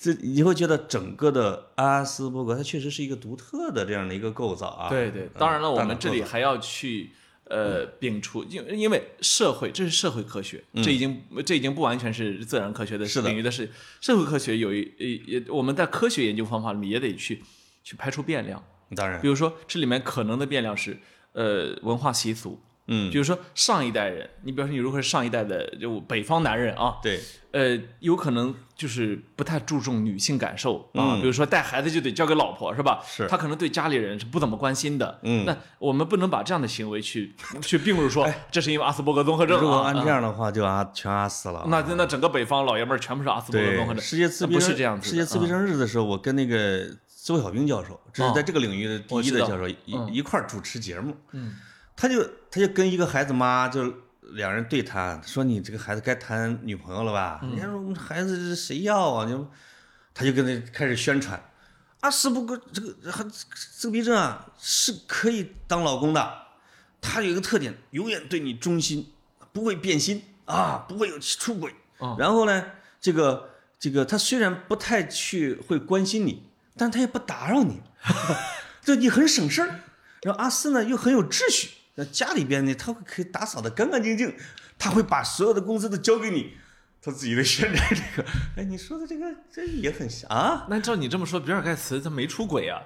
[SPEAKER 1] 这你会觉得整个的阿斯伯格，它确实是一个独特的这样的一个构造啊。
[SPEAKER 2] 对对，
[SPEAKER 1] 嗯
[SPEAKER 2] 当然了，我
[SPEAKER 1] 大脑
[SPEAKER 2] 们这
[SPEAKER 1] 构
[SPEAKER 2] 里
[SPEAKER 1] 造
[SPEAKER 2] 还要去呃摒除，因为因为社会这是社会科学，这已经这已经不完全嗯是自然科学的
[SPEAKER 1] 是的
[SPEAKER 2] 领域的事情。社会科学有一呃也也，我们在科学研究方法里面也得去去排除变量，
[SPEAKER 1] 嗯当然
[SPEAKER 2] 比如说这里面可能的变量是呃文化习俗，
[SPEAKER 1] 嗯
[SPEAKER 2] 比如说上一代人，你比如说你如果是上一代的就北方男人啊，
[SPEAKER 1] 对，
[SPEAKER 2] 呃，有可能就是不太注重女性感受啊，
[SPEAKER 1] 嗯
[SPEAKER 2] 比如说带孩子就得交给老婆，是吧？
[SPEAKER 1] 是
[SPEAKER 2] 他可能对家里人是不怎么关心的。
[SPEAKER 1] 嗯
[SPEAKER 2] 那我们不能把这样的行为去 [laughs] 去并入说，这是因为阿斯伯格综合症
[SPEAKER 1] 哎如果
[SPEAKER 2] 啊。
[SPEAKER 1] 按这
[SPEAKER 2] 啊
[SPEAKER 1] 样的话，就阿全阿斯了啊。
[SPEAKER 2] 那那整个北方老爷们儿全部是阿斯伯格综合
[SPEAKER 1] 对，
[SPEAKER 2] 症，
[SPEAKER 1] 世界自闭
[SPEAKER 2] 不
[SPEAKER 1] 症
[SPEAKER 2] 是这样子的。
[SPEAKER 1] 世界自闭
[SPEAKER 2] 啊
[SPEAKER 1] 症日的时候，我跟那个邹小兵教授，这是在这个领域的第
[SPEAKER 2] 哦我
[SPEAKER 1] 一
[SPEAKER 2] 知
[SPEAKER 1] 的
[SPEAKER 2] 道
[SPEAKER 1] 教授一
[SPEAKER 2] 嗯
[SPEAKER 1] 一块儿主持节目。
[SPEAKER 2] 嗯，
[SPEAKER 1] 他就他就跟一个孩子妈就两人对谈，说你这个孩子该谈女朋友了吧？人家说我们孩子是谁要啊？就他就跟那开始宣传，啊，是不过这个还自闭症啊是可以当老公的，他有一个特点，永远对你忠心，不会变心啊，不会有出轨。
[SPEAKER 2] 嗯
[SPEAKER 1] 然后呢，这个这个他虽然不太去会关心你，但他也不打扰你，就你很省事儿。然后阿四呢又很有秩序，那家里边呢他会可以打扫的干干净净，他会把所有的工资都交给你。他自己的宣传这个，哎，你说的这个这也很像啊，
[SPEAKER 2] 那照你这么说，比尔盖茨他没出轨啊？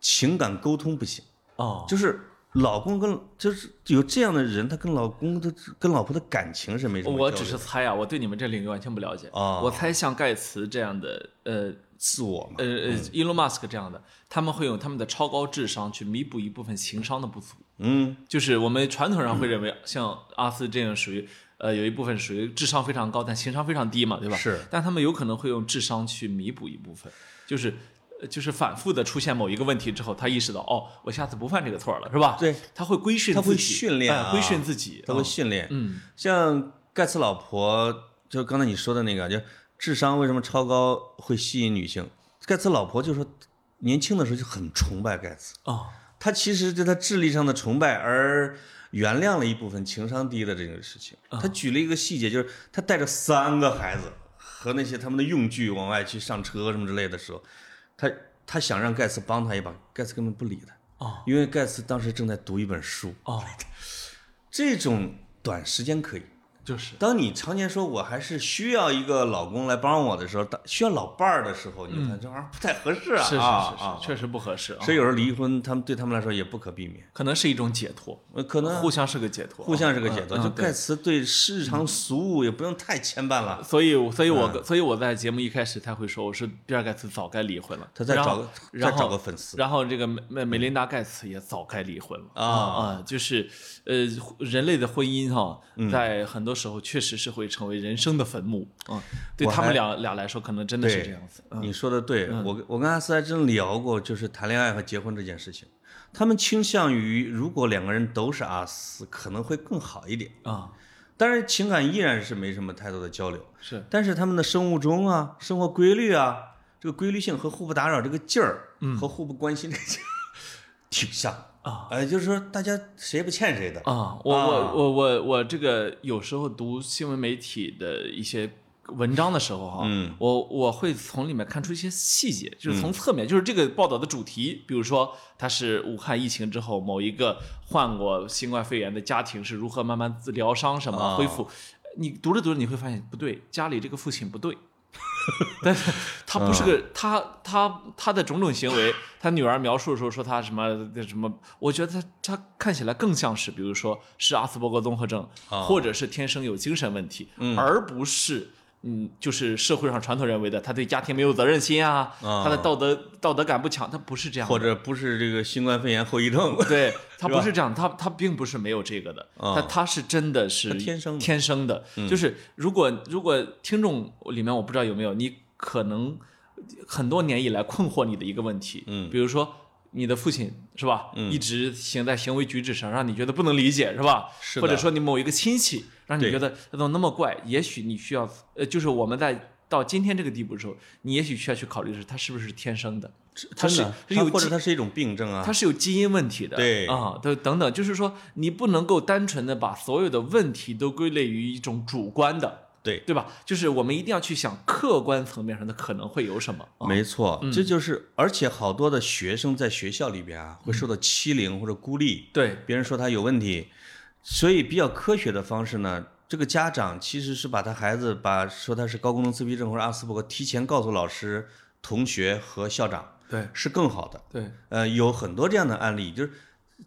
[SPEAKER 1] 情感沟通不行。
[SPEAKER 2] 哦，
[SPEAKER 1] 就是老公跟就是有这样的人，他跟老公的跟老婆的感情是没什么交
[SPEAKER 2] 我
[SPEAKER 1] 流的。
[SPEAKER 2] 只是猜啊，我对你们这领域完全不了解。
[SPEAKER 1] 哦
[SPEAKER 2] 我猜像盖茨这样的，呃
[SPEAKER 1] 自我嘛
[SPEAKER 2] 呃，呃，Elon Musk 这样的，他们会用他们的超高智商去弥补一部分情商的不足。
[SPEAKER 1] 嗯，
[SPEAKER 2] 就是我们传统上会认为，像阿斯这样属于，呃，有一部分属于智商非常高，但情商非常低嘛，对吧？
[SPEAKER 1] 是。
[SPEAKER 2] 但他们有可能会用智商去弥补一部分，就是，呃就是反复的出现某一个问题之后，他意识到，哦，我下次不犯这个错了，是吧？
[SPEAKER 1] 对，
[SPEAKER 2] 他会规训
[SPEAKER 1] 他
[SPEAKER 2] 自己，
[SPEAKER 1] 会训练啊
[SPEAKER 2] 哎规训自己，
[SPEAKER 1] 他会训练。
[SPEAKER 2] 嗯，
[SPEAKER 1] 像盖茨老婆，就刚才你说的那个，就智商为什么超高会吸引女性？盖茨老婆就说，年轻的时候就很崇拜盖茨，
[SPEAKER 2] 哦，
[SPEAKER 1] 他其实对他智力上的崇拜而原谅了一部分情商低的这个事情。他举了一个细节，就是他带着三个孩子和那些他们的用具往外去上车什么之类的时候，他他想让盖茨帮他一把，盖茨根本不理他，
[SPEAKER 2] 哦
[SPEAKER 1] 因为盖茨当时正在读一本书。
[SPEAKER 2] 哦，
[SPEAKER 1] 这种短时间可以，
[SPEAKER 2] 就是，
[SPEAKER 1] 当你常年说我还是需要一个老公来帮我的时候，当需要老伴儿的时候，你就看这玩意儿不太合适啊，
[SPEAKER 2] 嗯是是是是，
[SPEAKER 1] 啊啊
[SPEAKER 2] 确实不合适啊，
[SPEAKER 1] 所以有时候离婚，他们对他们来说也不可避免，
[SPEAKER 2] 可能是一种解脱，
[SPEAKER 1] 呃可能
[SPEAKER 2] 互相是个解脱，
[SPEAKER 1] 互相是个解脱。
[SPEAKER 2] 嗯嗯
[SPEAKER 1] 就
[SPEAKER 2] 对嗯
[SPEAKER 1] 盖茨对日常俗务也不用太牵绊了，
[SPEAKER 2] 所以，所以我、
[SPEAKER 1] 嗯
[SPEAKER 2] 所以我在节目一开始才会说，我说比尔盖茨早该离婚了，
[SPEAKER 1] 他再
[SPEAKER 2] 然
[SPEAKER 1] 找
[SPEAKER 2] 后
[SPEAKER 1] 个再
[SPEAKER 2] 然后
[SPEAKER 1] 找个粉丝
[SPEAKER 2] 然后这个梅梅梅琳达盖茨也早该离婚了
[SPEAKER 1] 啊
[SPEAKER 2] 就是呃，人类的婚姻哈、
[SPEAKER 1] 嗯
[SPEAKER 2] 在很多时候确实是会成为人生的坟墓啊、对
[SPEAKER 1] 我还
[SPEAKER 2] 他们俩俩来说，可能真的是这样子。嗯
[SPEAKER 1] 你说的对，我跟我跟阿斯还真聊过，就是谈恋爱和结婚这件事情，他们倾向于如果两个人都是阿斯，可能会更好一点。
[SPEAKER 2] 啊、
[SPEAKER 1] 当然，情感依然是没什么太多的交流，
[SPEAKER 2] 是
[SPEAKER 1] 但是他们的生物钟啊、生活规律啊，这个规律性和互不打扰这个劲儿，和互不关心这个劲儿，嗯 [laughs] 挺像
[SPEAKER 2] 啊。
[SPEAKER 1] 哎、就是说大家谁也不欠谁的。
[SPEAKER 2] 啊，我
[SPEAKER 1] 啊
[SPEAKER 2] 我我我我这个有时候读新闻媒体的一些文章的时候哈、
[SPEAKER 1] 嗯
[SPEAKER 2] 我我会从里面看出一些细节，就是从侧面，就是这个报道的主题，比如说它是武汉疫情之后某一个患过新冠肺炎的家庭是如何慢慢自疗伤什么、
[SPEAKER 1] 啊
[SPEAKER 2] 恢复，你读着读着你会发现不对，家里这个父亲不对。 [laughs] 但是他不是个、
[SPEAKER 1] 啊
[SPEAKER 2] 他他他的种种行为，他女儿描述的时候说他什么什么，我觉得他他看起来更像是，比如说是阿斯伯格综合症，
[SPEAKER 1] 啊
[SPEAKER 2] 或者是天生有精神问题，而不是嗯，就是社会上传统认为的他对家庭没有责任心啊，
[SPEAKER 1] 啊
[SPEAKER 2] 他的道德道德感不强，他不是这样的
[SPEAKER 1] 或者不是这个新冠肺炎后遗症，
[SPEAKER 2] 对他不是这样，他他并不是没有这个的，他他是真的是
[SPEAKER 1] 他啊天生的嗯
[SPEAKER 2] 天生的，就是如果如果听众里面我不知道有没有，你可能很多年以来困惑你的一个问题，
[SPEAKER 1] 嗯
[SPEAKER 2] 比如说你的父亲是吧，一直行在行为举止上让你觉得不能理解是吧？
[SPEAKER 1] [laughs] 是
[SPEAKER 2] 或者
[SPEAKER 1] 的
[SPEAKER 2] 说你某一个亲戚让你
[SPEAKER 1] 对
[SPEAKER 2] 觉得他怎么那么怪，也许你需要呃，就是我们在。到今天这个地步的时候，你也许需要去考虑的是，他是不是天生的？他
[SPEAKER 1] 真
[SPEAKER 2] 是
[SPEAKER 1] 的，
[SPEAKER 2] 是有
[SPEAKER 1] 它或
[SPEAKER 2] 基
[SPEAKER 1] 者它是一种病症啊
[SPEAKER 2] 它。是有基因问题的，
[SPEAKER 1] 对
[SPEAKER 2] 啊，对，等等，就是说你不能够单纯的把所有的问题都归类于一种主观的，
[SPEAKER 1] 对，
[SPEAKER 2] 对吧？就是我们一定要去想客观层面上的可能会有什么。啊
[SPEAKER 1] 没错，这就是，而且好多的学生在学校里边啊，会受到欺凌或者孤立。
[SPEAKER 2] 对，
[SPEAKER 1] 别人说他有问题，所以比较科学的方式呢，这个家长其实是把他孩子把说他是高功能自闭症或者阿斯伯格提前告诉老师、同学和校长，
[SPEAKER 2] 对，
[SPEAKER 1] 是更好的。
[SPEAKER 2] 对，
[SPEAKER 1] 呃，有很多这样的案例，就是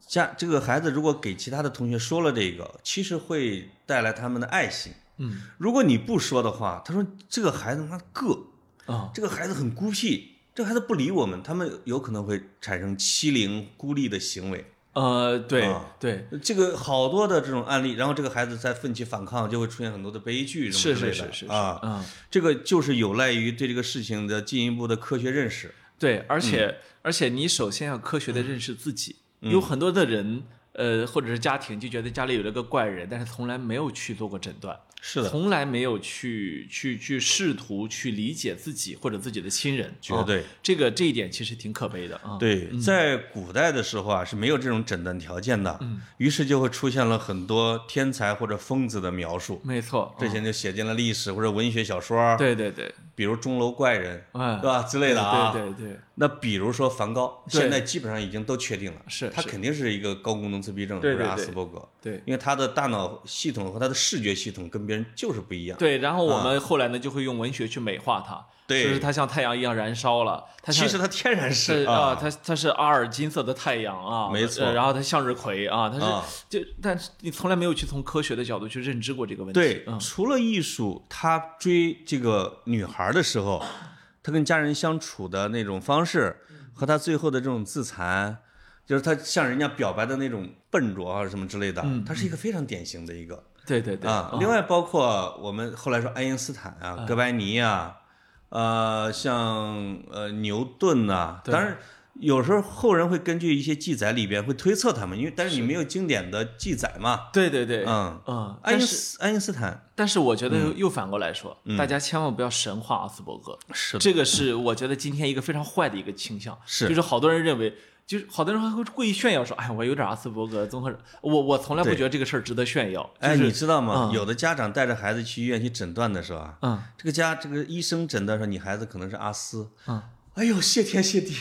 [SPEAKER 1] 家这个孩子如果给其他的同学说了这个，其实会带来他们的爱心。
[SPEAKER 2] 嗯，
[SPEAKER 1] 如果你不说的话，他说这个孩子他妈个，
[SPEAKER 2] 啊，
[SPEAKER 1] 这个孩子很孤僻，这个孩子不理我们，他们有可能会产生欺凌、孤立的行为。
[SPEAKER 2] 呃，对
[SPEAKER 1] 啊，
[SPEAKER 2] 对，
[SPEAKER 1] 这个好多的这种案例，然后这个孩子在奋起反抗，就会出现很多的悲剧什
[SPEAKER 2] 是
[SPEAKER 1] 么之
[SPEAKER 2] 是
[SPEAKER 1] 类的
[SPEAKER 2] 是是
[SPEAKER 1] 啊。
[SPEAKER 2] 嗯，
[SPEAKER 1] 这个就是有赖于对这个事情的进一步的科学认识。嗯
[SPEAKER 2] 对，而且而且你首先要科学的认识自己，有很多的人。呃，或者是家庭就觉得家里有了个怪人，但是从来没有去做过诊断，
[SPEAKER 1] 是的，
[SPEAKER 2] 从来没有去去去试图去理解自己或者自己的亲人，
[SPEAKER 1] 绝哦对
[SPEAKER 2] 啊这个这一点其实挺可悲的啊。
[SPEAKER 1] 对，在古代的时候啊是没有这种诊断条件的，
[SPEAKER 2] 嗯
[SPEAKER 1] 于是就会出现了很多天才或者疯子的描述，
[SPEAKER 2] 没错，
[SPEAKER 1] 这
[SPEAKER 2] 啊
[SPEAKER 1] 些就写进了历史或者文学小说，
[SPEAKER 2] 对对对，
[SPEAKER 1] 比如钟楼怪人，
[SPEAKER 2] 哎
[SPEAKER 1] 对吧之类的啊。
[SPEAKER 2] 对对对
[SPEAKER 1] 那比如说梵高，
[SPEAKER 2] 对
[SPEAKER 1] 现在基本上已经都确定了，
[SPEAKER 2] 是
[SPEAKER 1] 他
[SPEAKER 2] 是
[SPEAKER 1] 肯定是一个高功能自闭症或
[SPEAKER 2] 对
[SPEAKER 1] 者
[SPEAKER 2] 对
[SPEAKER 1] 阿
[SPEAKER 2] 对
[SPEAKER 1] 斯伯格，
[SPEAKER 2] 对
[SPEAKER 1] 因为他的大脑系统和他的视觉系统跟别人就是不一样。
[SPEAKER 2] 对，然后我们后来呢就会用文学去美化它，
[SPEAKER 1] 啊对
[SPEAKER 2] 就是它像太阳一样燃烧了，它像
[SPEAKER 1] 其实他天然
[SPEAKER 2] 是啊，
[SPEAKER 1] 啊，
[SPEAKER 2] 它它是阿尔金色的太阳啊，
[SPEAKER 1] 没错
[SPEAKER 2] 呃然后它向日葵啊，它是、
[SPEAKER 1] 啊
[SPEAKER 2] 就，但是你从来没有去从科学的角度去认知过这个问题。
[SPEAKER 1] 对，
[SPEAKER 2] 嗯，
[SPEAKER 1] 除了艺术，他追这个女孩的时候，他跟家人相处的那种方式，和他最后的这种自残，就是他向人家表白的那种笨拙啊什么之类的，
[SPEAKER 2] 嗯
[SPEAKER 1] 他是一个非常典型的一个。
[SPEAKER 2] 对对嗯对
[SPEAKER 1] 啊，另外包括我们后来说爱因斯坦啊、哥白尼啊，呃，像呃牛顿呐、
[SPEAKER 2] 对
[SPEAKER 1] 当然有时候后人会根据一些记载里边会推测他们，因为但是你没有经典的记载嘛，
[SPEAKER 2] 对对对，
[SPEAKER 1] 嗯，
[SPEAKER 2] 嗯，
[SPEAKER 1] 爱因
[SPEAKER 2] 但是
[SPEAKER 1] 斯爱因斯坦
[SPEAKER 2] 但是我觉
[SPEAKER 1] 嗯
[SPEAKER 2] 得又反过来说，大家千万不要神化阿斯伯格，
[SPEAKER 1] 是
[SPEAKER 2] 这个是我觉得今天一个非常坏的一个倾向，
[SPEAKER 1] 是
[SPEAKER 2] 就是好多人认为。就是好多人还会故意炫耀说：“哎，我有点阿斯伯格综合症。”我我从来不
[SPEAKER 1] 对
[SPEAKER 2] 觉得这个事儿值得炫耀。
[SPEAKER 1] 哎，
[SPEAKER 2] 就是
[SPEAKER 1] 你知道吗？
[SPEAKER 2] 嗯
[SPEAKER 1] 有的家长带着孩子去医院去诊断的时候啊，
[SPEAKER 2] 嗯
[SPEAKER 1] 这个家这个医生诊断说你孩子可能是阿斯，
[SPEAKER 2] 嗯，
[SPEAKER 1] 哎呦，谢天谢地，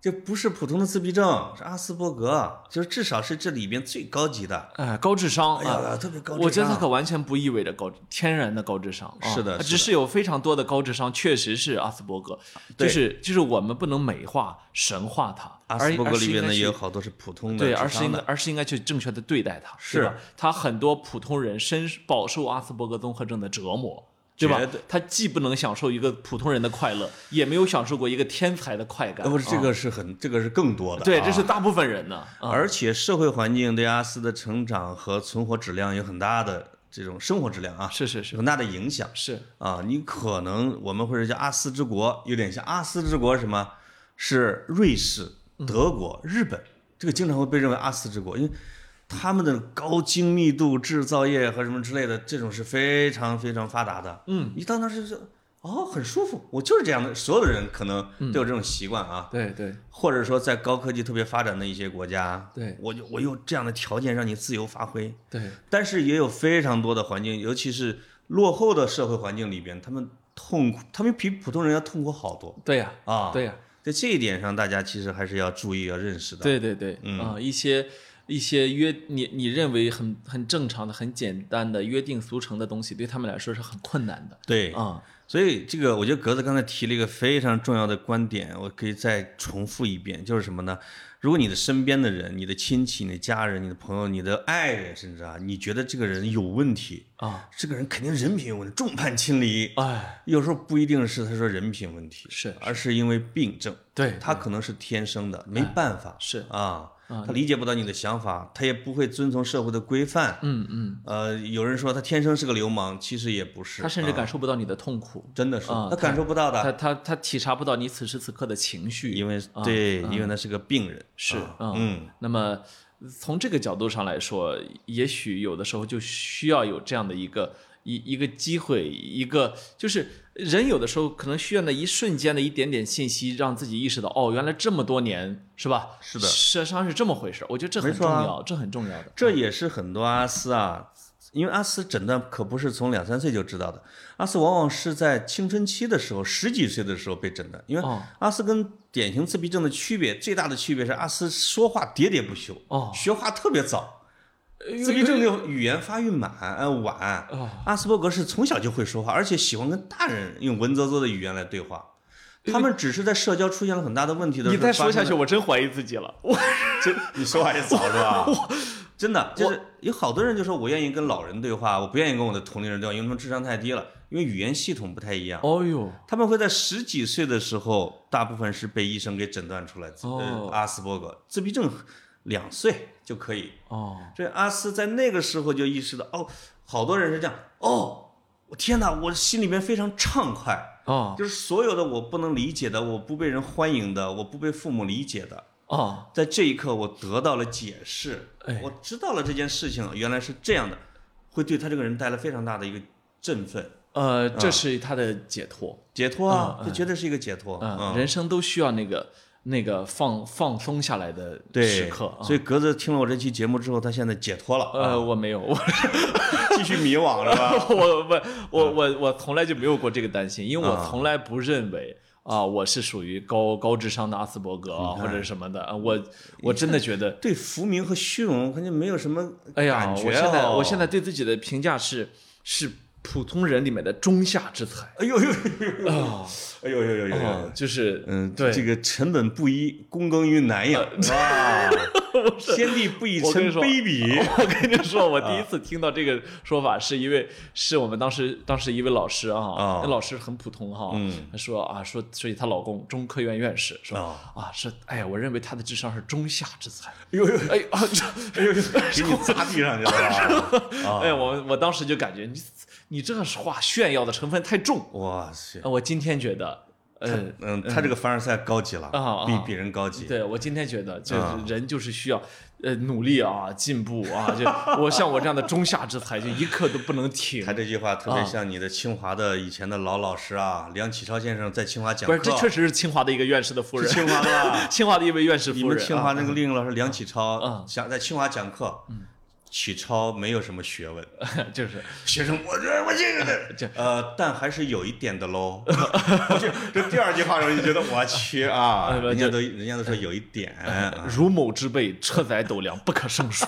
[SPEAKER 1] 这不是普通的自闭症，是阿斯伯格，就是至少是这里边最高级的。
[SPEAKER 2] 哎，高智商
[SPEAKER 1] 哎
[SPEAKER 2] 啊，
[SPEAKER 1] 呀，特别高智商。
[SPEAKER 2] 我觉得他可完全不意味着高天然的高智商，啊
[SPEAKER 1] 是的
[SPEAKER 2] 它
[SPEAKER 1] 是
[SPEAKER 2] 只是有非常多的高智商，确实是阿斯伯格，就
[SPEAKER 1] 对
[SPEAKER 2] 是就是我们不能美化神化他，
[SPEAKER 1] 阿
[SPEAKER 2] 而
[SPEAKER 1] 斯伯格
[SPEAKER 2] 而是
[SPEAKER 1] 里边
[SPEAKER 2] 应该
[SPEAKER 1] 呢
[SPEAKER 2] 去
[SPEAKER 1] 也有好多是普通的
[SPEAKER 2] 对，
[SPEAKER 1] 智
[SPEAKER 2] 而是
[SPEAKER 1] 商
[SPEAKER 2] 应该
[SPEAKER 1] 的，
[SPEAKER 2] 而是应该去正确的对待他，
[SPEAKER 1] 是
[SPEAKER 2] 对吧？他很多普通人深饱受阿斯伯格综合症的折磨。对吧
[SPEAKER 1] 绝对？
[SPEAKER 2] 他既不能享受一个普通人的快乐，也没有享受过一个天才的快感。
[SPEAKER 1] 呃，不是这
[SPEAKER 2] 啊，
[SPEAKER 1] 个是很，这个是更多的。
[SPEAKER 2] 对，
[SPEAKER 1] 啊
[SPEAKER 2] 这是大部分人呢。啊
[SPEAKER 1] 而且社会环境对阿斯的成长和存活质量有很大的这种生活质量啊，
[SPEAKER 2] 是是是
[SPEAKER 1] 有很大的影响
[SPEAKER 2] 是，
[SPEAKER 1] 啊。你可能我们或者叫阿斯之国，有点像阿斯之国什么，是瑞士、德国、日本，这个经常会被认为阿斯之国，因为。他们的高精密度制造业和什么之类的，这种是非常非常发达的。嗯，你到那儿就是哦，很舒服，我就是这样的。所有的人可能都有这种习惯啊。
[SPEAKER 2] 对对
[SPEAKER 1] 或者说在高科技特别发展的一些国家，
[SPEAKER 2] 对
[SPEAKER 1] 我就我有这样的条件让你自由发挥，
[SPEAKER 2] 对，
[SPEAKER 1] 但是也有非常多的环境，尤其是落后的社会环境里边，他们痛苦，他们比普通人要痛苦好多
[SPEAKER 2] 对呀，
[SPEAKER 1] 啊。，
[SPEAKER 2] 对呀，
[SPEAKER 1] 在这一点上，大家其实还是要嗯注意要认识的。
[SPEAKER 2] 对对对，啊、一些一些约你你认为很很正常的、很简单的约定俗成的东西，对他们来说是很困难的。
[SPEAKER 1] 对，
[SPEAKER 2] 啊、
[SPEAKER 1] 所以这个我觉得格子刚才提了一个非常重要的观点，我可以再重复一遍，就是什么呢？如果你的身边的人、你的亲戚、你的家人、你的朋友、你的爱人，甚至啊，你觉得这个人有问题
[SPEAKER 2] 啊，
[SPEAKER 1] 这个人肯定人品有问题，众叛亲离。
[SPEAKER 2] 哎，
[SPEAKER 1] 有时候不一定是他说人品问题，
[SPEAKER 2] 是
[SPEAKER 1] 而是因为病症，
[SPEAKER 2] 对，
[SPEAKER 1] 他可能是天生的，没办法。
[SPEAKER 2] 哎是
[SPEAKER 1] 啊，他理解不到你的想法，他也不会遵从社会的规范。
[SPEAKER 2] 嗯嗯，
[SPEAKER 1] 呃，有人说他天生是个流氓，其实也不是，
[SPEAKER 2] 他甚至
[SPEAKER 1] 啊
[SPEAKER 2] 感受不到你的痛苦，
[SPEAKER 1] 真的是
[SPEAKER 2] 啊
[SPEAKER 1] 他感受不到的。
[SPEAKER 2] 他他他体察不到你此时此刻的情绪，
[SPEAKER 1] 因为
[SPEAKER 2] 啊
[SPEAKER 1] 对，因为他是个病人，
[SPEAKER 2] 是
[SPEAKER 1] 啊
[SPEAKER 2] 啊
[SPEAKER 1] 嗯，
[SPEAKER 2] 那么从这个角度上来说，也许有的时候就需要有这样的一个一一个机会，一个就是人有的时候可能需要那一瞬间的一点点信息，让自己意识到哦，原来这么多年是吧？
[SPEAKER 1] 是的
[SPEAKER 2] 社伤是这么回事儿，我觉得这很
[SPEAKER 1] 没
[SPEAKER 2] 重
[SPEAKER 1] 错啊
[SPEAKER 2] 要，这很重要的。
[SPEAKER 1] 这也是很多阿斯啊，因为阿斯诊断可不是从两三岁就知道的，阿斯往往是在青春期的时候，十几岁的时候被诊断，因为
[SPEAKER 2] 哦
[SPEAKER 1] 阿斯跟典型自闭症的区别最大的区别是阿斯说话喋喋不休，
[SPEAKER 2] 哦
[SPEAKER 1] 学话特别早。
[SPEAKER 2] 呦
[SPEAKER 1] 自闭症就语言发育满呃晚
[SPEAKER 2] 哦，
[SPEAKER 1] 阿斯伯格是从小就会说话，而且喜欢跟大人用文绉绉的语言来对话。他们只是在社交出现了很大的问题的时
[SPEAKER 2] 你
[SPEAKER 1] 候，
[SPEAKER 2] 再说下去，我真怀疑自己了。我
[SPEAKER 1] 这你说话也
[SPEAKER 2] [laughs]
[SPEAKER 1] 早是吧？真的就是有好多人就说，我愿意跟老人对话，我不愿意跟我的同龄人对话，因为他们智商太低了，因为语言系统不太一样。
[SPEAKER 2] 哦呦，
[SPEAKER 1] 他们会在十几岁的时候，大部分是被医生给诊断出来，
[SPEAKER 2] 哦
[SPEAKER 1] 呃，阿斯伯格自闭症，两岁就可以。
[SPEAKER 2] 哦，
[SPEAKER 1] 所以阿斯在那个时候就意识到，哦，好多人是这样，哦，我天哪，我心里面非常畅快，
[SPEAKER 2] 哦
[SPEAKER 1] 就是所有的我不能理解的，我不被人欢迎的，我不被父母理解的，
[SPEAKER 2] 哦，
[SPEAKER 1] 在这一刻，我得到了解释
[SPEAKER 2] 哎，
[SPEAKER 1] 我知道了这件事情原来是这样的，会对他这个人带来非常大的一个振奋、
[SPEAKER 2] 呃，
[SPEAKER 1] 啊
[SPEAKER 2] 这是他的解脱
[SPEAKER 1] 解脱啊，
[SPEAKER 2] 嗯
[SPEAKER 1] 这绝对是一个解脱。
[SPEAKER 2] 啊，
[SPEAKER 1] 嗯，
[SPEAKER 2] 人生都需要那个那个放放松下来的
[SPEAKER 1] 对，
[SPEAKER 2] 时刻啊。
[SPEAKER 1] 所以格子听了我这期节目之后，他现在解脱了，
[SPEAKER 2] 呃，
[SPEAKER 1] 啊，
[SPEAKER 2] 我没有， [laughs] 我
[SPEAKER 1] 继续迷惘是吧？
[SPEAKER 2] 我我我我我从来就没有过这个担心，因为我
[SPEAKER 1] 啊
[SPEAKER 2] 从来不认为啊，我是属于高高智商的阿斯伯格啊，
[SPEAKER 1] 你
[SPEAKER 2] 或
[SPEAKER 1] 看
[SPEAKER 2] 者是什么的。啊我我真的觉得，
[SPEAKER 1] 对浮名和虚荣，我感觉没有什么
[SPEAKER 2] 哎呀，
[SPEAKER 1] 感觉、哦、
[SPEAKER 2] 我现在我现在对自己的评价是是普通人里面的中下之才
[SPEAKER 1] 哎呦呦呦
[SPEAKER 2] 啊，
[SPEAKER 1] 哎呦呦呦呦
[SPEAKER 2] 啊
[SPEAKER 1] 呦，
[SPEAKER 2] 就是
[SPEAKER 1] 嗯，
[SPEAKER 2] 对呃
[SPEAKER 1] 这个成本不一，躬耕于南阳
[SPEAKER 2] [laughs]
[SPEAKER 1] 啊，先帝不以
[SPEAKER 2] 我跟你
[SPEAKER 1] 臣
[SPEAKER 2] 说啊
[SPEAKER 1] 卑鄙。
[SPEAKER 2] [laughs] 我跟你说，我
[SPEAKER 1] 啊
[SPEAKER 2] 第一次听到这个说法，是一位是我们当时当时一位老师啊
[SPEAKER 1] 啊，
[SPEAKER 2] 那老师很普通哈
[SPEAKER 1] 嗯，
[SPEAKER 2] 他说啊说，所以她老公中科院院士说
[SPEAKER 1] 啊
[SPEAKER 2] 啊是，哎呀，我认为她的智商是中下之
[SPEAKER 1] [laughs]
[SPEAKER 2] 才，
[SPEAKER 1] 呦呦
[SPEAKER 2] 哎啊这，
[SPEAKER 1] 哎呦呦，
[SPEAKER 2] [laughs]
[SPEAKER 1] 给你砸地上去了啊！
[SPEAKER 2] 哎呀，我我当时就感觉你你这个话炫耀的成分太重，
[SPEAKER 1] 哇塞，
[SPEAKER 2] 啊我今天觉得，呃，
[SPEAKER 1] 嗯，他这个凡尔赛高级了
[SPEAKER 2] 啊，
[SPEAKER 1] 比
[SPEAKER 2] 啊
[SPEAKER 1] 比人高级。
[SPEAKER 2] 对我今天觉得，就是
[SPEAKER 1] 啊
[SPEAKER 2] 人就是需要，呃，努力啊，进步啊，
[SPEAKER 1] [laughs]
[SPEAKER 2] 就我像我这样的中下之才，就一刻都不能停
[SPEAKER 1] 他。这句话特
[SPEAKER 2] 啊
[SPEAKER 1] 别像你的清华的以前的老老师啊，梁启超先生在清华讲
[SPEAKER 2] 不
[SPEAKER 1] 课，
[SPEAKER 2] 是，这确实是清华的一个院士的夫
[SPEAKER 1] 是
[SPEAKER 2] 人，。
[SPEAKER 1] 清华 [laughs] 的啊
[SPEAKER 2] [laughs] 清华的一位院士
[SPEAKER 1] 你
[SPEAKER 2] 夫
[SPEAKER 1] 们
[SPEAKER 2] 人啊。嗯
[SPEAKER 1] 清华那个历史老师梁启
[SPEAKER 2] 啊
[SPEAKER 1] 超讲在清华讲课，启超没有什么学
[SPEAKER 2] [laughs]
[SPEAKER 1] 问，
[SPEAKER 2] 啊
[SPEAKER 1] [laughs]
[SPEAKER 2] 就是
[SPEAKER 1] 学生我这我这个
[SPEAKER 2] [laughs] 这
[SPEAKER 1] 的，呃，但还是有一点的喽。我去，这第二句话我就觉得我去啊，
[SPEAKER 2] [laughs] 哎不
[SPEAKER 1] 人家都人家都说有一
[SPEAKER 2] [laughs]
[SPEAKER 1] 点，啊
[SPEAKER 2] 如某之辈，车载斗量，不可胜数。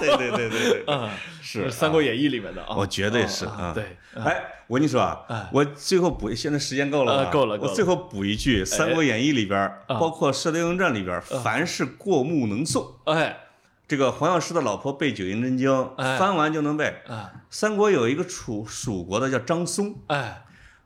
[SPEAKER 1] 对对对对对，
[SPEAKER 2] 嗯，
[SPEAKER 1] [laughs] 是
[SPEAKER 2] 《 [laughs] 三国演义》里面的啊。
[SPEAKER 1] 我绝对是
[SPEAKER 2] 啊啊
[SPEAKER 1] 啊
[SPEAKER 2] 对，嗯
[SPEAKER 1] 哎，我跟你说啊，我最后补，现在时间够了吧
[SPEAKER 2] 呃够了够了嗯
[SPEAKER 1] 我最后补一句，《三国演义》里边儿，包括《射雕英雄传》里边儿，凡是过目能诵。
[SPEAKER 2] 哎
[SPEAKER 1] 这个黄药师的老婆背《九阴真经》，
[SPEAKER 2] 哎
[SPEAKER 1] 翻完就能背。
[SPEAKER 2] 啊
[SPEAKER 1] 三国有一个楚蜀国的叫张松，
[SPEAKER 2] 哎，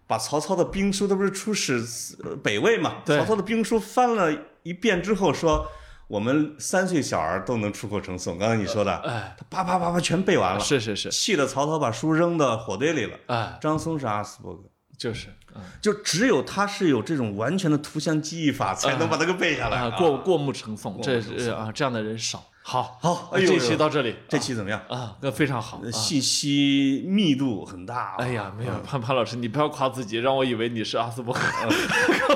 [SPEAKER 1] 把曹操的兵书，他不是出使呃北魏嘛？
[SPEAKER 2] 对
[SPEAKER 1] 曹操的兵书翻了一遍之后说，我们三岁小儿都能出口成诵。刚才你说的，
[SPEAKER 2] 哎
[SPEAKER 1] 他啪啪啪啪全背完了，
[SPEAKER 2] 是是是，
[SPEAKER 1] 气得曹操把书扔到火堆里了。
[SPEAKER 2] 哎，
[SPEAKER 1] 张松是阿斯伯格，
[SPEAKER 2] 就是嗯
[SPEAKER 1] 就只有他是有这种完全的图像记忆法，才能把它给背下来
[SPEAKER 2] 啊
[SPEAKER 1] 啊。
[SPEAKER 2] 过过目成诵，这
[SPEAKER 1] 目成
[SPEAKER 2] 是啊这样的人少。好，
[SPEAKER 1] 好，哎呦，
[SPEAKER 2] 这期到这里，
[SPEAKER 1] 这期怎呃么样？
[SPEAKER 2] 啊，那非常好。啊
[SPEAKER 1] 信息密度很大啊。
[SPEAKER 2] 哎呀，没有潘潘老师，你不要夸自己，让我以为你是阿斯伯格。
[SPEAKER 1] 嗯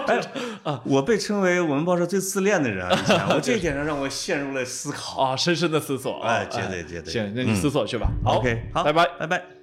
[SPEAKER 1] 我被称为我们报社最自恋的人啊，以
[SPEAKER 2] [laughs]
[SPEAKER 1] 前我这一点上让我陷入了思考。
[SPEAKER 2] [laughs] 啊，深深的思索啊。
[SPEAKER 1] 哎绝对绝对
[SPEAKER 2] 行，那你思索去吧。好
[SPEAKER 1] OK，好，
[SPEAKER 2] 拜拜。
[SPEAKER 1] 拜拜。